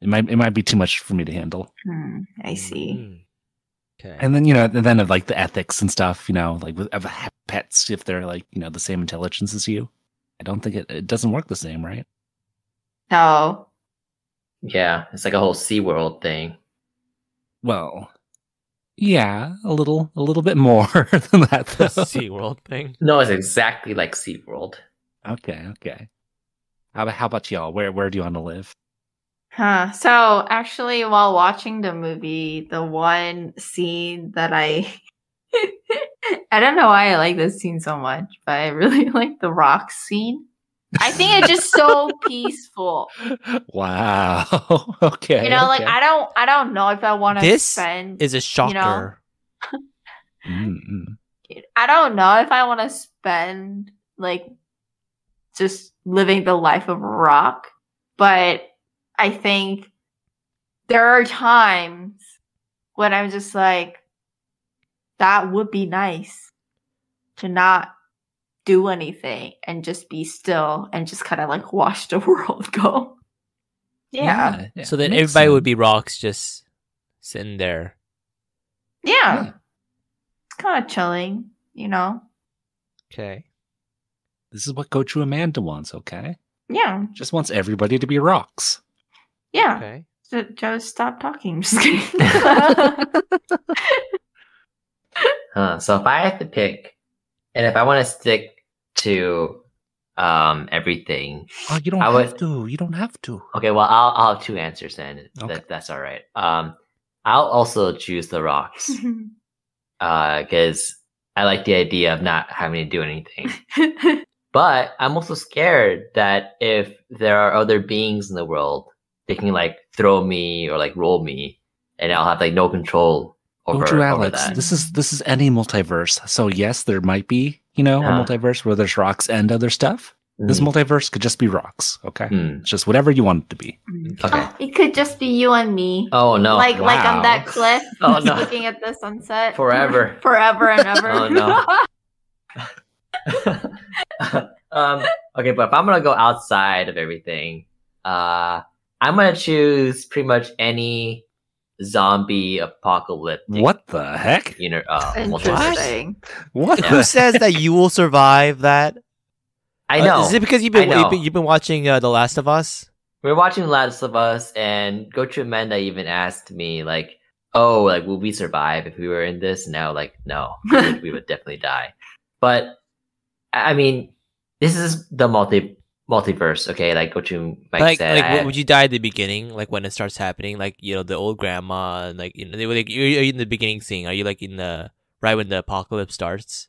Speaker 1: it might it might be too much for me to handle.
Speaker 4: Hmm, I see.
Speaker 6: Mm. Okay.
Speaker 1: And then you know, and then of like the ethics and stuff, you know, like with of ha- pets if they're like you know the same intelligence as you. I don't think it it doesn't work the same, right?
Speaker 4: No.
Speaker 5: Yeah, it's like a whole Sea World thing.
Speaker 1: Well, Yeah, a little, a little bit more than that.
Speaker 6: The
Speaker 1: Though.
Speaker 6: SeaWorld thing.
Speaker 5: No, it's exactly like SeaWorld.
Speaker 1: Okay, okay. How about how about y'all? Where where do you want to live?
Speaker 4: Huh. So actually, while watching the movie, the one scene that I. I don't know why I like this scene so much, but I really like the rock scene. I think it's just so peaceful.
Speaker 1: Wow. Okay.
Speaker 4: You know, like
Speaker 1: okay.
Speaker 4: I don't I don't know if I want to
Speaker 6: This
Speaker 4: spend
Speaker 6: Is a shocker.
Speaker 1: Mm, mm.
Speaker 4: I don't know if I want to spend like just living the life of a rock, but I think there are times when I'm just like, that would be nice to not do anything and just be still and just kind of like watch the world go. Yeah.
Speaker 1: yeah,
Speaker 6: so then
Speaker 1: makes
Speaker 6: everybody
Speaker 1: sense.
Speaker 6: would be rocks just sitting there.
Speaker 4: Yeah.
Speaker 1: Yeah.
Speaker 4: It's kind of chilling, you know?
Speaker 6: Okay.
Speaker 1: This is what Gochu Amanda wants. Okay,
Speaker 4: Yeah.
Speaker 1: just wants everybody to be rocks.
Speaker 4: Yeah.
Speaker 6: Okay.
Speaker 4: So, just stop talking. I'm just kidding.
Speaker 5: Huh. So if I have to pick, and if I want to stick to um everything,
Speaker 1: Oh, you don't
Speaker 5: I
Speaker 1: have
Speaker 5: would-
Speaker 1: to. You don't have to.
Speaker 5: okay. Well, I'll I'll have two answers then.
Speaker 1: Okay.
Speaker 5: That, that's all right. Um, I'll also choose the rocks because Uh, I like the idea of not having to do anything. But I'm also scared that if there are other beings in the world, they can like throw me or like roll me, and I'll have like no control over,
Speaker 1: Gochu
Speaker 5: over
Speaker 1: Alex,
Speaker 5: that.
Speaker 1: this is this is any multiverse. So yes, there might be you know
Speaker 5: Yeah.
Speaker 1: a multiverse where there's rocks and other stuff. This
Speaker 5: Mm,
Speaker 1: multiverse could just be rocks. Okay,
Speaker 5: mm.
Speaker 1: it's just whatever you want it to be.
Speaker 5: Okay.
Speaker 4: It could just be you and me.
Speaker 5: Oh no!
Speaker 4: like like on
Speaker 1: wow.
Speaker 4: that cliff.
Speaker 5: Oh,
Speaker 4: just
Speaker 5: no.
Speaker 4: looking at the sunset.
Speaker 5: Forever.
Speaker 4: Forever and ever.
Speaker 5: Oh, no. um, okay, but if I'm gonna go outside of everything, uh, I'm gonna choose pretty much any zombie apocalyptic.
Speaker 1: What the heck?
Speaker 5: You know, uh, multiverse.
Speaker 4: Interesting.
Speaker 1: What?
Speaker 6: Who
Speaker 1: the-
Speaker 6: says that you will survive that? Uh,
Speaker 5: I know.
Speaker 6: is it because you've
Speaker 5: I
Speaker 6: been,
Speaker 5: know.
Speaker 6: you've been you've been watching uh, The Last of Us?
Speaker 5: we were watching Last of Us, and Gochu Amanda even asked me, like, "Oh, like, will we survive if we were in this?" Now, like, no, we would, we would definitely die. But I I mean, this is the multi multiverse, okay? Like Gochu
Speaker 6: like,
Speaker 5: Mike said,
Speaker 6: like
Speaker 5: I
Speaker 6: w-
Speaker 5: have-
Speaker 6: would you die at the beginning? Like when it starts happening? Like you know the old grandma and Uh, like you know they were like you're, you're in the beginning scene. Are you like in the right when the apocalypse starts?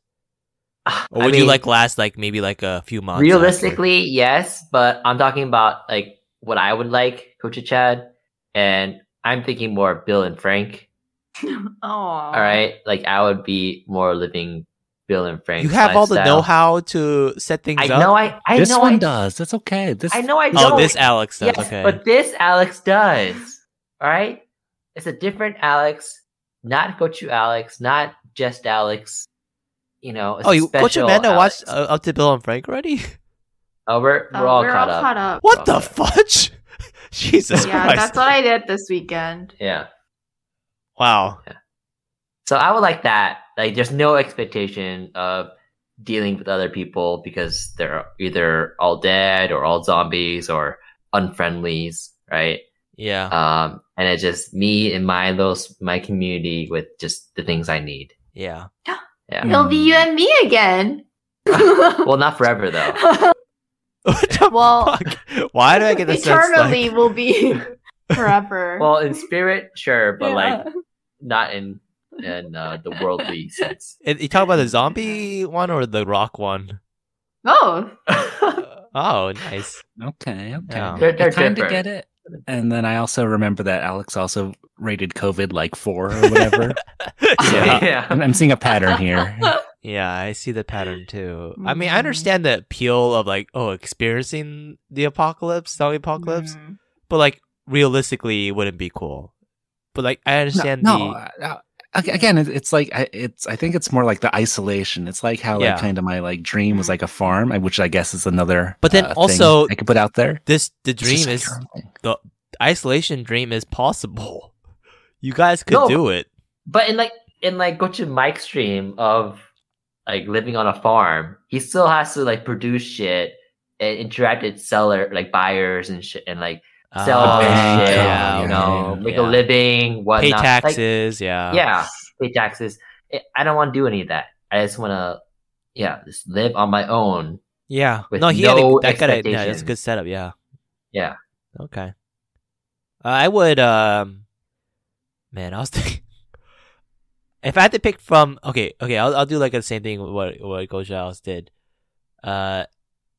Speaker 6: Or
Speaker 5: ah, I
Speaker 6: would you
Speaker 5: mean,
Speaker 6: like last like maybe like a few months?
Speaker 5: realistically? Yes, but I'm talking about like what I would like, Gochu Chad, and I'm thinking more of Bill and Frank.
Speaker 4: Oh.
Speaker 5: All right, like I would be more living Bill and
Speaker 6: after?
Speaker 5: Frank.
Speaker 6: you have all the
Speaker 5: lifestyle.
Speaker 6: know-how to set things
Speaker 5: I
Speaker 6: up.
Speaker 5: know. I I
Speaker 1: this
Speaker 5: know.
Speaker 1: one
Speaker 5: I
Speaker 1: does. That's okay. This
Speaker 5: I know I
Speaker 6: oh,
Speaker 5: don't.
Speaker 6: this Alex does.
Speaker 5: yes,
Speaker 6: okay.
Speaker 5: but this Alex does. All right, it's a different Alex, not Gochu Alex, not just Alex. You know, it's
Speaker 6: oh,
Speaker 5: a
Speaker 6: you go to
Speaker 5: special
Speaker 6: Amanda watch
Speaker 5: Alex.
Speaker 6: uh, up to Bill and Frank already?
Speaker 5: Oh, we're,
Speaker 4: So
Speaker 5: we're all
Speaker 4: we're
Speaker 5: caught
Speaker 4: all
Speaker 5: up.
Speaker 4: caught up.
Speaker 6: What
Speaker 5: Well,
Speaker 6: the fudge? Jesus
Speaker 4: Yeah,
Speaker 6: Christ!
Speaker 4: that's what I did this weekend.
Speaker 5: Yeah.
Speaker 6: wow.
Speaker 5: So I would like that. Like, there's no expectation of dealing with other people because they're either all dead or all zombies or unfriendlies, right?
Speaker 6: Yeah.
Speaker 5: Um, and it's just me and my little s- my community with just the things I need.
Speaker 6: Yeah.
Speaker 5: Yeah.
Speaker 1: Mm.
Speaker 4: It'll be you and me again.
Speaker 5: Well, not forever though.
Speaker 6: What the
Speaker 4: Well-
Speaker 6: fuck? Why do I get the sense
Speaker 4: Eternally
Speaker 6: like,
Speaker 4: will be forever.
Speaker 5: Well, in spirit, sure, but
Speaker 4: Yeah.
Speaker 5: like not in in uh, the worldly sense.
Speaker 6: It- you talk about the zombie one or the rock one?
Speaker 4: Oh.
Speaker 6: oh, nice.
Speaker 1: Okay, okay.
Speaker 6: Yeah.
Speaker 5: They're- they're
Speaker 1: I kind of
Speaker 5: different.
Speaker 1: get it. And then I also remember that Alex also rated COVID like four or whatever.
Speaker 6: yeah.
Speaker 1: I'm, I'm seeing a pattern here.
Speaker 6: yeah, I see the pattern too. I mean, I
Speaker 4: Mhm.
Speaker 1: Mm-hmm.
Speaker 6: understand the appeal of like, oh, experiencing the apocalypse, zombie apocalypse,
Speaker 4: Mm.
Speaker 6: but like realistically, it wouldn't be cool. But like, I understand
Speaker 1: no,
Speaker 6: the.
Speaker 1: no, uh, uh, again, it- it's like I, it's. I think it's more like the isolation. It's like how
Speaker 6: Yeah.
Speaker 1: like kind of my like dream was like a farm, I- which I guess is another.
Speaker 6: But then
Speaker 1: uh, thing
Speaker 6: also-
Speaker 1: I could put out there.
Speaker 6: this the
Speaker 1: It's just
Speaker 6: dream
Speaker 1: like
Speaker 6: is
Speaker 1: your own thing.
Speaker 6: isolation dream is possible. You guys could
Speaker 5: No,
Speaker 6: do it.
Speaker 5: but in like in like go to Mike's stream of like living on a farm, he still has to like produce shit and interact with seller like buyers and shit and like sell
Speaker 6: Ah,
Speaker 5: their shit,
Speaker 1: yeah,
Speaker 5: you
Speaker 1: Oh, yeah,
Speaker 5: know,
Speaker 1: yeah,
Speaker 5: make
Speaker 6: yeah.
Speaker 5: a living, whatnot.
Speaker 6: Pay
Speaker 5: Like,
Speaker 6: taxes, yeah.
Speaker 5: yeah, pay taxes. I- I don't want to do any of that. I just want to, yeah, just live on my own.
Speaker 6: Yeah.
Speaker 5: With
Speaker 6: Ah, no, he
Speaker 5: no
Speaker 6: had a, that got a, yeah, that's a
Speaker 5: expectation.
Speaker 6: good setup. Yeah.
Speaker 5: Yeah.
Speaker 6: Okay. Uh, I would. Um, man, I was thinking. If I had to pick from, okay, okay, I'll I'll do like the same thing what what Gojals did. Uh,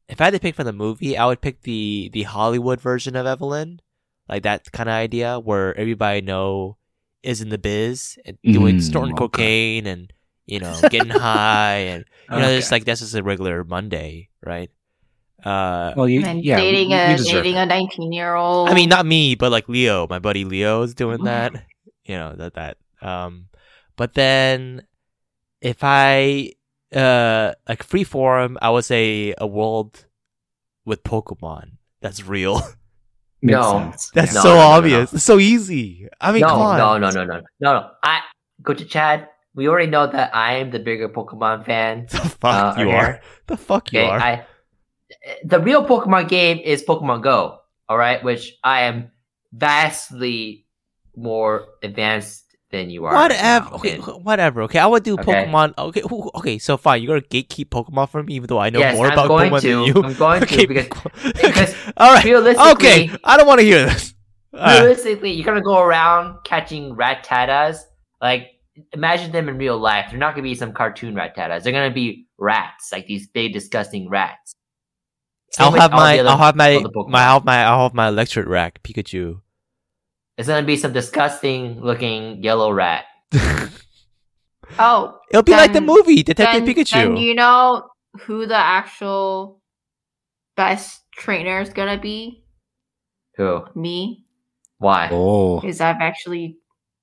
Speaker 6: if I had to pick from the movie, I would pick the the Hollywood version of Evelyn, like that kind of idea where everybody know is in the biz and doing
Speaker 1: Mm,
Speaker 6: snorting
Speaker 1: okay.
Speaker 6: cocaine and you know getting high and you know it's
Speaker 1: Okay.
Speaker 6: like that's just a regular Monday, right? Uh,
Speaker 1: well, you,
Speaker 4: and
Speaker 1: yeah,
Speaker 4: dating
Speaker 1: you- you
Speaker 4: a
Speaker 1: deserve
Speaker 4: dating
Speaker 1: it.
Speaker 4: a 19 year old.
Speaker 6: I mean, not me, but like Leo, my buddy Leo is
Speaker 5: Oh,
Speaker 6: doing that. You know that that. Um, but then if I uh like freeform, I would say a world with Pokemon that's real.
Speaker 1: Makes
Speaker 5: No.
Speaker 1: sense.
Speaker 6: That's
Speaker 5: No,
Speaker 6: so
Speaker 5: no, no, no,
Speaker 6: obvious.
Speaker 5: no.
Speaker 6: It's so easy. I mean,
Speaker 5: no,
Speaker 6: come on.
Speaker 5: no, no, no, no, no, no. I go to Chad. We already know that I am the bigger Pokemon fan.
Speaker 6: The
Speaker 5: uh,
Speaker 6: fuck you
Speaker 5: right
Speaker 6: are.
Speaker 5: here.
Speaker 6: The fuck you
Speaker 5: Okay,
Speaker 6: are.
Speaker 5: I, the real Pokemon game is Pokemon Go. All right, which I am vastly more advanced than you are. right now
Speaker 6: Whatever. Okay,
Speaker 5: in.
Speaker 6: wh- whatever. Okay, I would do
Speaker 5: Okay.
Speaker 6: Pokemon. Okay, who- okay. So fine, you're gonna gatekeep Pokemon for me, even though I know
Speaker 5: yes,
Speaker 6: more
Speaker 5: I'm
Speaker 6: about
Speaker 5: going
Speaker 6: Pokemon
Speaker 5: to.
Speaker 6: than you.
Speaker 5: I'm going
Speaker 6: okay,
Speaker 5: to because
Speaker 6: okay.
Speaker 5: because
Speaker 6: all right.
Speaker 5: realistically,
Speaker 6: Okay, I don't want to hear this. Alright.
Speaker 5: realistically, you're gonna go around catching rat tatas. Like, imagine them in real life. They're not gonna be some cartoon rat tatas. They're gonna be rats, like these big, disgusting rats. Same
Speaker 6: I'll
Speaker 5: with
Speaker 6: have
Speaker 5: all
Speaker 6: my
Speaker 5: the other-
Speaker 6: I'll have my
Speaker 5: all the Pokemon.
Speaker 6: my I'll have my I'll have my electric rack Pikachu.
Speaker 5: It's gonna be some disgusting-looking yellow rat.
Speaker 4: oh,
Speaker 6: It'll be like the
Speaker 5: Mm,
Speaker 4: Then-
Speaker 6: movie Detective
Speaker 4: then,
Speaker 6: Pikachu.
Speaker 4: then you know who the actual best trainer is gonna be?
Speaker 5: Who?
Speaker 4: Me,
Speaker 5: Why?
Speaker 1: Oh,
Speaker 4: because I've actually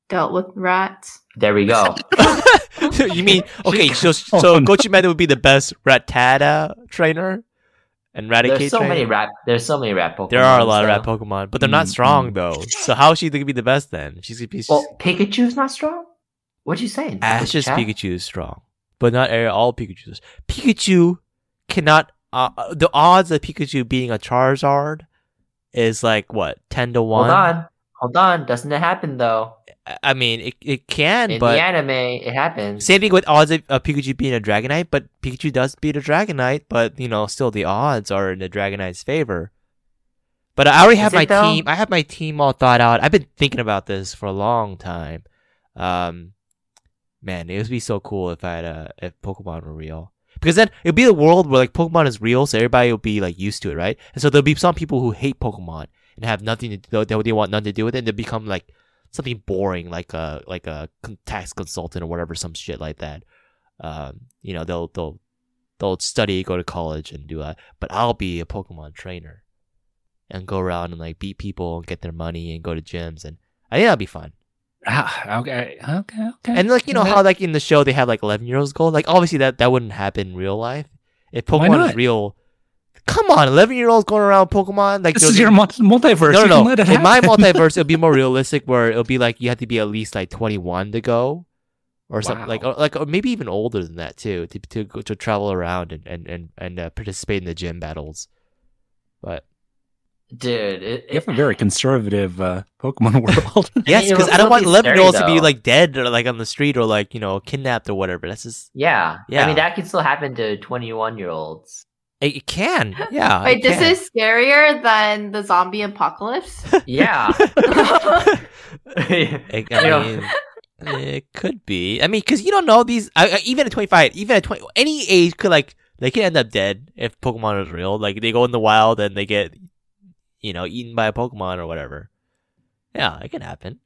Speaker 4: dealt with rats.
Speaker 5: There we go.
Speaker 6: you, mean okay? So so
Speaker 1: Oh, no.
Speaker 6: Gochi Meta would be the best Rattata trainer and Raticate.
Speaker 5: There's so
Speaker 6: trainer?
Speaker 5: many rat. There's so many rat Pokemon.
Speaker 6: There are a lot of
Speaker 5: so-
Speaker 6: rat Pokemon, but they're not
Speaker 1: Mm,
Speaker 6: strong
Speaker 1: mm.
Speaker 6: though. So how is she gonna be the best then? She's gonna be she's-
Speaker 5: Well, Pikachu's not strong. What you saying?
Speaker 6: Ash's
Speaker 5: Chat?
Speaker 6: Pikachu is strong, but not a- all Pikachu's. Pikachu cannot. Uh, uh, the odds of Pikachu being a Charizard is like what ten to one.
Speaker 5: Hold on, hold on. Doesn't it happen though?
Speaker 6: I- I mean, it it can,
Speaker 5: In
Speaker 6: but
Speaker 5: the anime, it happens.
Speaker 6: same thing with odds of, of Pikachu being a Dragonite. But Pikachu does beat a Dragonite, but you know, still the odds are in the Dragonite's favor. But I already
Speaker 5: Is
Speaker 6: have
Speaker 5: it
Speaker 6: my
Speaker 5: though?
Speaker 6: team. I have my team all thought out. I've been thinking about this for a long time. Um, man, it would be so cool if I had a, if Pokemon were real. Because then it'd be a world where like Pokemon is real, so everybody will be like used to it, right? And so there'll be some people who hate Pokemon and have nothing to do, they, they want nothing to do with it, and they become like something boring, like a like a con- tax consultant or whatever, some shit like that. Um, you know, they'll they'll they'll study, go to college, and do that. But I'll be a Pokemon trainer and go around and like beat people and get their money and go to gyms, and I think that'll be fun.
Speaker 1: Ah, okay, okay, okay.
Speaker 6: And like you know
Speaker 1: Yeah.
Speaker 6: how like in the show they have like eleven year olds go like obviously that that wouldn't happen in real life. If
Speaker 1: Why
Speaker 6: Pokemon is
Speaker 1: not?
Speaker 6: real, come on, eleven year olds going around Pokemon like
Speaker 1: this
Speaker 6: they'll-
Speaker 1: is your multi- multiverse.
Speaker 6: no
Speaker 1: you
Speaker 6: no
Speaker 1: can
Speaker 6: no.
Speaker 1: let it
Speaker 6: In my
Speaker 1: happen.
Speaker 6: multiverse, it'll be more realistic where it'll be like you have to be at least like twenty one to go, or something
Speaker 1: Wow.
Speaker 6: like or, like or maybe even older than that too to to go, to travel around and and and, and uh, participate in the gym battles. But
Speaker 5: Dude, it,
Speaker 1: you have a very conservative uh, Pokemon world.
Speaker 6: yes,
Speaker 5: it
Speaker 6: because
Speaker 5: would
Speaker 6: I don't
Speaker 5: still
Speaker 6: want
Speaker 5: be
Speaker 6: eleven year olds to
Speaker 5: scary,
Speaker 6: be
Speaker 5: though.
Speaker 6: like dead or like on the street or like you know kidnapped or whatever. That's just
Speaker 5: Yeah.
Speaker 6: Yeah.
Speaker 5: I mean, that can still happen to 21 year olds.
Speaker 6: it, it can yeah.
Speaker 4: Wait,
Speaker 6: it
Speaker 4: this
Speaker 6: can.
Speaker 4: is scarier than the zombie apocalypse.
Speaker 5: Yeah.
Speaker 6: I,
Speaker 5: You know?
Speaker 6: I mean, it could be. I mean, because you don't know these. I, I- even at twenty five, even at twenty, any age could like they could end up dead if Pokemon is real. Like they go in the wild and they get, you know, eaten by a Pokemon or whatever. Yeah, it can happen.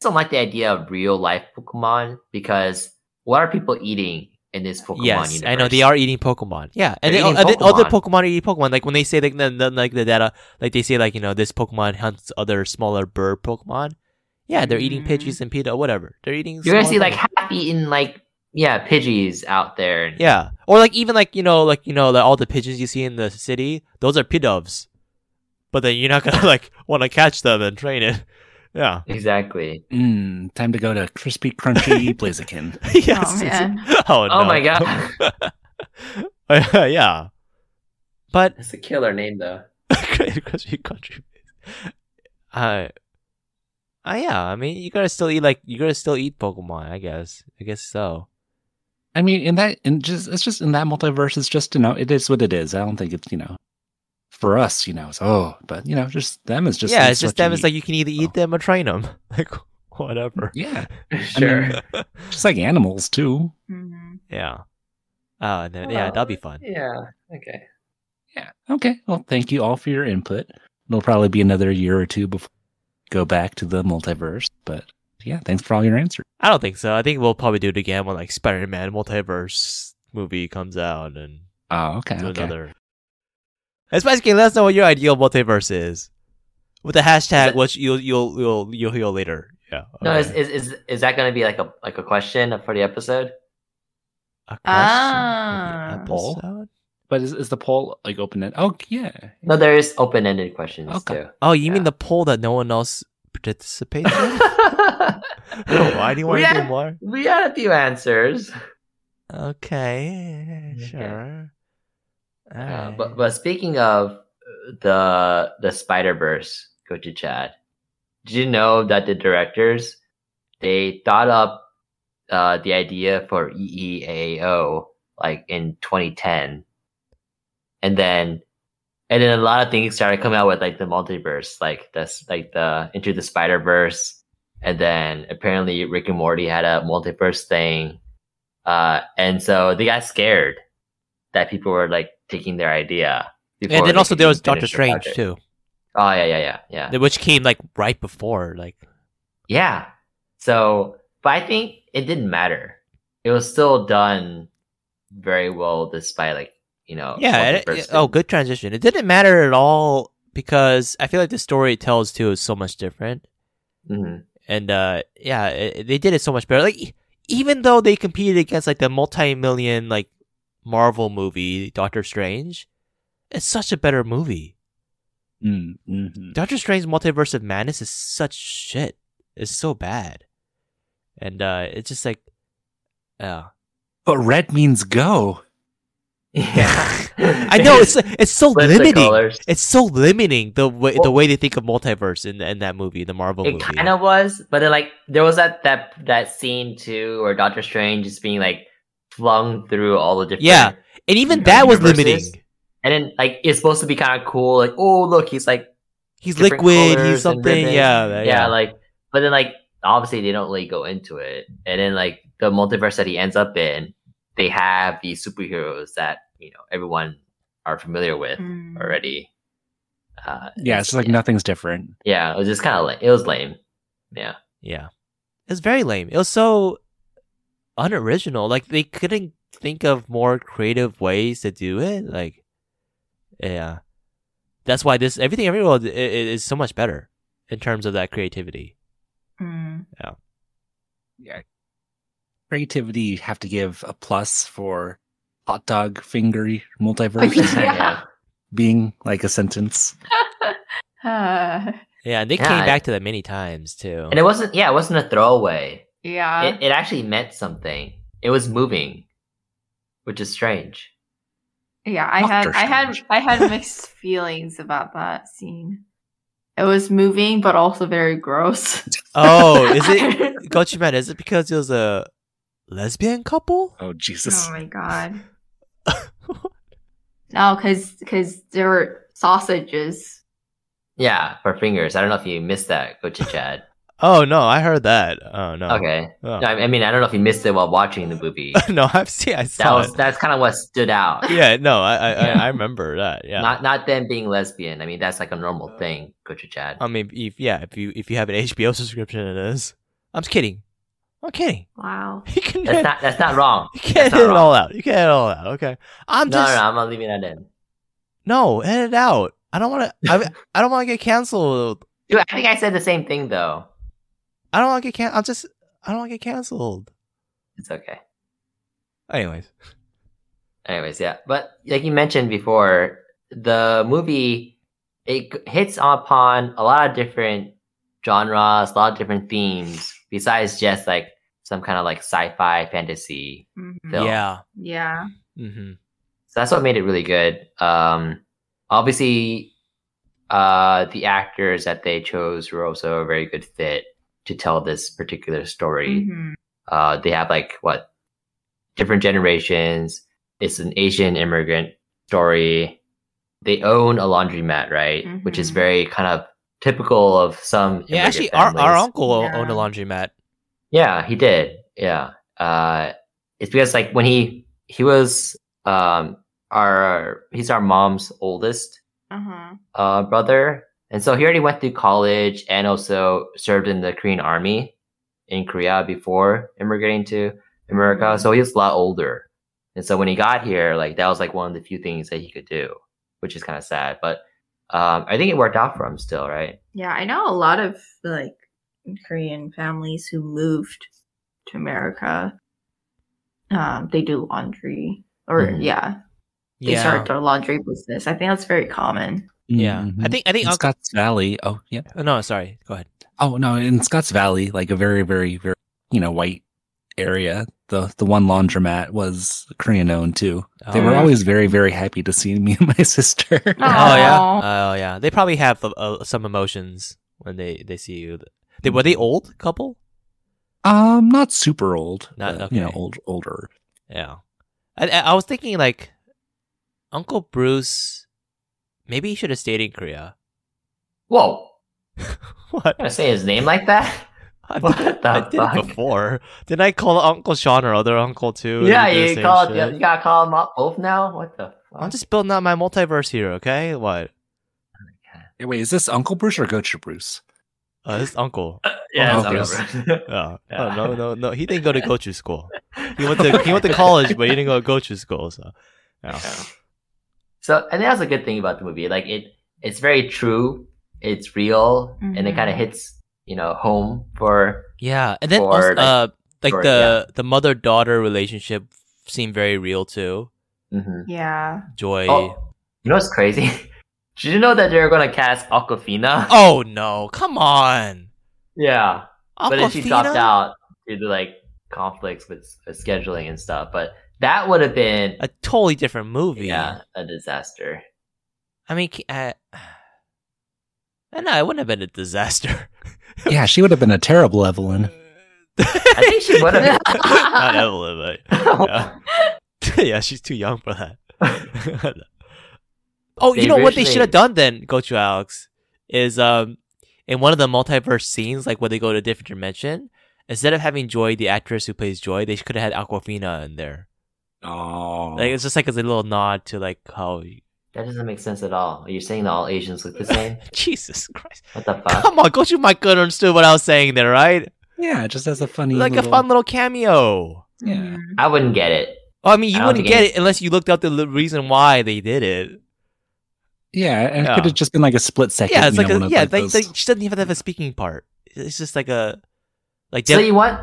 Speaker 5: I don't like the idea of real life Pokemon because what are people eating in this Pokemon
Speaker 6: yes,
Speaker 5: universe?
Speaker 6: I know they are eating Pokemon. Yeah, and,
Speaker 5: They're
Speaker 6: they,
Speaker 5: eating
Speaker 6: and then other
Speaker 5: Pokemon.
Speaker 6: Pokemon are eating Pokemon. Like when they say like the, the like the data, like they say like you know this Pokemon hunts other smaller bird Pokemon. Yeah, they're eating
Speaker 5: Mhm.
Speaker 6: Pidgeys and Pidgeot, whatever. They're eating.
Speaker 5: You're gonna
Speaker 6: smaller
Speaker 5: see like
Speaker 6: Pokemon.
Speaker 5: half eaten, like, yeah, Pidgeys out there. and-
Speaker 6: Yeah, or like even like you know like you know like all the pigeons you see in the city, those are pidovs. But then you're not gonna like want to catch them and train it. Yeah,
Speaker 5: Exactly.
Speaker 1: Mm, time to go to crispy, crunchy Blaziken.
Speaker 6: yes.
Speaker 4: man.
Speaker 6: Oh,
Speaker 5: Oh
Speaker 6: no.
Speaker 5: my God.
Speaker 6: Uh, yeah, but
Speaker 5: That's a killer name, though.
Speaker 6: country country. I Uh, yeah, I mean, you gotta still eat like you gotta still eat Pokemon. I guess. I guess so.
Speaker 1: I mean, in that, in just it's just in that multiverse, it's just you know, it is what it is. I don't think it's you know, for us, you know, it's oh, but you know, just them is just
Speaker 6: yeah,
Speaker 1: that's
Speaker 6: it's just
Speaker 1: what you
Speaker 6: them. It's
Speaker 1: eat. Oh.
Speaker 6: like you can either eat them or train them, like whatever.
Speaker 1: yeah,
Speaker 5: Sure.
Speaker 1: mean- just like animals too.
Speaker 4: Mhm.
Speaker 6: yeah. Oh, and then, yeah,
Speaker 5: Oh,
Speaker 6: that'll be fun.
Speaker 5: yeah. Okay.
Speaker 1: Yeah. Okay. Well, thank you all for your input. It'll probably be another year or two before we go back to the multiverse, but yeah, thanks for all your answers.
Speaker 6: I don't think so. I think we'll probably do it again when like Spider-Man multiverse movie comes out and
Speaker 1: Oh, okay.
Speaker 6: do
Speaker 1: okay.
Speaker 6: another. And Spice King, let us know what your ideal multiverse is with the hashtag,
Speaker 5: Is it-
Speaker 6: which you'll you'll you'll you'll hear later. Yeah.
Speaker 5: No, is,
Speaker 6: okay.
Speaker 5: is is is that going to be like a like a question for the episode?
Speaker 6: a question
Speaker 4: Ah.
Speaker 6: of the episode?
Speaker 1: But is, is the poll like open ended? Oh, yeah.
Speaker 5: No, there is open ended questions
Speaker 1: Okay.
Speaker 5: too.
Speaker 6: Oh, you
Speaker 5: Yeah.
Speaker 6: mean the poll that no one else participates in? Why do you want
Speaker 5: we,
Speaker 6: to do
Speaker 5: had,
Speaker 6: more?
Speaker 5: we had a few answers,
Speaker 6: Okay,
Speaker 5: Okay.
Speaker 6: sure.
Speaker 5: Uh,
Speaker 6: Alright.
Speaker 5: but but speaking of uh, the the Spider Verse, go to Chad. Did you know that the directors they thought up uh, the idea for EEAO like in 2010, and then and then a lot of things started coming out with like the multiverse, like that's like the Into the Spider Verse, and then apparently Rick and Morty had a multiverse thing, uh, and so they got scared that people were like taking their idea.
Speaker 6: and then
Speaker 5: they
Speaker 6: also
Speaker 5: could
Speaker 6: there was
Speaker 5: even
Speaker 6: Doctor
Speaker 5: finish the
Speaker 6: Strange
Speaker 5: project.
Speaker 6: too,
Speaker 5: Oh yeah, yeah, yeah, yeah.
Speaker 6: th- which came like right before. Like,
Speaker 5: Yeah. So, but I think it didn't matter. It was still done very well, despite like you know.
Speaker 6: yeah. it-
Speaker 5: multiverse
Speaker 6: it- oh,
Speaker 5: thing.
Speaker 6: good transition. It didn't matter at all because I feel like the story it tells too is so much different,
Speaker 5: Mhm.
Speaker 6: and uh yeah, it, it- they did it so much better. Like, e- even though they competed against like the multi-million like Marvel movie Doctor Strange, it's such a better movie.
Speaker 1: Mm, hmm
Speaker 6: Doctor Strange Multiverse of Madness is such shit. It's so bad. And uh it's just like uh
Speaker 1: But red means go.
Speaker 5: Yeah.
Speaker 6: I know it's it's so
Speaker 5: Split the
Speaker 6: limiting.
Speaker 5: colors.
Speaker 6: It's so limiting the way the
Speaker 5: Well-
Speaker 6: way they think of multiverse in in that movie, the
Speaker 1: Oh,
Speaker 6: Marvel
Speaker 5: It
Speaker 6: movie.
Speaker 5: kind of was, but then like there was that that that scene too, where Doctor Strange is being like flung through all the different.
Speaker 6: Yeah. and even that was
Speaker 5: Universes.
Speaker 6: limiting.
Speaker 5: And then like it's supposed to be kind of cool, like oh look, he's like
Speaker 6: He's
Speaker 5: different
Speaker 6: liquid,
Speaker 5: colors
Speaker 6: he's
Speaker 5: and
Speaker 6: something.
Speaker 5: ribbons.
Speaker 6: Yeah,
Speaker 5: yeah,
Speaker 6: that- yeah.
Speaker 5: like but then like obviously they don't really go into it and then like the multiverse that he ends up in they have these superheroes that you know everyone are familiar with
Speaker 4: Mm.
Speaker 5: already uh
Speaker 1: Yeah, it's like
Speaker 5: yeah,
Speaker 1: nothing's different.
Speaker 5: yeah it was just kind of like it was lame yeah
Speaker 6: Yeah. It was very lame. It was so unoriginal. Like they couldn't think of more creative ways to do it. Like yeah. That's why this everything everywhere is, is so much better in terms of that creativity.
Speaker 4: Mm.
Speaker 1: Creativity, you have to give a plus for hot dog fingery multiverse
Speaker 4: Yeah.
Speaker 5: yeah
Speaker 1: being like a sentence.
Speaker 4: Uh,
Speaker 6: Yeah, and they
Speaker 5: Yeah,
Speaker 6: came
Speaker 5: I-
Speaker 6: back to that many times too.
Speaker 5: and it wasn't yeah it wasn't a throwaway
Speaker 4: yeah.
Speaker 6: Uh-huh.
Speaker 5: it, it actually meant something it was moving which is strange
Speaker 4: Yeah, I had
Speaker 1: Doctor
Speaker 4: I had
Speaker 1: Strange.
Speaker 4: I had mixed feelings about that scene. It was moving, but also very gross.
Speaker 6: oh, is it Gochi Man, is it because it was a lesbian couple?
Speaker 1: Oh, Jesus.
Speaker 4: oh my god! No, because because there were sausages.
Speaker 5: yeah for fingers i don't know if you missed that go to chad
Speaker 6: Oh no, I heard that. Oh no.
Speaker 5: okay
Speaker 6: Oh.
Speaker 5: No, I I mean, I don't know if you missed it while watching the movie.
Speaker 6: no, I've seen I
Speaker 5: That
Speaker 6: saw
Speaker 5: was that's kind of what stood
Speaker 6: it.
Speaker 5: out.
Speaker 6: Yeah, no, I I, I-
Speaker 5: Yeah.
Speaker 6: I remember that. Yeah.
Speaker 5: Not not them being lesbian. I mean, that's like a normal thing, Coach Chad.
Speaker 6: I mean, if yeah, if you if you have an HBO subscription, it is. I'm just kidding. I'm kidding.
Speaker 4: Wow.
Speaker 6: You can
Speaker 5: That's not that's not wrong.
Speaker 6: you can't
Speaker 5: that's not
Speaker 6: edit it
Speaker 5: wrong.
Speaker 6: all out. You can't edit it all out. Okay. I'm
Speaker 5: No, no,
Speaker 6: just
Speaker 5: no,
Speaker 6: no,
Speaker 5: I'm not leaving that in.
Speaker 6: edit it out. I don't want to. I, I don't want to get canceled.
Speaker 5: Dude, I think I said the same thing though.
Speaker 6: I don't want to get can. I'm just. I don't want to get canceled.
Speaker 5: It's okay.
Speaker 6: Anyways,
Speaker 5: Anyways, yeah. But like you mentioned before, the movie it g- hits upon a lot of different genres, a lot of different themes besides just like some kind of like sci-fi fantasy.
Speaker 4: Mhm.
Speaker 5: Phil.
Speaker 6: yeah.
Speaker 4: Yeah.
Speaker 6: Mm-hmm.
Speaker 5: So that's what made it really good. Um, obviously, uh, the actors that they chose were also a very good fit. to tell this particular story.
Speaker 4: Mhm.
Speaker 5: Uh, they have like what different generations. It's an Asian immigrant story. They own a laundromat, right? Which is
Speaker 4: Mhm.
Speaker 5: very kind of typical of some.
Speaker 6: Mm-hmm. Yeah,
Speaker 5: immigrant
Speaker 6: actually, our, our
Speaker 5: families.
Speaker 6: uncle o-
Speaker 4: Yeah.
Speaker 6: owned a laundromat.
Speaker 5: Yeah, he did. Yeah. Uh, it's because like when he he was um our he's our mom's oldest
Speaker 4: Uh-huh.
Speaker 5: uh brother, and so he already went through college and also served in the Korean Army in Korea before immigrating to
Speaker 6: Mm-hmm.
Speaker 5: America. So he was a lot older, and so when he got here, like that was like one of the few things that he could do, which is kind of sad. But um, I think it worked out for him still, right?
Speaker 4: Yeah, I know a lot of like Korean families who moved to America. Um, they do laundry, or
Speaker 5: Mhm.
Speaker 4: yeah, they
Speaker 6: Yeah,
Speaker 4: start their laundry business. I think that's very common.
Speaker 6: yeah. I
Speaker 1: Mhm.
Speaker 6: think I think
Speaker 1: in
Speaker 6: uncle.
Speaker 1: Scotts Valley. Oh, yeah.
Speaker 6: no, sorry. Go ahead.
Speaker 1: Oh no, in Scotts Valley, like a very, very, very you know white area. The the one laundromat was Korean owned too. They
Speaker 6: Oh.
Speaker 1: were always very, very happy to see me and my sister.
Speaker 6: Oh yeah.
Speaker 4: Aw.
Speaker 6: Oh yeah. They probably have uh, some emotions when they they see you. They were they old couple?
Speaker 1: Um, not super old,
Speaker 6: Not-
Speaker 1: not you know
Speaker 6: okay.
Speaker 1: old older.
Speaker 6: Yeah. I I I was thinking like Uncle Bruce maybe he should have stayed in Korea.
Speaker 5: Whoa!
Speaker 6: what?
Speaker 5: I'm gonna say his name like that.
Speaker 6: I
Speaker 5: What
Speaker 6: did-
Speaker 5: the
Speaker 6: I did
Speaker 5: fuck?
Speaker 6: it before. Didn't I call Uncle Sean or other uncle too? and
Speaker 5: Yeah,
Speaker 6: we did the
Speaker 5: you
Speaker 6: same
Speaker 5: call
Speaker 6: shit?
Speaker 5: you gotta call them up both now. What the? Fuck?
Speaker 6: I'm just building out my multiverse here, okay? What?
Speaker 1: Hey, Wait, is this Uncle Bruce or Gocha Bruce?
Speaker 6: Uh, this uncle.
Speaker 5: yeah.
Speaker 1: Oh,
Speaker 5: it's not over.
Speaker 6: Yeah.
Speaker 5: Yeah.
Speaker 6: Oh, no, no, no. He didn't go to go to school. He went to he went to college, but he didn't go to go to school. So, yeah.
Speaker 5: So, and that's a good thing about the movie. Like it, it's very true. It's real, and it
Speaker 4: Mhm.
Speaker 5: kind of hits you know home for
Speaker 6: Yeah, and then
Speaker 5: Or,
Speaker 6: also,
Speaker 5: like,
Speaker 6: uh, like
Speaker 5: or-
Speaker 6: the the mother daughter relationship seemed very real too.
Speaker 5: mhm.
Speaker 4: Yeah.
Speaker 6: Joy. Oh,
Speaker 5: Oh, you know what's crazy? Did you know that they're gonna cast Aquafina?
Speaker 6: Oh, no! Come on,
Speaker 5: yeah, but then she
Speaker 6: Aquafina?
Speaker 5: dropped out due to like conflicts with s- with scheduling and stuff. But that would have been
Speaker 6: A totally different movie.
Speaker 5: yeah a disaster.
Speaker 6: I mean, ca- uh, I know it wouldn't have been a disaster.
Speaker 1: Yeah, she would have been a terrible Evelyn.
Speaker 5: I think she would have.
Speaker 6: Not Evelyn, but yeah. Yeah, she's too young for that. oh, you
Speaker 5: They
Speaker 6: know what they
Speaker 5: originally-
Speaker 6: should have done then, go to Alex, is um in one of the multiverse scenes, like where they go to a different dimension, instead of having Joy, the actress who plays Joy, they could have had Aquafina in there.
Speaker 1: Oh,
Speaker 6: Like it's just like as a little nod to like how
Speaker 5: That doesn't make sense at all. You're saying that all Asians look the same?
Speaker 6: Jesus Christ.
Speaker 5: What the fuck?
Speaker 6: Come on, Gochu Mike could understood what I was saying there, right?
Speaker 1: yeah, just as a funny,
Speaker 6: Like
Speaker 1: little,
Speaker 6: a fun little cameo.
Speaker 1: yeah.
Speaker 4: Mhm.
Speaker 5: I wouldn't get it.
Speaker 6: Oh, I mean, you
Speaker 5: I don't
Speaker 6: wouldn't
Speaker 5: think
Speaker 6: get
Speaker 5: any-
Speaker 6: it unless you looked up the li- reason why they did it.
Speaker 1: Yeah, and
Speaker 6: Yeah.
Speaker 1: it could have just been like a split second.
Speaker 6: yeah, it's
Speaker 1: you
Speaker 6: like
Speaker 1: know,
Speaker 6: a,
Speaker 1: one of,
Speaker 6: yeah,
Speaker 1: like
Speaker 6: they,
Speaker 1: those-
Speaker 6: they, she doesn't even have a speaking part. It's just like a like
Speaker 5: So
Speaker 6: Dev-
Speaker 5: you want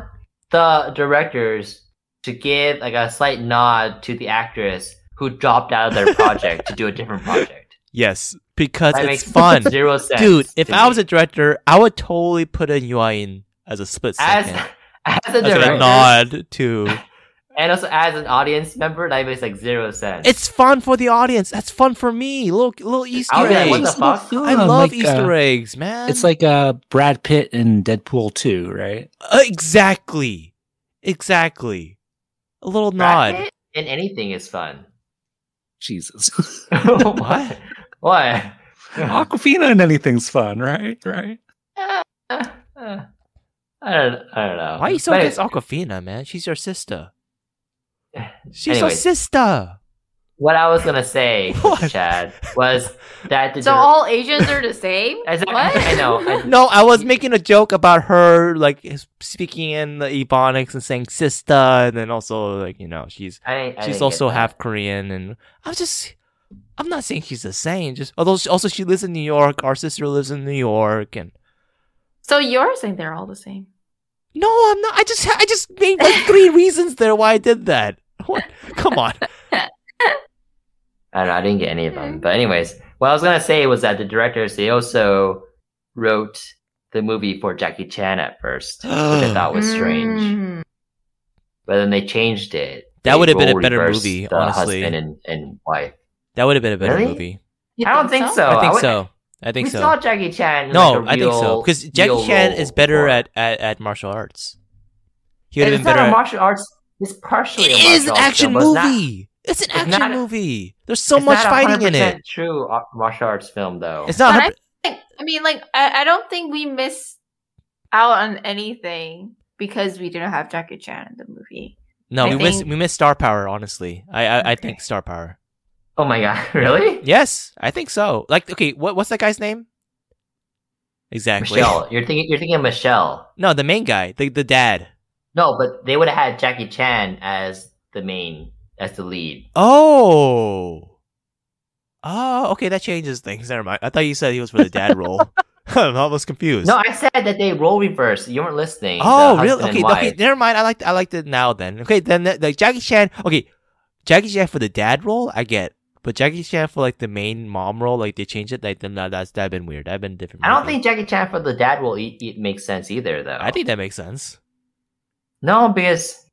Speaker 5: the directors to give like a slight nod to the actress who dropped out of their project to do a different project.
Speaker 6: yes, because
Speaker 5: That
Speaker 6: it's
Speaker 5: makes
Speaker 6: fun,
Speaker 5: Zero sense.
Speaker 6: dude. If
Speaker 5: to
Speaker 6: I
Speaker 5: me.
Speaker 6: was a director, I would totally put a UI in as a split
Speaker 5: as
Speaker 6: second,
Speaker 5: as a
Speaker 6: as
Speaker 5: director
Speaker 6: a nod to.
Speaker 5: and also as an audience member, that makes like zero sense.
Speaker 6: It's fun for the audience. That's fun for me. Little little Easter
Speaker 5: I'll be like, what the
Speaker 6: eggs.
Speaker 5: fuck?
Speaker 1: Yeah,
Speaker 6: I love
Speaker 1: like,
Speaker 6: Easter
Speaker 1: uh,
Speaker 6: eggs, man.
Speaker 1: It's like uh, Brad Pitt in Deadpool 2, right?
Speaker 6: Uh, exactly, exactly. A little nod.
Speaker 5: Bracket and anything is fun.
Speaker 1: Jesus.
Speaker 5: what? What?
Speaker 1: Aquafina and anything's fun, right? Right?
Speaker 5: Uh, uh, I don't. I don't know.
Speaker 6: Why are you so
Speaker 5: But
Speaker 6: against
Speaker 5: anyway,
Speaker 6: Aquafina, man? She's your sister. She's your
Speaker 5: Anyways.
Speaker 6: sister.
Speaker 5: What I was gonna say,
Speaker 6: What?
Speaker 5: Chad, was that the
Speaker 4: So
Speaker 5: dir-
Speaker 4: all Asians are the same?
Speaker 5: As I-
Speaker 4: What?
Speaker 5: I know, I-
Speaker 6: No, I was making a joke about her, like speaking in the Ebonics and saying "sister," and then also like you know she's
Speaker 5: I didn't- I didn't
Speaker 6: she's
Speaker 5: get
Speaker 6: also
Speaker 5: that.
Speaker 6: half Korean, and I'm just I'm not saying she's the same. Just although she, also she lives in New York, our sister lives in New York, and
Speaker 4: so you're saying they're all the same.
Speaker 6: no, I'm not. I just I just made like three reasons there why I did that. What? Come on.
Speaker 5: I don't know. I didn't get any of them. But anyways, what I was gonna say was that the directors they also wrote the movie for Jackie Chan at first, which I thought was strange.
Speaker 4: Mm.
Speaker 5: But then they changed it.
Speaker 6: That
Speaker 5: They
Speaker 6: would have been a
Speaker 5: role
Speaker 6: better
Speaker 5: reversed
Speaker 6: movie,
Speaker 5: the
Speaker 6: honestly.
Speaker 5: Husband and, and wife.
Speaker 6: That would have been a better
Speaker 5: Really?
Speaker 6: movie.
Speaker 4: You
Speaker 5: I don't think so.
Speaker 6: I think
Speaker 5: would-
Speaker 6: so. I think
Speaker 4: Oh, we
Speaker 6: so.
Speaker 4: saw Jackie Chan. in,
Speaker 6: no,
Speaker 5: like a
Speaker 6: I think so
Speaker 5: real-
Speaker 6: because Jackie
Speaker 5: real
Speaker 6: Chan
Speaker 5: role
Speaker 6: is better
Speaker 5: for it.
Speaker 6: at, at at martial arts. He would
Speaker 4: and
Speaker 6: have
Speaker 4: it's
Speaker 6: been
Speaker 4: not
Speaker 6: better.
Speaker 4: a
Speaker 6: at-
Speaker 4: martial arts. It's partially
Speaker 6: it
Speaker 4: a
Speaker 6: is an
Speaker 4: martial arts
Speaker 6: action
Speaker 4: film, but it's not-
Speaker 6: movie. It's an
Speaker 4: it's
Speaker 6: action
Speaker 4: not-
Speaker 6: movie. There's so
Speaker 5: It's
Speaker 6: much
Speaker 5: not
Speaker 6: fighting in
Speaker 5: 100%
Speaker 6: it.
Speaker 5: True ar- martial arts film though.
Speaker 6: It's not.
Speaker 4: But I
Speaker 6: 100
Speaker 4: think- I mean, like, I, I don't think we missed out on anything because we didn't have Jackie Chan in the movie.
Speaker 6: no, we
Speaker 4: I
Speaker 6: missed
Speaker 4: think-
Speaker 6: we missed star power. Honestly, I I, I
Speaker 4: Okay.
Speaker 6: think star power.
Speaker 5: oh my god, really?
Speaker 6: Yes, I think so. Like, okay, what what's that guy's name? Exactly.
Speaker 5: Michelle, you're thinking you're thinking of Michelle.
Speaker 6: No, the main guy, the the dad.
Speaker 5: No, but they would have had Jackie Chan as the main, as the lead.
Speaker 6: Oh. Oh, okay, that changes things. Never mind. I thought you said he was for the dad role. I'm almost confused.
Speaker 5: No, I said that they role reversed. You weren't listening.
Speaker 6: oh,
Speaker 5: The
Speaker 6: really?
Speaker 5: husband
Speaker 6: Okay,
Speaker 5: and
Speaker 6: okay.
Speaker 5: wife.
Speaker 6: Never mind. I like I liked it now. Then okay. Then the, the Jackie Chan. Okay, Jackie Chan for the dad role, I get. But Jackie Chan for like the main mom role, like they changed it. Like then that, that's that been weird. I've been different.
Speaker 5: I don't
Speaker 6: movie.
Speaker 5: think Jackie Chan for the dad role e- it makes sense either, though.
Speaker 6: I think that makes sense.
Speaker 5: no, because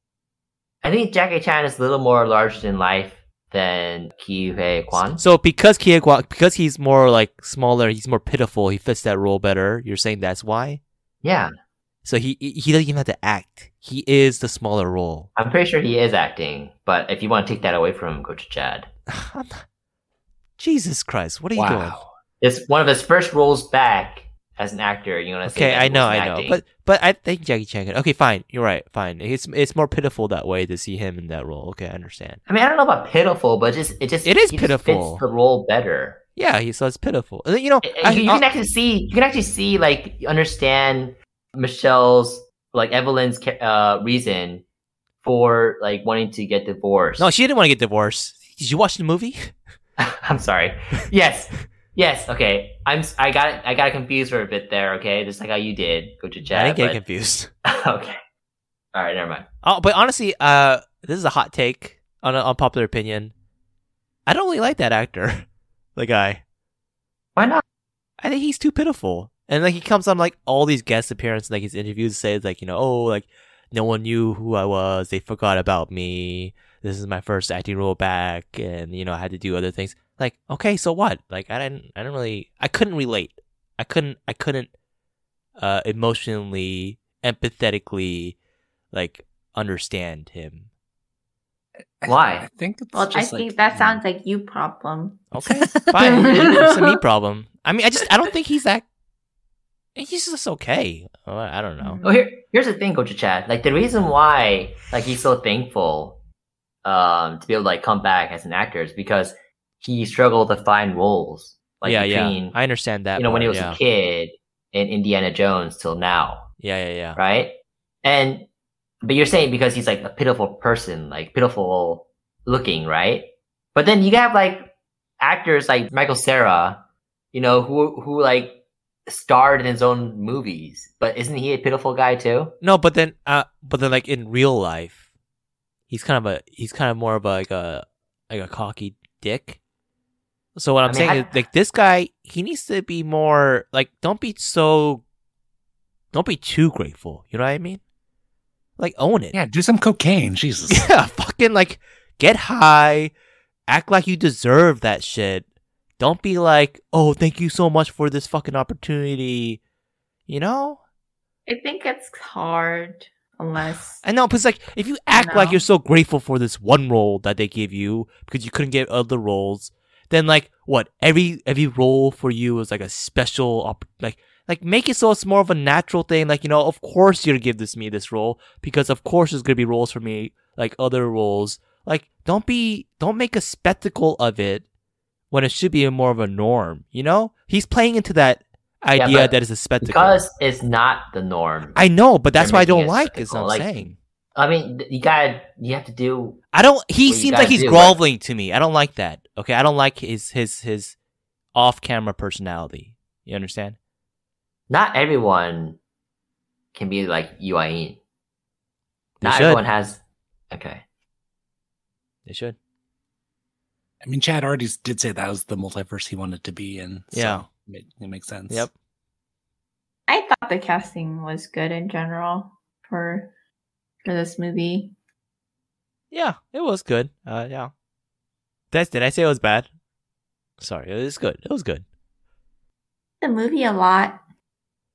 Speaker 5: I think Jackie Chan is a little more larger than life than Ki Hui Kwan.
Speaker 6: So because Kia Gua, because he's more like smaller, he's more pitiful. He fits that role better. You're saying that's why.
Speaker 5: yeah,
Speaker 6: So he he he doesn't even have to act. He is the smaller role.
Speaker 5: I'm pretty sure he is acting, but if you want to take that away from him, go to Chad.
Speaker 6: I'm not- Jesus Christ, what are you doing?
Speaker 1: Wow.
Speaker 5: It's one of his first roles back as an actor. You want to say?
Speaker 6: Okay,
Speaker 5: that
Speaker 6: I know,
Speaker 5: wasn't
Speaker 6: I know,
Speaker 5: acting.
Speaker 6: but but I think Jackie Chan. Could, okay, fine, you're right, fine. It's it's more pitiful that way to see him in that role. Okay, I understand.
Speaker 5: I mean, I don't know about pitiful, but just it just
Speaker 6: It is
Speaker 5: he just
Speaker 6: pitiful.
Speaker 5: fits the role better.
Speaker 6: Yeah, he so it's pitiful. And then, You know,
Speaker 5: And
Speaker 6: I,
Speaker 5: Eh, you, you
Speaker 6: I-
Speaker 5: can actually see you can actually see like you understand Michelle's like Evelyn's ca- uh, reason for like wanting to get divorced.
Speaker 6: no, she didn't want to get divorced. Did you watch the movie?
Speaker 5: I'm sorry. Yes, yes. Okay, I'm. s- I got I got confused for a bit there. Okay, just like how you did. Go to
Speaker 6: I
Speaker 5: chat.
Speaker 6: didn't get confused.
Speaker 5: but- okay. All right. Never mind.
Speaker 6: Oh, but honestly, uh, this is a hot take on an unpopular opinion. I don't really like that actor, the guy.
Speaker 5: Why not?
Speaker 6: I think he's too pitiful. And like he comes on like all these guest appearances, like his interviews say like you know oh like no one knew who I was, they forgot about me. This is my first acting role back, and you know I had to do other things. Like okay, so what? Like I didn't, I didn't really, I couldn't relate. I couldn't, I couldn't, uh, emotionally, empathetically, like understand him.
Speaker 5: Why?
Speaker 1: I think it's
Speaker 4: Well, I
Speaker 1: just, like,
Speaker 4: think that sounds like you problem.
Speaker 6: Okay, fine, it's a me problem. I mean, I just I don't think he's that. He's just okay. Uh, I don't
Speaker 4: Mm-hmm.
Speaker 6: know.
Speaker 5: Well, Oh, here, here's the thing, Coach Chad. Like the reason why, like he's so thankful, um, to be able to like come back as an actor is because he struggled to find roles. Like
Speaker 6: yeah,
Speaker 5: between,
Speaker 6: yeah. I understand that.
Speaker 5: you know, when he
Speaker 6: part,
Speaker 5: was
Speaker 6: yeah.
Speaker 5: a kid in Indiana Jones till now,
Speaker 6: Yeah, yeah, yeah.
Speaker 5: right? And but you're saying because he's like a pitiful person, like pitiful looking, right? But then you have like actors like Michael Sarah, you know, who who like starred in his own movies, but isn't he a pitiful guy too?
Speaker 6: No, but then, uh, but then, like in real life, he's kind of a he's kind of more of a, like a like a cocky dick. So what I'm
Speaker 5: mean,
Speaker 6: saying
Speaker 5: I-
Speaker 6: is, like this guy, he needs to be more like don't be so, don't be too grateful. You know what I mean? Like own it.
Speaker 1: Yeah, do some cocaine. Jesus.
Speaker 6: Yeah, fucking like get high, act like you deserve that shit. Don't be like, oh, thank you so much for this fucking opportunity. You know?
Speaker 4: I think it's hard unless
Speaker 6: I know, because like if you act like
Speaker 4: know.
Speaker 6: you're so grateful for this one role that they gave you because you couldn't get other roles, then like what every every role for you was like a special op- like like make it so it's more of a natural thing. Like you know, of course you're gonna give this me this role because of course there's gonna be roles for me like other roles. Like don't be don't make a spectacle of it when it should be a more of a norm. You know, he's playing into that
Speaker 5: Yeah,
Speaker 6: idea
Speaker 5: but
Speaker 6: that it's a spectacle.
Speaker 5: because it's not the norm. I,
Speaker 6: I know, but that's
Speaker 5: They're
Speaker 6: why I
Speaker 5: making
Speaker 6: don't
Speaker 5: it
Speaker 6: like. Is what I'm
Speaker 5: spectacle, like-
Speaker 6: saying.
Speaker 5: mean, th- you gotta, you have to do.
Speaker 6: I don't. He
Speaker 5: Well, you
Speaker 6: seems
Speaker 5: gotta
Speaker 6: like he's
Speaker 5: do it.
Speaker 6: groveling to me. I don't like that. Okay, I don't like his his his off camera personality. You understand?
Speaker 5: Not everyone can be like Yuan.
Speaker 6: They
Speaker 5: Not
Speaker 6: should.
Speaker 5: everyone has. Okay.
Speaker 6: They should.
Speaker 1: I mean, Chad already did say that was the multiverse he wanted to be in. So
Speaker 6: Yeah.
Speaker 1: It, it makes sense.
Speaker 6: Yep.
Speaker 4: I thought the casting was good in general for for this movie.
Speaker 6: Yeah, it was good. Uh, yeah. That's did I say it was bad? Sorry, it was good. It was good.
Speaker 4: the movie a lot.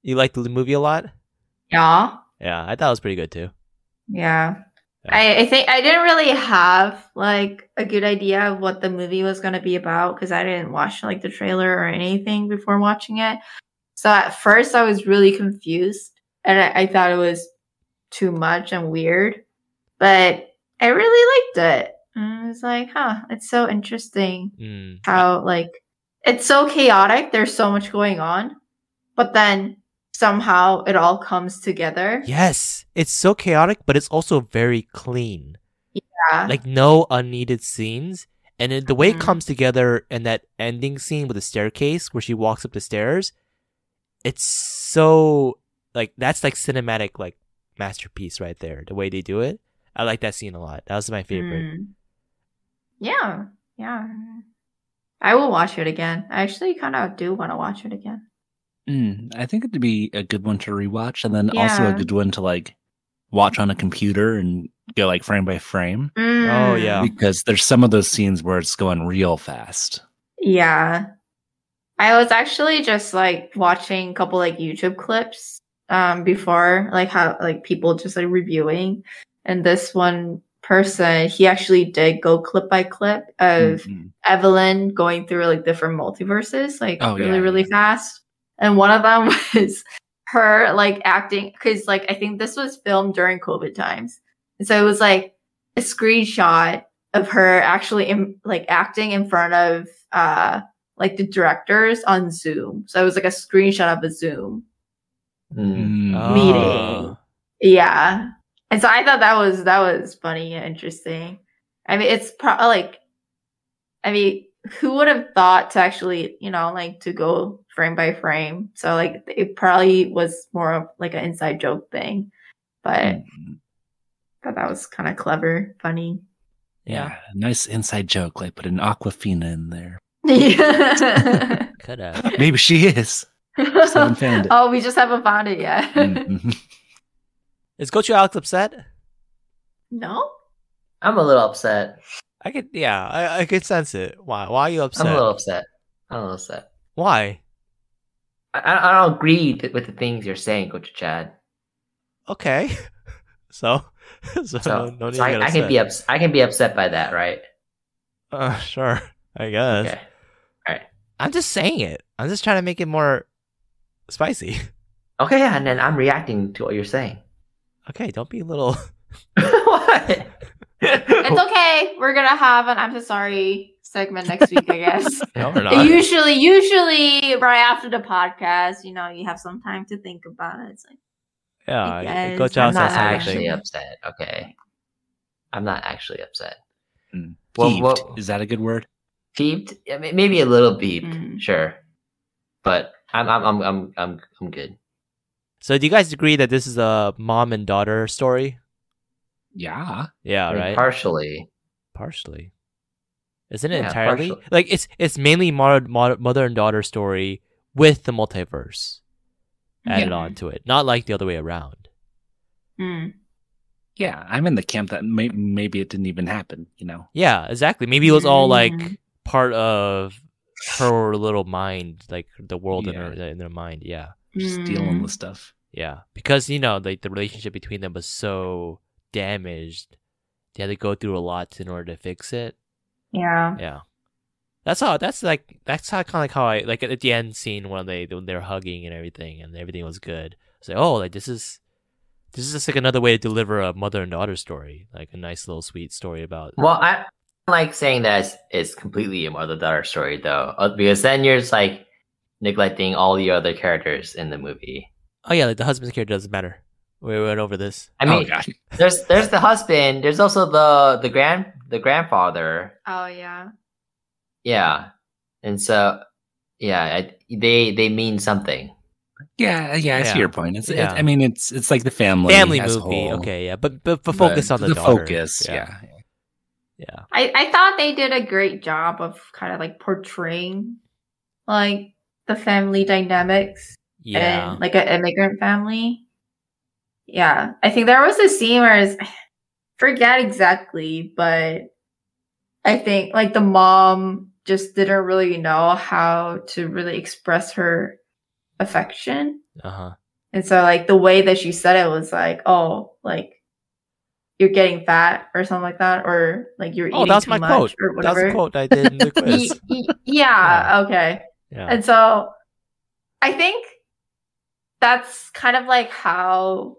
Speaker 6: You liked the movie a lot?
Speaker 4: Yeah.
Speaker 6: Yeah, I thought it was pretty good too.
Speaker 4: Yeah. I, I think I didn't really have like a good idea of what the movie was going to be about because I didn't watch like the trailer or anything before watching it. So at first I was really confused and I, I thought it was too much and weird, but I really liked it. And I was like, huh, it's so interesting
Speaker 6: Mm.
Speaker 4: how like it's so chaotic. There's so much going on, but then somehow it all comes together.
Speaker 6: Yes, it's so chaotic, but it's also very clean.
Speaker 4: Yeah.
Speaker 6: Like no unneeded scenes, and it, the way
Speaker 4: Mhm.
Speaker 6: it comes together in that ending scene with the staircase where she walks up the stairs, it's so like that's like cinematic like masterpiece right there. The way they do it, I like that scene a lot. That was my favorite.
Speaker 4: Mm. Yeah, yeah. I will watch it again. I actually kind of do want to watch it again.
Speaker 1: Mm, I think it'd be a good one to rewatch, and then also a
Speaker 4: Yeah.
Speaker 1: good one to like watch on a computer and go like frame by frame
Speaker 6: Oh,
Speaker 4: Hmm.
Speaker 6: yeah.
Speaker 1: because there's some of those scenes where it's going real fast.
Speaker 4: yeah. I was actually just like watching a couple like YouTube clips um before, like how like people just like reviewing, and this one person he actually did go clip by clip
Speaker 6: Hmm.
Speaker 4: of
Speaker 1: Mhm.
Speaker 4: Evelyn going through like different multiverses, like
Speaker 1: Oh,
Speaker 4: really,
Speaker 1: yeah,
Speaker 4: really
Speaker 1: yeah.
Speaker 4: fast. And one of them was her like acting because like I think this was filmed during COVID times. And so it was like a screenshot of her actually in, like acting in front of uh like the directors on Zoom. So it was like a screenshot of a Zoom.
Speaker 6: Mm-hmm.
Speaker 5: Mm.
Speaker 1: Mm.
Speaker 6: Oh.
Speaker 4: Meeting. Yeah. And so I thought that was that was funny and interesting. I mean, it's probably like, I mean, who would have thought to actually, you know, like to go frame by frame? So like, it probably was more of like an inside joke thing, but I
Speaker 1: Mm.
Speaker 4: thought that was kind of clever, funny.
Speaker 1: Yeah. nice inside joke. Like put an Aquafina in there.
Speaker 4: Yeah.
Speaker 6: Could have.
Speaker 1: Maybe she is. Just haven't found it.
Speaker 4: oh, we just haven't found it yet.
Speaker 1: Mhm.
Speaker 6: Is Gochu Alex upset?
Speaker 4: no.
Speaker 5: I'm a little upset.
Speaker 6: I could. Yeah, I, I could sense it. Why? Why are you upset?
Speaker 5: I'm a little upset. I'm a little upset.
Speaker 6: Why?
Speaker 5: I- I, I don't agree th- with the things you're saying, Coach Chad.
Speaker 6: Okay. So. So, no,
Speaker 5: So,
Speaker 6: no need
Speaker 5: so
Speaker 6: to get
Speaker 5: I, I can
Speaker 6: upset.
Speaker 5: be ups- I can be upset by that, right?
Speaker 6: Uh, sure. I guess.
Speaker 5: Okay.
Speaker 6: I'm just saying it. I'm just trying to make it more spicy.
Speaker 5: Okay, yeah, and then I'm reacting to what you're saying.
Speaker 6: Okay, don't be a little.
Speaker 5: what?
Speaker 4: It's okay. We're going to have an I'm so sorry segment next week, I guess.
Speaker 6: No, we're
Speaker 4: Uh,
Speaker 6: not.
Speaker 4: usually, usually right after the podcast, you know, you have some time to think about it. It's like,
Speaker 6: yeah,
Speaker 4: I
Speaker 6: I-
Speaker 4: guess
Speaker 6: go
Speaker 4: I'm
Speaker 6: Johnson.
Speaker 4: not
Speaker 5: not
Speaker 6: says something.
Speaker 5: actually upset. Okay. I'm not actually upset.
Speaker 1: Mm.
Speaker 5: Well,
Speaker 1: Peeved.
Speaker 5: well-
Speaker 1: Is that a good word?
Speaker 5: Beeped? Yeah, may- Maybe a little beeped,
Speaker 4: Mm.
Speaker 5: sure. But I'm I'm I'm I'm I'm, I'm good.
Speaker 6: So, do you guys agree that this is a mom and daughter story?
Speaker 1: Yeah.
Speaker 6: Yeah,
Speaker 5: I mean,
Speaker 6: right.
Speaker 5: Partially.
Speaker 6: partially, isn't it
Speaker 5: Yeah,
Speaker 6: entirely?
Speaker 5: partially.
Speaker 6: Like it's it's mainly mo- mo- mother and daughter story with the multiverse added
Speaker 4: Yeah.
Speaker 6: on to it, not like the other way around.
Speaker 4: mm,
Speaker 1: Yeah. I'm in the camp that may- maybe it didn't even happen. You know.
Speaker 6: Yeah, exactly. Maybe it was all like
Speaker 4: Mhm.
Speaker 6: part of her little mind, like the world in
Speaker 1: Yeah.
Speaker 6: her in her mind. Yeah.
Speaker 1: Just
Speaker 4: mm.
Speaker 1: dealing with stuff.
Speaker 6: Yeah, because you know, like the relationship between them was so damaged, they had to go through a lot in order to fix it.
Speaker 4: Yeah.
Speaker 6: Yeah, that's how. That's like that's how kind of like how I like at the end scene when they when they're hugging and everything and everything was good. It's like oh, like this is this is just like another way to deliver a mother and daughter story, like a nice little sweet story about.
Speaker 5: Well, I I like saying that it's, it's completely a mother daughter story though, uh, because then you're just like neglecting all the other characters in the movie.
Speaker 6: Oh yeah, like the husband's character doesn't matter. We went over this.
Speaker 5: I
Speaker 1: oh,
Speaker 5: mean,
Speaker 1: God.
Speaker 5: there's there's the husband. There's also the the grand the grandfather.
Speaker 4: Oh yeah.
Speaker 5: Yeah, and so yeah, I, they they mean something.
Speaker 1: Yeah, yeah, I
Speaker 6: Yeah.
Speaker 1: see your point. It's, it-
Speaker 6: Yeah.
Speaker 1: I mean, it's it's like the family
Speaker 6: Family
Speaker 1: as a
Speaker 6: movie,
Speaker 1: whole.
Speaker 6: okay, yeah, but but, but focus on the, daughter.
Speaker 1: focus. Yeah.
Speaker 6: yeah.
Speaker 4: I, I thought they did a great job of kind of like portraying like the family dynamics
Speaker 6: yeah.
Speaker 4: and like an immigrant family. Yeah. I think there was a scene where it's, I forget exactly, but I think like the mom just didn't really know how to really express her affection.
Speaker 6: Uh huh.
Speaker 4: And so like the way that she said it was like, oh, like you're getting fat or something like that, or like you're
Speaker 6: Oh,
Speaker 4: eating
Speaker 6: that's
Speaker 4: too
Speaker 6: my
Speaker 4: much
Speaker 6: quote.
Speaker 4: or
Speaker 6: That's
Speaker 4: whatever.
Speaker 6: a quote I did in the
Speaker 4: Y-
Speaker 6: quiz.
Speaker 4: y- yeah, okay.
Speaker 6: Yeah.
Speaker 4: And so I think that's kind of like how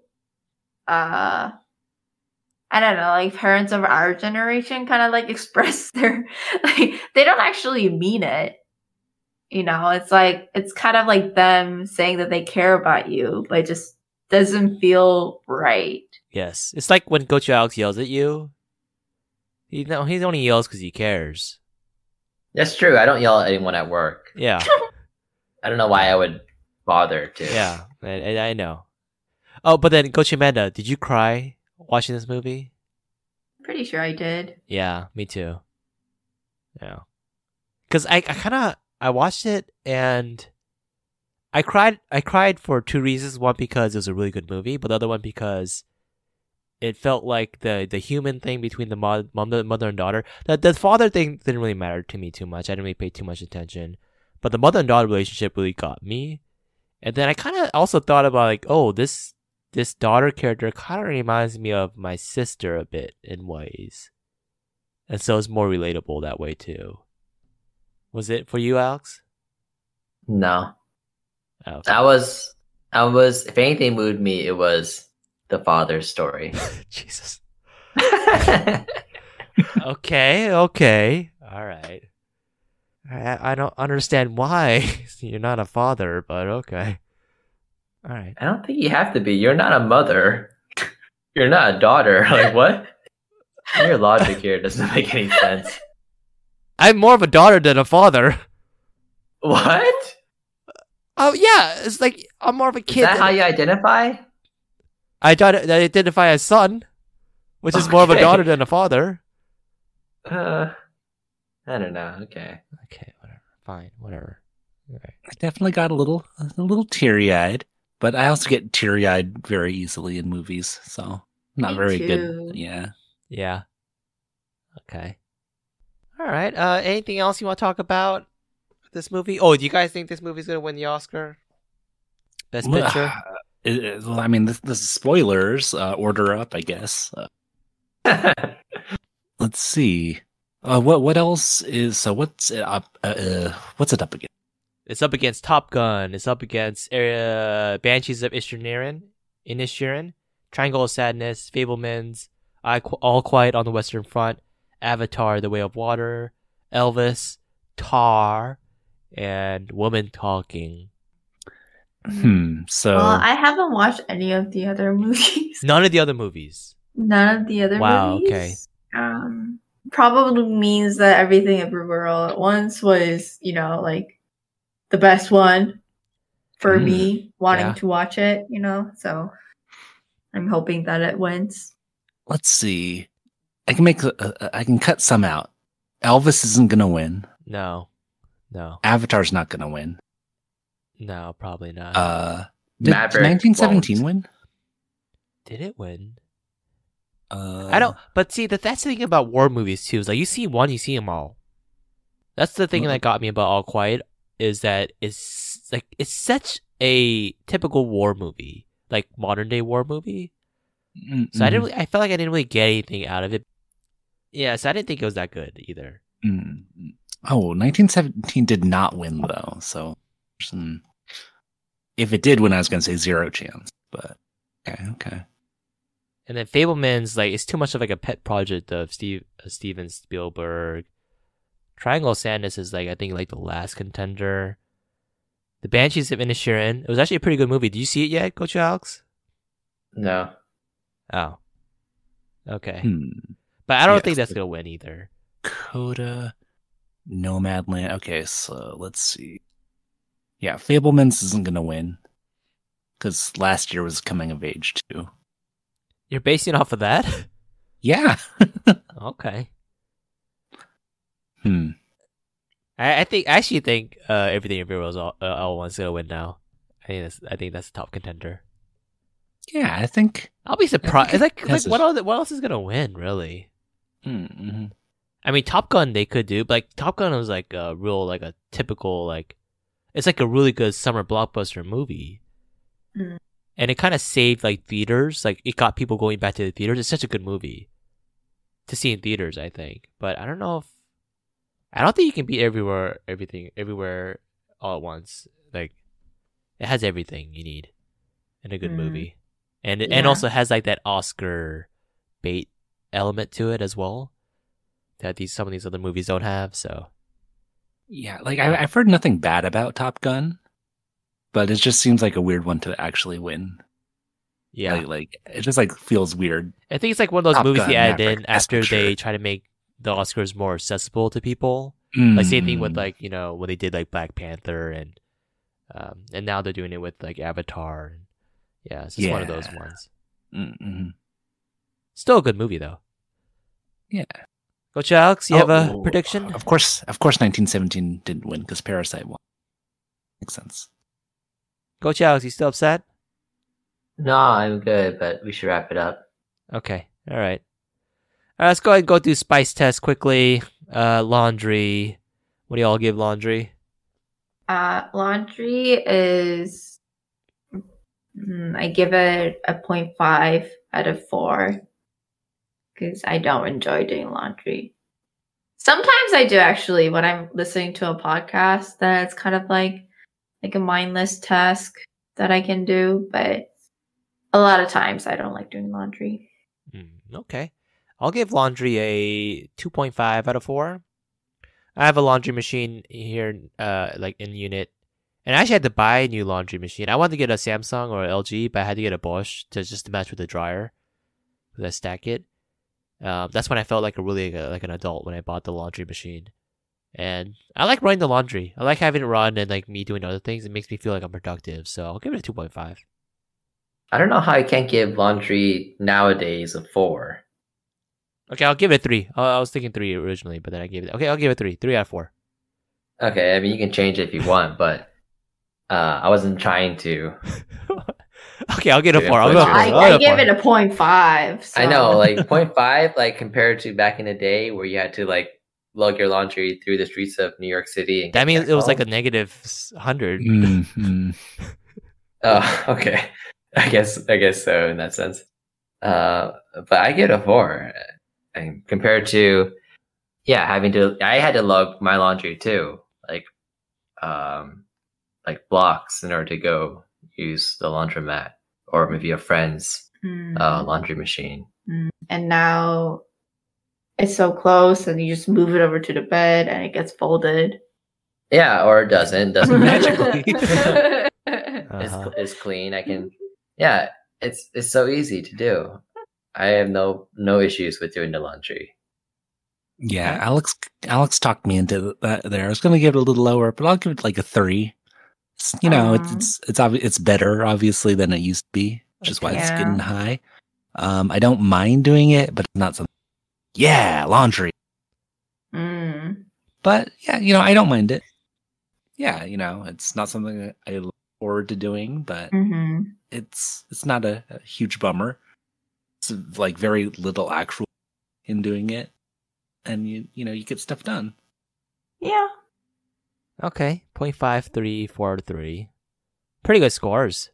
Speaker 4: uh I don't know, like parents of our generation kind of like express their like they don't actually mean it. You know, it's like it's kind of like them saying that they care about you, but it just doesn't feel right.
Speaker 6: Yes. It's like when Gochu Alex yells at you. He no, he only yells because he cares.
Speaker 5: That's true. I don't yell at anyone at work.
Speaker 6: Yeah.
Speaker 5: I don't know why I would bother to.
Speaker 6: Yeah. And, and I know. Oh, but then Gochu Amanda, did you cry watching this movie?
Speaker 4: Pretty sure I did.
Speaker 6: Yeah, me too. Yeah. Cause I, I kinda I watched it and I cried I cried for two reasons. One because it was a really good movie, but the other one because it felt like the the human thing between the mo- mom, the mother and daughter. The the father thing didn't really matter to me too much. I didn't really pay too much attention. But the mother and daughter relationship really got me. And then I kinda also thought about like, oh, this this daughter character kinda reminds me of my sister a bit in ways. And so it's more relatable that way too. Was it for you, Alex?
Speaker 5: No.
Speaker 6: Oh,
Speaker 5: I was, I was, if anything moved me, it was the father's story.
Speaker 6: Jesus.
Speaker 5: I
Speaker 6: Okay, okay. All right. I, I don't understand why you're not a father, but okay. All right.
Speaker 5: don't think you have to be. You're not a mother. You're not a daughter. Like, what? Your logic here doesn't make any sense.
Speaker 6: I'm more of a daughter than a father.
Speaker 5: What?
Speaker 6: Oh yeah, it's like I'm more of a
Speaker 5: Is
Speaker 6: kid.
Speaker 5: that
Speaker 6: than-
Speaker 5: how you identify?
Speaker 6: I try to I identify as son, which is more of a
Speaker 5: Okay.
Speaker 6: daughter than a father.
Speaker 5: Uh, I don't know. Okay.
Speaker 6: Okay, whatever. Fine, whatever. All right.
Speaker 1: I definitely got a little a little teary eyed, but I also get teary eyed very easily in movies, so not
Speaker 4: Me
Speaker 1: very
Speaker 4: too.
Speaker 1: good. Yeah.
Speaker 6: Yeah. Okay. All right. Uh, anything else you want to talk about this movie? Oh, do you guys think this movie's gonna win the Oscar? Best
Speaker 1: Well,
Speaker 6: picture.
Speaker 1: it- it- well, I mean, this, this is spoilers. Uh, order up, I guess. Uh, let's see. Uh, what what else is so? What's it up? Uh, uh, what's it up against?
Speaker 6: It's up against Top Gun. It's up against uh, Banshees of Inisherin, Inisherin, Triangle of Sadness, Fablemans, I, All Quiet on the Western Front, Avatar: The Way of Water, Elvis, Tar, and Woman Talking.
Speaker 1: Hmm. So
Speaker 4: well, I haven't watched any of the other movies.
Speaker 6: None of the other movies.
Speaker 4: None of the other
Speaker 6: Wow,
Speaker 4: movies. Okay. Um, probably means that everything everywhere all at once was, you know, like the best one for
Speaker 1: Mm,
Speaker 4: me wanting
Speaker 6: yeah.
Speaker 4: to watch it. You know, so I'm hoping that it wins.
Speaker 1: let's see. I can make. Uh, uh, I can cut some out. Elvis isn't gonna win.
Speaker 6: No, no,
Speaker 1: Avatar's not gonna win.
Speaker 6: no, probably not.
Speaker 1: Uh, did, did
Speaker 5: Maverick
Speaker 1: 1917
Speaker 5: won't.
Speaker 1: win?
Speaker 6: Did it win?
Speaker 1: Uh,
Speaker 6: I don't. But see, that that's the thing about war movies too. Is like you see one, you see them all. That's the thing
Speaker 1: Mhm.
Speaker 6: that got me about All Quiet is that it's like it's such a typical war movie, like modern day war movie.
Speaker 1: Mm,
Speaker 6: So I
Speaker 1: mm,
Speaker 6: didn't. Really, I felt like I didn't really get anything out of it. Yeah, so I didn't think it was that good either.
Speaker 1: mm. Oh, 1917 did not win though. So, hmm. if it did win, I was gonna say zero chance. But okay, okay.
Speaker 6: And then Fableman's like it's too much of like a pet project of Steve uh, Steven Spielberg. Triangle of Sadness is like I think like the last contender. The Banshees of Inisherin. It was actually a pretty good movie. Did you see it yet, Coach Alex?
Speaker 5: No.
Speaker 6: Oh, okay.
Speaker 1: Hmm.
Speaker 6: But I don't
Speaker 1: Yes.
Speaker 6: think that's gonna win either.
Speaker 1: Coda, Nomadland. Okay, so let's see. Yeah, Fablemans isn't gonna win because last year was coming of age too.
Speaker 6: You're basing off of that?
Speaker 1: Yeah.
Speaker 6: okay.
Speaker 1: Hmm.
Speaker 6: I, I think I actually think uh, everything everywhere is all, uh, all one's gonna win now. I think that's I think that's the top contender.
Speaker 1: Yeah, I think.
Speaker 6: I'll be surprised.
Speaker 1: it
Speaker 6: Like, like
Speaker 1: has
Speaker 6: what
Speaker 1: a-
Speaker 6: else, what else is gonna win really?
Speaker 1: Mm,
Speaker 6: Mm-hmm.
Speaker 1: mhm.
Speaker 6: I mean, Top Gun they could do, but like Top Gun was like a real like a typical like It's like a really good summer blockbuster movie.
Speaker 4: Mm.
Speaker 6: And it kind of saved like theaters. Like it got people going back to the theaters. It's such a good movie to see in theaters, I think. But I don't know if I don't think you can be everywhere, everything, everywhere all at once. Like it has everything you need in a good
Speaker 4: Mm.
Speaker 6: movie, and it and
Speaker 4: Yeah.
Speaker 6: also has like that Oscar bait element to it as well that these some of these other movies don't have. So
Speaker 1: Yeah, like I, I've heard nothing bad about Top Gun, but it just seems like a weird one to actually win.
Speaker 6: yeah,
Speaker 1: like, like it just like feels weird.
Speaker 6: I think it's like one of those
Speaker 1: Top
Speaker 6: movies they
Speaker 1: Gun
Speaker 6: added
Speaker 1: Maverick,
Speaker 6: in
Speaker 1: that's
Speaker 6: after
Speaker 1: for sure.
Speaker 6: they try to make the Oscars more accessible to people.
Speaker 1: Mm.
Speaker 6: Like same thing with like you know when they did like Black Panther and um and now they're doing it with like Avatar and yeah, it's just one of those
Speaker 1: Yeah.
Speaker 6: ones.
Speaker 1: Mm-mm.
Speaker 6: Still a good movie though.
Speaker 1: Yeah.
Speaker 6: Go Alex, you have a
Speaker 1: Oh,
Speaker 6: prediction?
Speaker 1: Of course, of course, 1917 didn't win because Parasite won. Makes sense.
Speaker 6: Go Alex, you still upset?
Speaker 5: No, I'm good, but we should wrap it up.
Speaker 6: Okay. All right. All right, let's go ahead and go through spice test quickly. Uh laundry. What do y'all give laundry?
Speaker 4: Uh, laundry is. mm, I give it a 0.5 out of 4 because I don't enjoy doing laundry. Sometimes I do actually when I'm listening to a podcast that it's kind of like like a mindless task that I can do, but a lot of times I don't like doing laundry.
Speaker 6: Mm, okay. I'll give laundry a 2.5 out of 4. I have a laundry machine here, uh, like in unit. And I actually had to buy a new laundry machine. I wanted to get a Samsung or a LG, but I had to get a Bosch to just to match with the dryer because I stack it. Um, that's when I felt like a really uh, like, a, like an adult when I bought the laundry machine. And I like running the laundry. I like having it run and like me doing other things. It makes me feel like I'm productive. So I'll give it a 2.5.
Speaker 5: I don't know how I can't give laundry nowadays a four.
Speaker 6: Okay, I'll give it a three. I I was thinking three originally, but then I gave it. Okay, I'll give it three. Three out of four.
Speaker 5: Okay, I mean you can change it if you want, but uh, I wasn't trying to.
Speaker 6: okay, I'll get a
Speaker 5: Yeah,
Speaker 6: four. I'll
Speaker 5: but
Speaker 6: go
Speaker 5: Well,
Speaker 6: for
Speaker 5: sure.
Speaker 4: I,
Speaker 6: I'll
Speaker 4: I
Speaker 6: go
Speaker 4: give
Speaker 6: for
Speaker 4: it a 0.5. So.
Speaker 5: I know, like 0.5, like compared to back in the day where you had to like lug your laundry through the streets of New York City. And
Speaker 6: That
Speaker 5: get
Speaker 6: means
Speaker 5: back
Speaker 6: it was like
Speaker 5: home.
Speaker 6: a negative hundred. Mm-hmm.
Speaker 1: Mm,
Speaker 5: Oh, okay. I guess I guess so in that sense. Uh, but I get a four, uh, and compared to yeah, having to I had to lug my laundry too, like um, like blocks in order to go use the laundromat or maybe a friend's
Speaker 4: Mm.
Speaker 5: uh,
Speaker 6: Mm-hmm.
Speaker 5: laundry machine.
Speaker 4: and now it's so close and you just move it over to the bed and it gets folded
Speaker 5: Yeah, or it doesn't doesn't
Speaker 1: Magically.
Speaker 5: It's
Speaker 6: Uh-huh.
Speaker 5: it's clean. I can yeah. It's it's so easy to do. I have no no issues with doing the laundry.
Speaker 1: yeah, Alex. Alex talked me into that. There, I was going to give it a little lower, but I'll give it like a three. It's, you know, it's
Speaker 4: Aw.
Speaker 1: it's it's, obvi- it's better obviously than it used to be, which is why it's
Speaker 4: Okay.
Speaker 1: getting high. Um, I don't mind doing it, but it's not something. Yeah, laundry.
Speaker 4: Mm.
Speaker 1: but yeah, you know, I don't mind it. Yeah, you know, it's not something that I look forward to doing, but
Speaker 4: Mhm.
Speaker 1: it's it's not a, a huge bummer. It's like very little actual in doing it, and you you know you get stuff done.
Speaker 4: yeah
Speaker 6: Okay, point five, three, four out of three. Pretty good scores.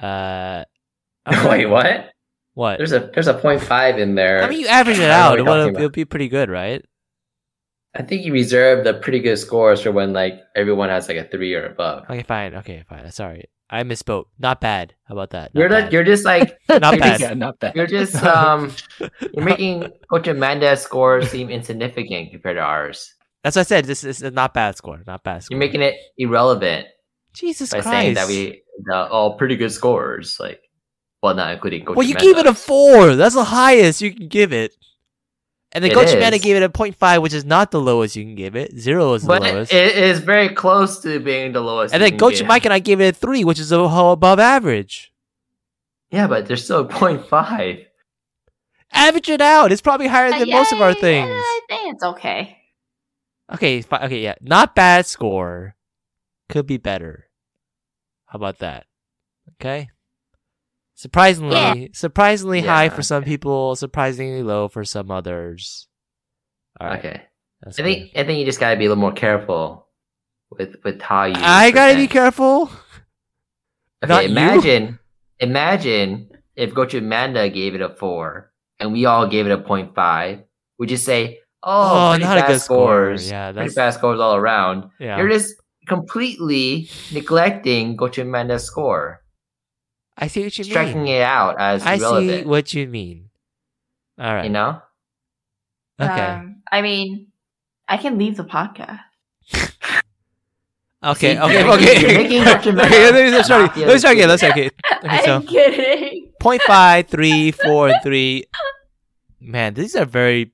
Speaker 6: Uh, okay.
Speaker 5: Wait, what?
Speaker 6: What?
Speaker 5: There's a there's a point five in there.
Speaker 6: I mean, you average it
Speaker 5: I
Speaker 6: out.
Speaker 5: don't
Speaker 6: It
Speaker 5: know what you're
Speaker 6: will
Speaker 5: talking
Speaker 6: it'll be pretty good, right?
Speaker 5: I think you reserve the pretty good scores for when like everyone has like a three or above.
Speaker 6: Okay, fine. Okay, fine. Sorry, I misspoke. Not bad. How about that?
Speaker 5: you're
Speaker 6: not.
Speaker 5: not, you're just like
Speaker 6: Not bad.
Speaker 1: yeah, not bad.
Speaker 5: you're just um you're making Coach Amanda's scores seem insignificant compared to ours.
Speaker 6: That's what I said. This is a not bad score. Not bad score.
Speaker 5: You're making it irrelevant
Speaker 6: Jesus
Speaker 5: by
Speaker 6: Christ.
Speaker 5: saying that we the, all pretty good scores, like well not including Coach.
Speaker 6: Well, you gave it a
Speaker 5: Amanda's.
Speaker 6: four. That's the highest you can give it. And then
Speaker 5: It
Speaker 6: Coach
Speaker 5: is.
Speaker 6: Amanda gave it a 0.5, which is not the lowest you can give it. Zero is the
Speaker 5: But
Speaker 6: lowest.
Speaker 5: it is very close to being the lowest.
Speaker 6: and
Speaker 5: you
Speaker 6: then
Speaker 5: can
Speaker 6: Coach
Speaker 5: get.
Speaker 6: Mike and I gave it a three, which is a whole above average.
Speaker 5: Yeah, but there's still a point five.
Speaker 6: Average it out. It's probably higher than most of our
Speaker 4: Uh, Yeah,
Speaker 6: things.
Speaker 4: I think it's okay
Speaker 6: Okay, fine. Okay, yeah. Not bad score. Could be better. How about that? Okay. Surprisingly, surprisingly high
Speaker 5: Yeah,
Speaker 6: for some people, surprisingly low for some others. All right.
Speaker 5: Okay.
Speaker 6: that's
Speaker 5: I
Speaker 6: good.
Speaker 5: think I think you just got to be a little more careful with with how you.
Speaker 6: I gotta be
Speaker 5: present.
Speaker 6: careful.
Speaker 5: Okay,
Speaker 6: Not you.
Speaker 5: imagine, imagine if Gochu Amanda gave it a four and we all gave it a point five. We just say,
Speaker 6: Oh,
Speaker 5: "Oh, pretty
Speaker 6: not a
Speaker 5: bad
Speaker 6: good score.
Speaker 5: scores,
Speaker 6: Yeah,
Speaker 5: pretty
Speaker 6: that's
Speaker 5: bad scores all around." You're
Speaker 6: yeah.
Speaker 5: just completely neglecting Gochu Amanda's score,
Speaker 6: I see what you
Speaker 5: striking
Speaker 6: mean.
Speaker 5: it out as
Speaker 6: I see
Speaker 5: irrelevant.
Speaker 6: what you mean. All right.
Speaker 5: You know,
Speaker 6: Okay.
Speaker 4: Um, I mean, I can leave the podcast.
Speaker 6: okay.
Speaker 5: See,
Speaker 6: okay.
Speaker 5: you're
Speaker 6: Okay.
Speaker 5: making- you're making Dr. Mehta
Speaker 6: okay. Let me let's
Speaker 5: not
Speaker 6: start.
Speaker 5: the
Speaker 6: again. Let me
Speaker 5: other
Speaker 6: start again.
Speaker 5: kid.
Speaker 6: Let's start again. Okay. So
Speaker 4: I'm kidding.
Speaker 6: point five, three, four, and three. Man, these are very,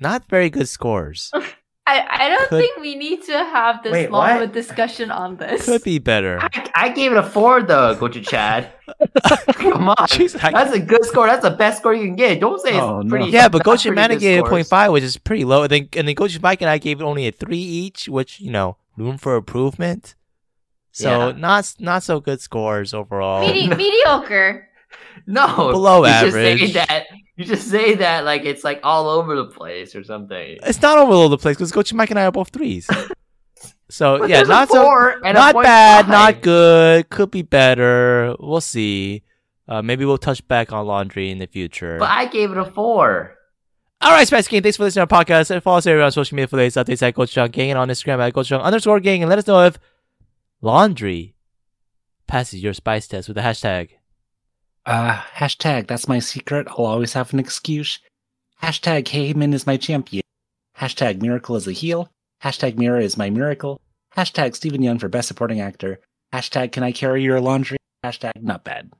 Speaker 6: not very good scores.
Speaker 4: I, I don't
Speaker 6: Could-
Speaker 4: think we need to have this
Speaker 5: Wait,
Speaker 4: long
Speaker 5: what?
Speaker 4: of a discussion on this.
Speaker 6: Could be better.
Speaker 5: I, I gave it a four though, Gochu Chad. Come on,
Speaker 6: Jeez, I-
Speaker 5: that's a good score. That's the best score you can get. Don't say it's
Speaker 1: Oh, no.
Speaker 5: pretty.
Speaker 6: Yeah, but
Speaker 5: not
Speaker 6: Coach
Speaker 5: pretty
Speaker 6: Amanda
Speaker 5: good
Speaker 6: gave it a
Speaker 5: scores.
Speaker 6: point five, which is pretty low. And then and then Coach Mike and I gave it only a three each, which you know room for improvement. So
Speaker 5: Yeah.
Speaker 6: not not so good scores overall.
Speaker 4: Medi- mediocre.
Speaker 5: No,
Speaker 6: Below
Speaker 5: you
Speaker 6: average.
Speaker 5: Just say that you just say that like it's like all over the place or something.
Speaker 6: It's not all over the place because Coach Mike and I are both threes. So
Speaker 5: But
Speaker 6: yeah,
Speaker 5: there's a
Speaker 6: not so
Speaker 5: four and a
Speaker 6: not
Speaker 5: point
Speaker 6: bad,
Speaker 5: five.
Speaker 6: not good. Could be better. We'll see. Uh, maybe we'll touch back on laundry in the future.
Speaker 5: But I gave it a four.
Speaker 6: All right, Spice Gang, thanks for listening to our podcast. And follow us everywhere on social media for the latest updates at Coach John Gang and on Instagram at Coach John underscore Gang. And let us know if laundry passes your spice test with the hashtag.
Speaker 1: Uh, hashtag that's my secret. I'll always have an excuse. Hashtag Heyman is my champion. Hashtag Miracle is a heel. Hashtag Mira is my miracle. Hashtag Stephen Young for best supporting actor. Hashtag Can I carry your laundry? Hashtag Not bad.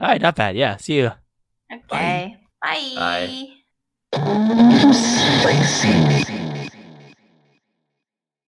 Speaker 6: All right, not bad. Yeah, see you.
Speaker 4: Okay. Bye.
Speaker 5: Bye.
Speaker 2: Spicy.